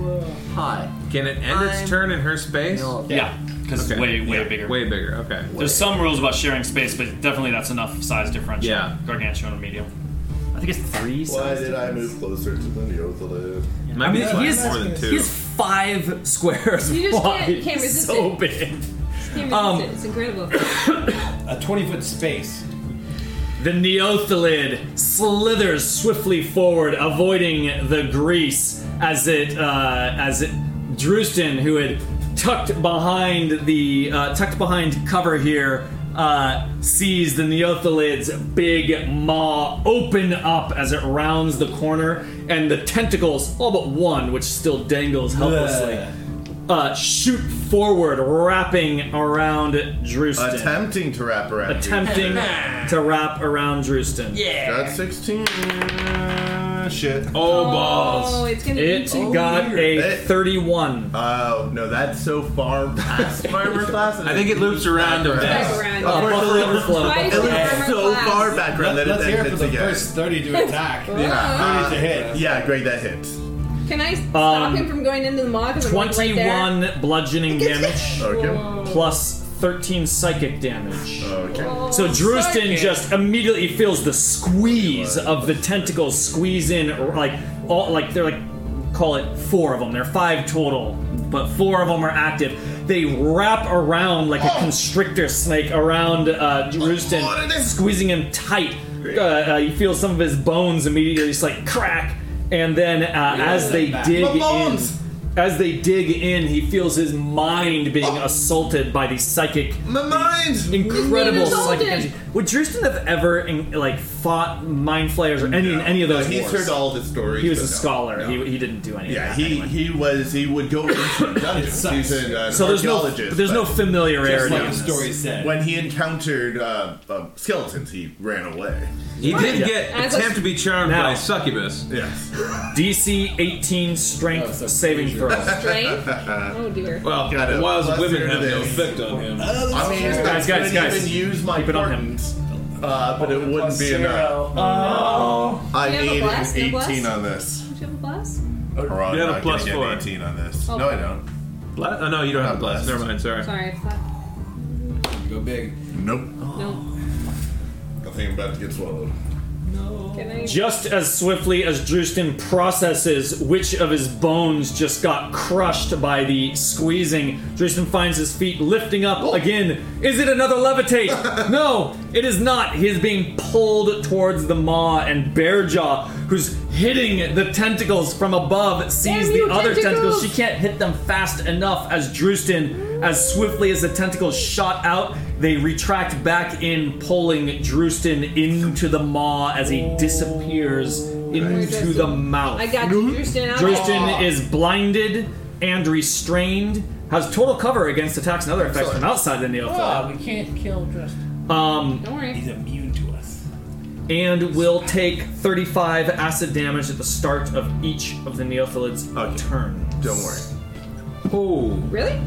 [SPEAKER 13] Hi.
[SPEAKER 3] Can it end its turn in her space?
[SPEAKER 7] Yeah, because it's way, way bigger.
[SPEAKER 3] Way bigger, okay.
[SPEAKER 7] There's some rules about sharing space, but definitely that's enough size differential.
[SPEAKER 3] Yeah.
[SPEAKER 7] Gargantuan and medium. I think it's three
[SPEAKER 6] Why
[SPEAKER 7] size
[SPEAKER 6] did I move closer to the Neothalid?
[SPEAKER 3] Might be
[SPEAKER 7] I mean,
[SPEAKER 3] like
[SPEAKER 7] he's-
[SPEAKER 3] more than two.
[SPEAKER 7] he's five squares
[SPEAKER 5] You just
[SPEAKER 7] wide.
[SPEAKER 5] can't- can't resist
[SPEAKER 7] so
[SPEAKER 5] it.
[SPEAKER 7] big.
[SPEAKER 5] Can't resist
[SPEAKER 7] Um,
[SPEAKER 5] it. It's incredible.
[SPEAKER 4] A 20 foot space.
[SPEAKER 7] The Neothalid slithers swiftly forward, avoiding the grease as it uh, as it Drustin, who had tucked behind the uh, tucked behind cover here, uh, sees the Neothalid's big maw open up as it rounds the corner, and the tentacles, all but one, which still dangles helplessly.
[SPEAKER 6] Bleh.
[SPEAKER 7] Uh, shoot forward, wrapping around Drustin.
[SPEAKER 6] Attempting to wrap around.
[SPEAKER 7] attempting to wrap around Drustin.
[SPEAKER 6] Yeah. Got 16. Shit.
[SPEAKER 3] Oh,
[SPEAKER 5] balls. it's gonna
[SPEAKER 7] It
[SPEAKER 5] be-
[SPEAKER 7] got
[SPEAKER 5] Oh,
[SPEAKER 7] a
[SPEAKER 5] weird.
[SPEAKER 7] 31.
[SPEAKER 6] Oh, no, that's so far past my armor class.
[SPEAKER 3] I think it loops around a bit.
[SPEAKER 5] Back around.
[SPEAKER 6] Of course,
[SPEAKER 7] Buffalo
[SPEAKER 6] it loops-
[SPEAKER 7] overflow.
[SPEAKER 5] Why
[SPEAKER 6] It
[SPEAKER 5] is your
[SPEAKER 6] loops
[SPEAKER 5] armor
[SPEAKER 6] so
[SPEAKER 5] class?
[SPEAKER 6] far background that
[SPEAKER 4] Let,
[SPEAKER 6] it
[SPEAKER 4] us hear
[SPEAKER 6] then
[SPEAKER 4] it for
[SPEAKER 6] hits
[SPEAKER 4] the
[SPEAKER 6] again.
[SPEAKER 4] first 30 to attack.
[SPEAKER 6] Yeah.
[SPEAKER 4] 30 to hit.
[SPEAKER 6] Yeah, great, that hits.
[SPEAKER 5] Can I stop
[SPEAKER 7] Um,
[SPEAKER 5] him from going into the mog? 'Cause I'm like right there.
[SPEAKER 7] 21 bludgeoning damage
[SPEAKER 6] Okay.
[SPEAKER 7] plus 13 psychic damage.
[SPEAKER 6] Okay.
[SPEAKER 7] So Drustin
[SPEAKER 5] psychic.
[SPEAKER 7] just immediately feels the squeeze of the tentacles squeeze in, or like all like they're like call it four of them. There are five total, but four of them are active. They wrap around like a constrictor snake around uh, Drustin, squeezing him tight. uh, uh, you feel some of his bones immediately just like crack, and then uh,
[SPEAKER 4] Yeah,
[SPEAKER 7] as they
[SPEAKER 4] back.
[SPEAKER 7] dig
[SPEAKER 4] My bones!
[SPEAKER 7] in. As they dig in, he feels his mind being assaulted by the psychic,
[SPEAKER 6] Oh. my mind,
[SPEAKER 7] incredible
[SPEAKER 6] It's being
[SPEAKER 7] psychic
[SPEAKER 6] assaulted!
[SPEAKER 7] energy. Would Drewston have ever in, like fought mind flayers or any in any of those?
[SPEAKER 6] No, he's
[SPEAKER 7] wars?
[SPEAKER 6] heard all the stories,
[SPEAKER 7] He was a
[SPEAKER 6] but no,
[SPEAKER 7] scholar.
[SPEAKER 6] no.
[SPEAKER 7] He, he didn't do any.
[SPEAKER 6] Yeah,
[SPEAKER 7] of that
[SPEAKER 6] he
[SPEAKER 7] anyway.
[SPEAKER 6] he was he would go into dungeons. He's an, uh,
[SPEAKER 7] So there's no-
[SPEAKER 6] archaeologist,
[SPEAKER 7] there's no
[SPEAKER 6] but-
[SPEAKER 7] familiarity Just like in the this.
[SPEAKER 4] story said.
[SPEAKER 6] When he encountered uh, uh, skeletons, he ran away.
[SPEAKER 3] He did get attempt to be charmed
[SPEAKER 7] Now.
[SPEAKER 3] by succubus.
[SPEAKER 6] Yes.
[SPEAKER 7] DC 18 strength saving throw.
[SPEAKER 6] Strength?
[SPEAKER 5] Oh dear.
[SPEAKER 3] Well,
[SPEAKER 6] Got a
[SPEAKER 3] while
[SPEAKER 6] plus
[SPEAKER 3] women
[SPEAKER 6] zero
[SPEAKER 3] have
[SPEAKER 6] to
[SPEAKER 3] no
[SPEAKER 6] this.
[SPEAKER 3] effect on him.
[SPEAKER 6] I mean,
[SPEAKER 3] Guys,
[SPEAKER 6] guys, guys,
[SPEAKER 3] guys, guys.
[SPEAKER 6] guys. Even use my
[SPEAKER 3] Keep it on
[SPEAKER 6] portents, uh, but it wouldn't be
[SPEAKER 3] zero.
[SPEAKER 6] enough.
[SPEAKER 3] Oh.
[SPEAKER 6] I
[SPEAKER 5] Do you have a
[SPEAKER 6] need
[SPEAKER 5] blast?
[SPEAKER 6] an
[SPEAKER 5] No blast?
[SPEAKER 6] 18 on this.
[SPEAKER 5] Don't you have a blast?
[SPEAKER 6] Or Oh, I'm
[SPEAKER 3] You had a
[SPEAKER 6] not
[SPEAKER 3] plus
[SPEAKER 6] gonna get
[SPEAKER 3] four.
[SPEAKER 6] 18 on this.
[SPEAKER 5] Oh.
[SPEAKER 6] No, I don't.
[SPEAKER 3] Bla- oh, no, you don't have a blast. Never mind. Sorry.
[SPEAKER 5] Sorry, I thought-
[SPEAKER 4] Go big.
[SPEAKER 6] Nope.
[SPEAKER 5] no.
[SPEAKER 6] I think I'm about to get swallowed.
[SPEAKER 5] Can I?
[SPEAKER 7] Just as swiftly as Drewston processes which of his bones just got crushed by the squeezing, Drewston finds his feet lifting up again. Is it another levitate? no, it is not. He is being pulled towards the maw, and Bearjaw, who's hitting the tentacles from above, sees
[SPEAKER 33] Damn
[SPEAKER 7] the
[SPEAKER 33] you,
[SPEAKER 7] other tentacles.
[SPEAKER 33] tentacles!
[SPEAKER 7] She can't hit them fast enough as Drewston, as swiftly as the tentacles shot out, they retract back in, pulling Drewston into the maw as he disappears into the mouth.
[SPEAKER 5] I got you, Drewston. I'm
[SPEAKER 7] Drewston is blinded and restrained, has total cover against attacks and other effects from outside the Neophyte.
[SPEAKER 34] we can't kill Justin.
[SPEAKER 7] Um,
[SPEAKER 5] Don't worry.
[SPEAKER 34] He's immune to us.
[SPEAKER 7] and will take 35 acid damage at the start of each of the Neophilids' turn.
[SPEAKER 6] Don't worry.
[SPEAKER 3] Oh.
[SPEAKER 5] Really?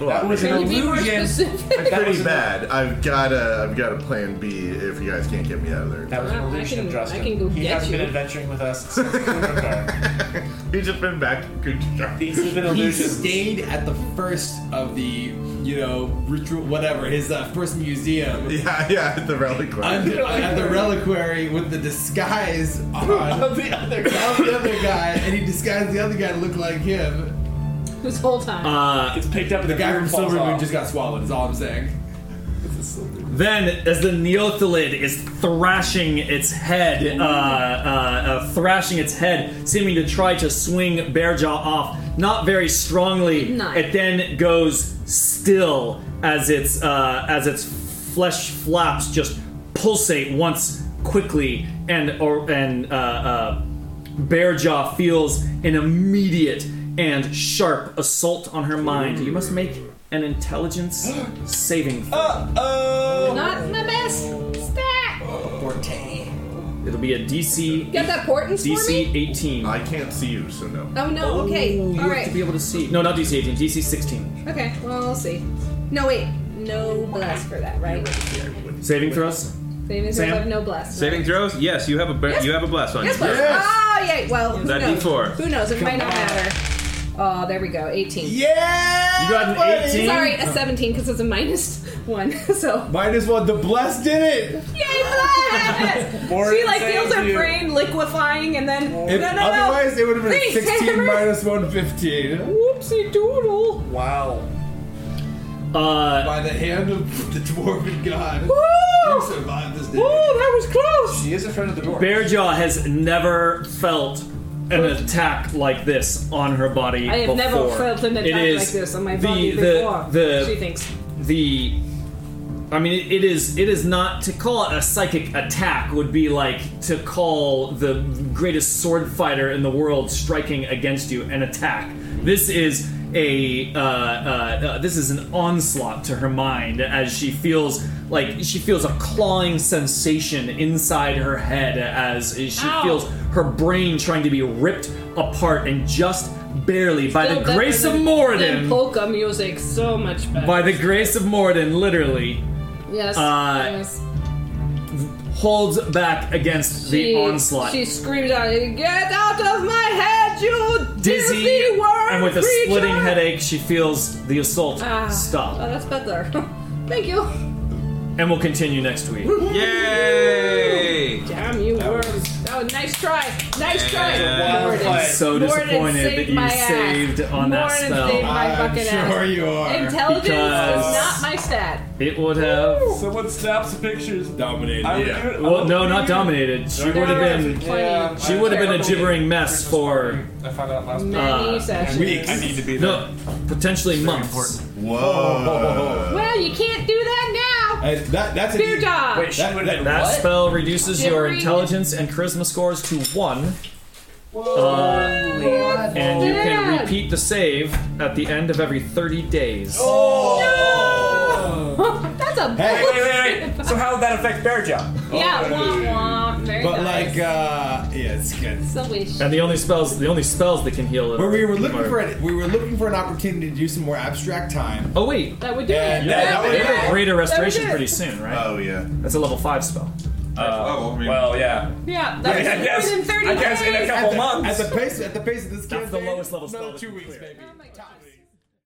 [SPEAKER 6] Well,
[SPEAKER 5] Can you be more specific?
[SPEAKER 6] pretty bad. I've got a I've got a plan B if you guys can't get me out of there.
[SPEAKER 5] That was an Wow, I illusion, can- Justin. I can go
[SPEAKER 34] He
[SPEAKER 5] get
[SPEAKER 34] hasn't
[SPEAKER 5] you.
[SPEAKER 34] been adventuring with us since
[SPEAKER 6] He's just been back to construction.
[SPEAKER 34] These have been
[SPEAKER 4] He
[SPEAKER 34] illusions.
[SPEAKER 4] stayed at the first of the, you know, ritual, whatever, his uh, first museum.
[SPEAKER 6] Yeah, yeah, at the reliquary.
[SPEAKER 4] Under, at the reliquary with the disguise on of the other guy. and he disguised the other guy to look like him.
[SPEAKER 5] This whole time.
[SPEAKER 7] Uh,
[SPEAKER 4] Gets picked up, the guy from Silver Moon just got swallowed. Is all I'm saying.
[SPEAKER 7] Then, as the Neothalid is thrashing its head, uh, uh, uh, thrashing its head, seeming to try to swing Bearjaw off, not very strongly,
[SPEAKER 5] Not.
[SPEAKER 7] it then goes still as its uh, as its flesh flaps just pulsate once quickly, and or and uh, uh, Bearjaw feels an immediate and sharp assault on her mind. You must make an intelligence saving throw.
[SPEAKER 5] Not my best stat.
[SPEAKER 4] Forte.
[SPEAKER 7] It'll be a DC.
[SPEAKER 5] Got that portents for
[SPEAKER 7] DC 18. I can't see you, so no.
[SPEAKER 5] Oh no. okay.
[SPEAKER 7] You
[SPEAKER 5] All
[SPEAKER 7] have to
[SPEAKER 5] right.
[SPEAKER 7] be able to see. No, not DC 18. DC 16.
[SPEAKER 5] Okay. Well, I'll see. No wait. No blast for that, right?
[SPEAKER 7] Saving throws.
[SPEAKER 5] Saving throws
[SPEAKER 3] Sam?
[SPEAKER 5] have no blast.
[SPEAKER 3] Saving throws? Yes, you have a ba- you have a blast on
[SPEAKER 5] Yes,
[SPEAKER 3] you.
[SPEAKER 5] blast. Oh yay. Well, who
[SPEAKER 3] That
[SPEAKER 5] knows?
[SPEAKER 3] D4.
[SPEAKER 5] Who knows? It might not matter. Oh, there we go. 18.
[SPEAKER 4] Yeah.
[SPEAKER 7] You got an 18.
[SPEAKER 5] Sorry, a 17 because it's a minus one. So
[SPEAKER 4] Might as well. The blast did it.
[SPEAKER 5] yay, blast!
[SPEAKER 4] Or
[SPEAKER 5] she like
[SPEAKER 4] it
[SPEAKER 5] feels her
[SPEAKER 4] saves you.
[SPEAKER 5] brain liquefying, and then
[SPEAKER 4] If-
[SPEAKER 5] no, no, no.
[SPEAKER 4] otherwise, it would have been
[SPEAKER 5] Please,
[SPEAKER 4] 16
[SPEAKER 5] Hammer.
[SPEAKER 4] minus 115.
[SPEAKER 5] Whoopsie doodle.
[SPEAKER 4] Wow.
[SPEAKER 7] Uh,
[SPEAKER 4] By the hand of the dwarven god.
[SPEAKER 5] Woo!
[SPEAKER 4] You survived this day.
[SPEAKER 5] Woo, that was close!
[SPEAKER 4] She is a friend of the dwarf.
[SPEAKER 7] Bearjaw has never felt an attack like this on her body.
[SPEAKER 5] I have never
[SPEAKER 7] before.
[SPEAKER 5] felt an
[SPEAKER 7] It
[SPEAKER 5] attack
[SPEAKER 7] is
[SPEAKER 5] like this on my
[SPEAKER 7] the-
[SPEAKER 5] body
[SPEAKER 7] the-
[SPEAKER 5] before.
[SPEAKER 7] the-
[SPEAKER 5] she thinks.
[SPEAKER 7] the I mean it, it is it is not to call it a psychic attack would be like to call the greatest sword fighter in the world striking against you an attack. This is a uh, uh, uh, this is an onslaught to her mind as she feels like she feels a clawing sensation inside her head as she
[SPEAKER 33] Ow.
[SPEAKER 7] feels her brain trying to be ripped apart and just barely by
[SPEAKER 5] Still
[SPEAKER 7] the
[SPEAKER 5] better
[SPEAKER 7] grace of
[SPEAKER 5] than- than
[SPEAKER 7] Moradin
[SPEAKER 5] polka music, so much better.
[SPEAKER 7] by the grace of Morden, literally
[SPEAKER 5] yes,
[SPEAKER 7] uh,
[SPEAKER 5] yes.
[SPEAKER 7] holds back against the onslaught.
[SPEAKER 5] She screams out, "Get out of my head, you
[SPEAKER 7] Dizzy,
[SPEAKER 5] filthy worm
[SPEAKER 7] and with a
[SPEAKER 5] creature!"
[SPEAKER 7] splitting headache, she feels the assault
[SPEAKER 5] Ah,
[SPEAKER 7] stop,
[SPEAKER 5] Oh, that's better. Thank you.
[SPEAKER 7] and will continue next week.
[SPEAKER 3] Yay!
[SPEAKER 5] Damn you, worms! That Oh, nice try. Nice try.
[SPEAKER 7] Yeah.
[SPEAKER 5] Morden.
[SPEAKER 7] I'm so
[SPEAKER 5] Morden
[SPEAKER 7] disappointed
[SPEAKER 5] saved
[SPEAKER 7] that you
[SPEAKER 5] my
[SPEAKER 7] saved
[SPEAKER 5] ass.
[SPEAKER 7] on that
[SPEAKER 5] Morden
[SPEAKER 7] spell.
[SPEAKER 5] saved my
[SPEAKER 7] I'm
[SPEAKER 5] fucking
[SPEAKER 7] sure
[SPEAKER 5] ass.
[SPEAKER 7] you are.
[SPEAKER 5] Intelligence
[SPEAKER 7] Because-
[SPEAKER 5] is not my stat.
[SPEAKER 7] It would have.
[SPEAKER 35] Someone snaps pictures.
[SPEAKER 4] Dominated.
[SPEAKER 7] I would do it- I Well, would no, do not it. dominated. She No, would have been- it's plenty- Yeah, she would have been a Uh, terrible. gibbering mess for-
[SPEAKER 35] I found out last
[SPEAKER 5] Many sessions.
[SPEAKER 7] weeks.
[SPEAKER 35] I need to be
[SPEAKER 7] no, potentially months.
[SPEAKER 6] Whoa.
[SPEAKER 5] Well, you can't do that now.
[SPEAKER 4] that, that's
[SPEAKER 5] Beer dog.
[SPEAKER 7] Wait, that, that- that spell reduces your
[SPEAKER 5] Gibbering.
[SPEAKER 7] intelligence and charisma scores to one. Uh,
[SPEAKER 5] God.
[SPEAKER 7] and you can
[SPEAKER 5] Dad.
[SPEAKER 7] repeat the save at the end of every 30 days.
[SPEAKER 5] That's a
[SPEAKER 35] Hey,
[SPEAKER 5] bullshit.
[SPEAKER 35] wait, wait, wait. So how would that affect Bear Job?
[SPEAKER 5] Yeah, womp womp. Very
[SPEAKER 7] But,
[SPEAKER 5] nice.
[SPEAKER 7] like,
[SPEAKER 4] uh, yeah, it's good.
[SPEAKER 5] So we sh-
[SPEAKER 7] And the only spells, the only spells that can heal it.
[SPEAKER 4] But we were
[SPEAKER 7] are-
[SPEAKER 4] looking for it. We were looking for an opportunity to do some more abstract time.
[SPEAKER 7] Oh wait,
[SPEAKER 5] that would do
[SPEAKER 4] Yeah,
[SPEAKER 5] it.
[SPEAKER 4] that-
[SPEAKER 7] Yeah,
[SPEAKER 4] that
[SPEAKER 7] we
[SPEAKER 4] would-
[SPEAKER 7] have a greater
[SPEAKER 4] that would
[SPEAKER 7] restoration
[SPEAKER 4] do it.
[SPEAKER 7] pretty soon, right?
[SPEAKER 6] Oh yeah, Oh,
[SPEAKER 7] that's a level five spell.
[SPEAKER 3] Uh, well, yeah.
[SPEAKER 5] Yeah, that's
[SPEAKER 7] Yeah, I
[SPEAKER 5] more than
[SPEAKER 7] guess-
[SPEAKER 5] thirty
[SPEAKER 7] I guess in a
[SPEAKER 5] days.
[SPEAKER 7] couple
[SPEAKER 4] at the,
[SPEAKER 7] months.
[SPEAKER 4] At the pace, at the pace of this campaign, that's the lowest level
[SPEAKER 7] spell that
[SPEAKER 4] Two
[SPEAKER 7] can
[SPEAKER 4] weeks,
[SPEAKER 7] clear.
[SPEAKER 4] maybe.
[SPEAKER 5] Oh my gosh.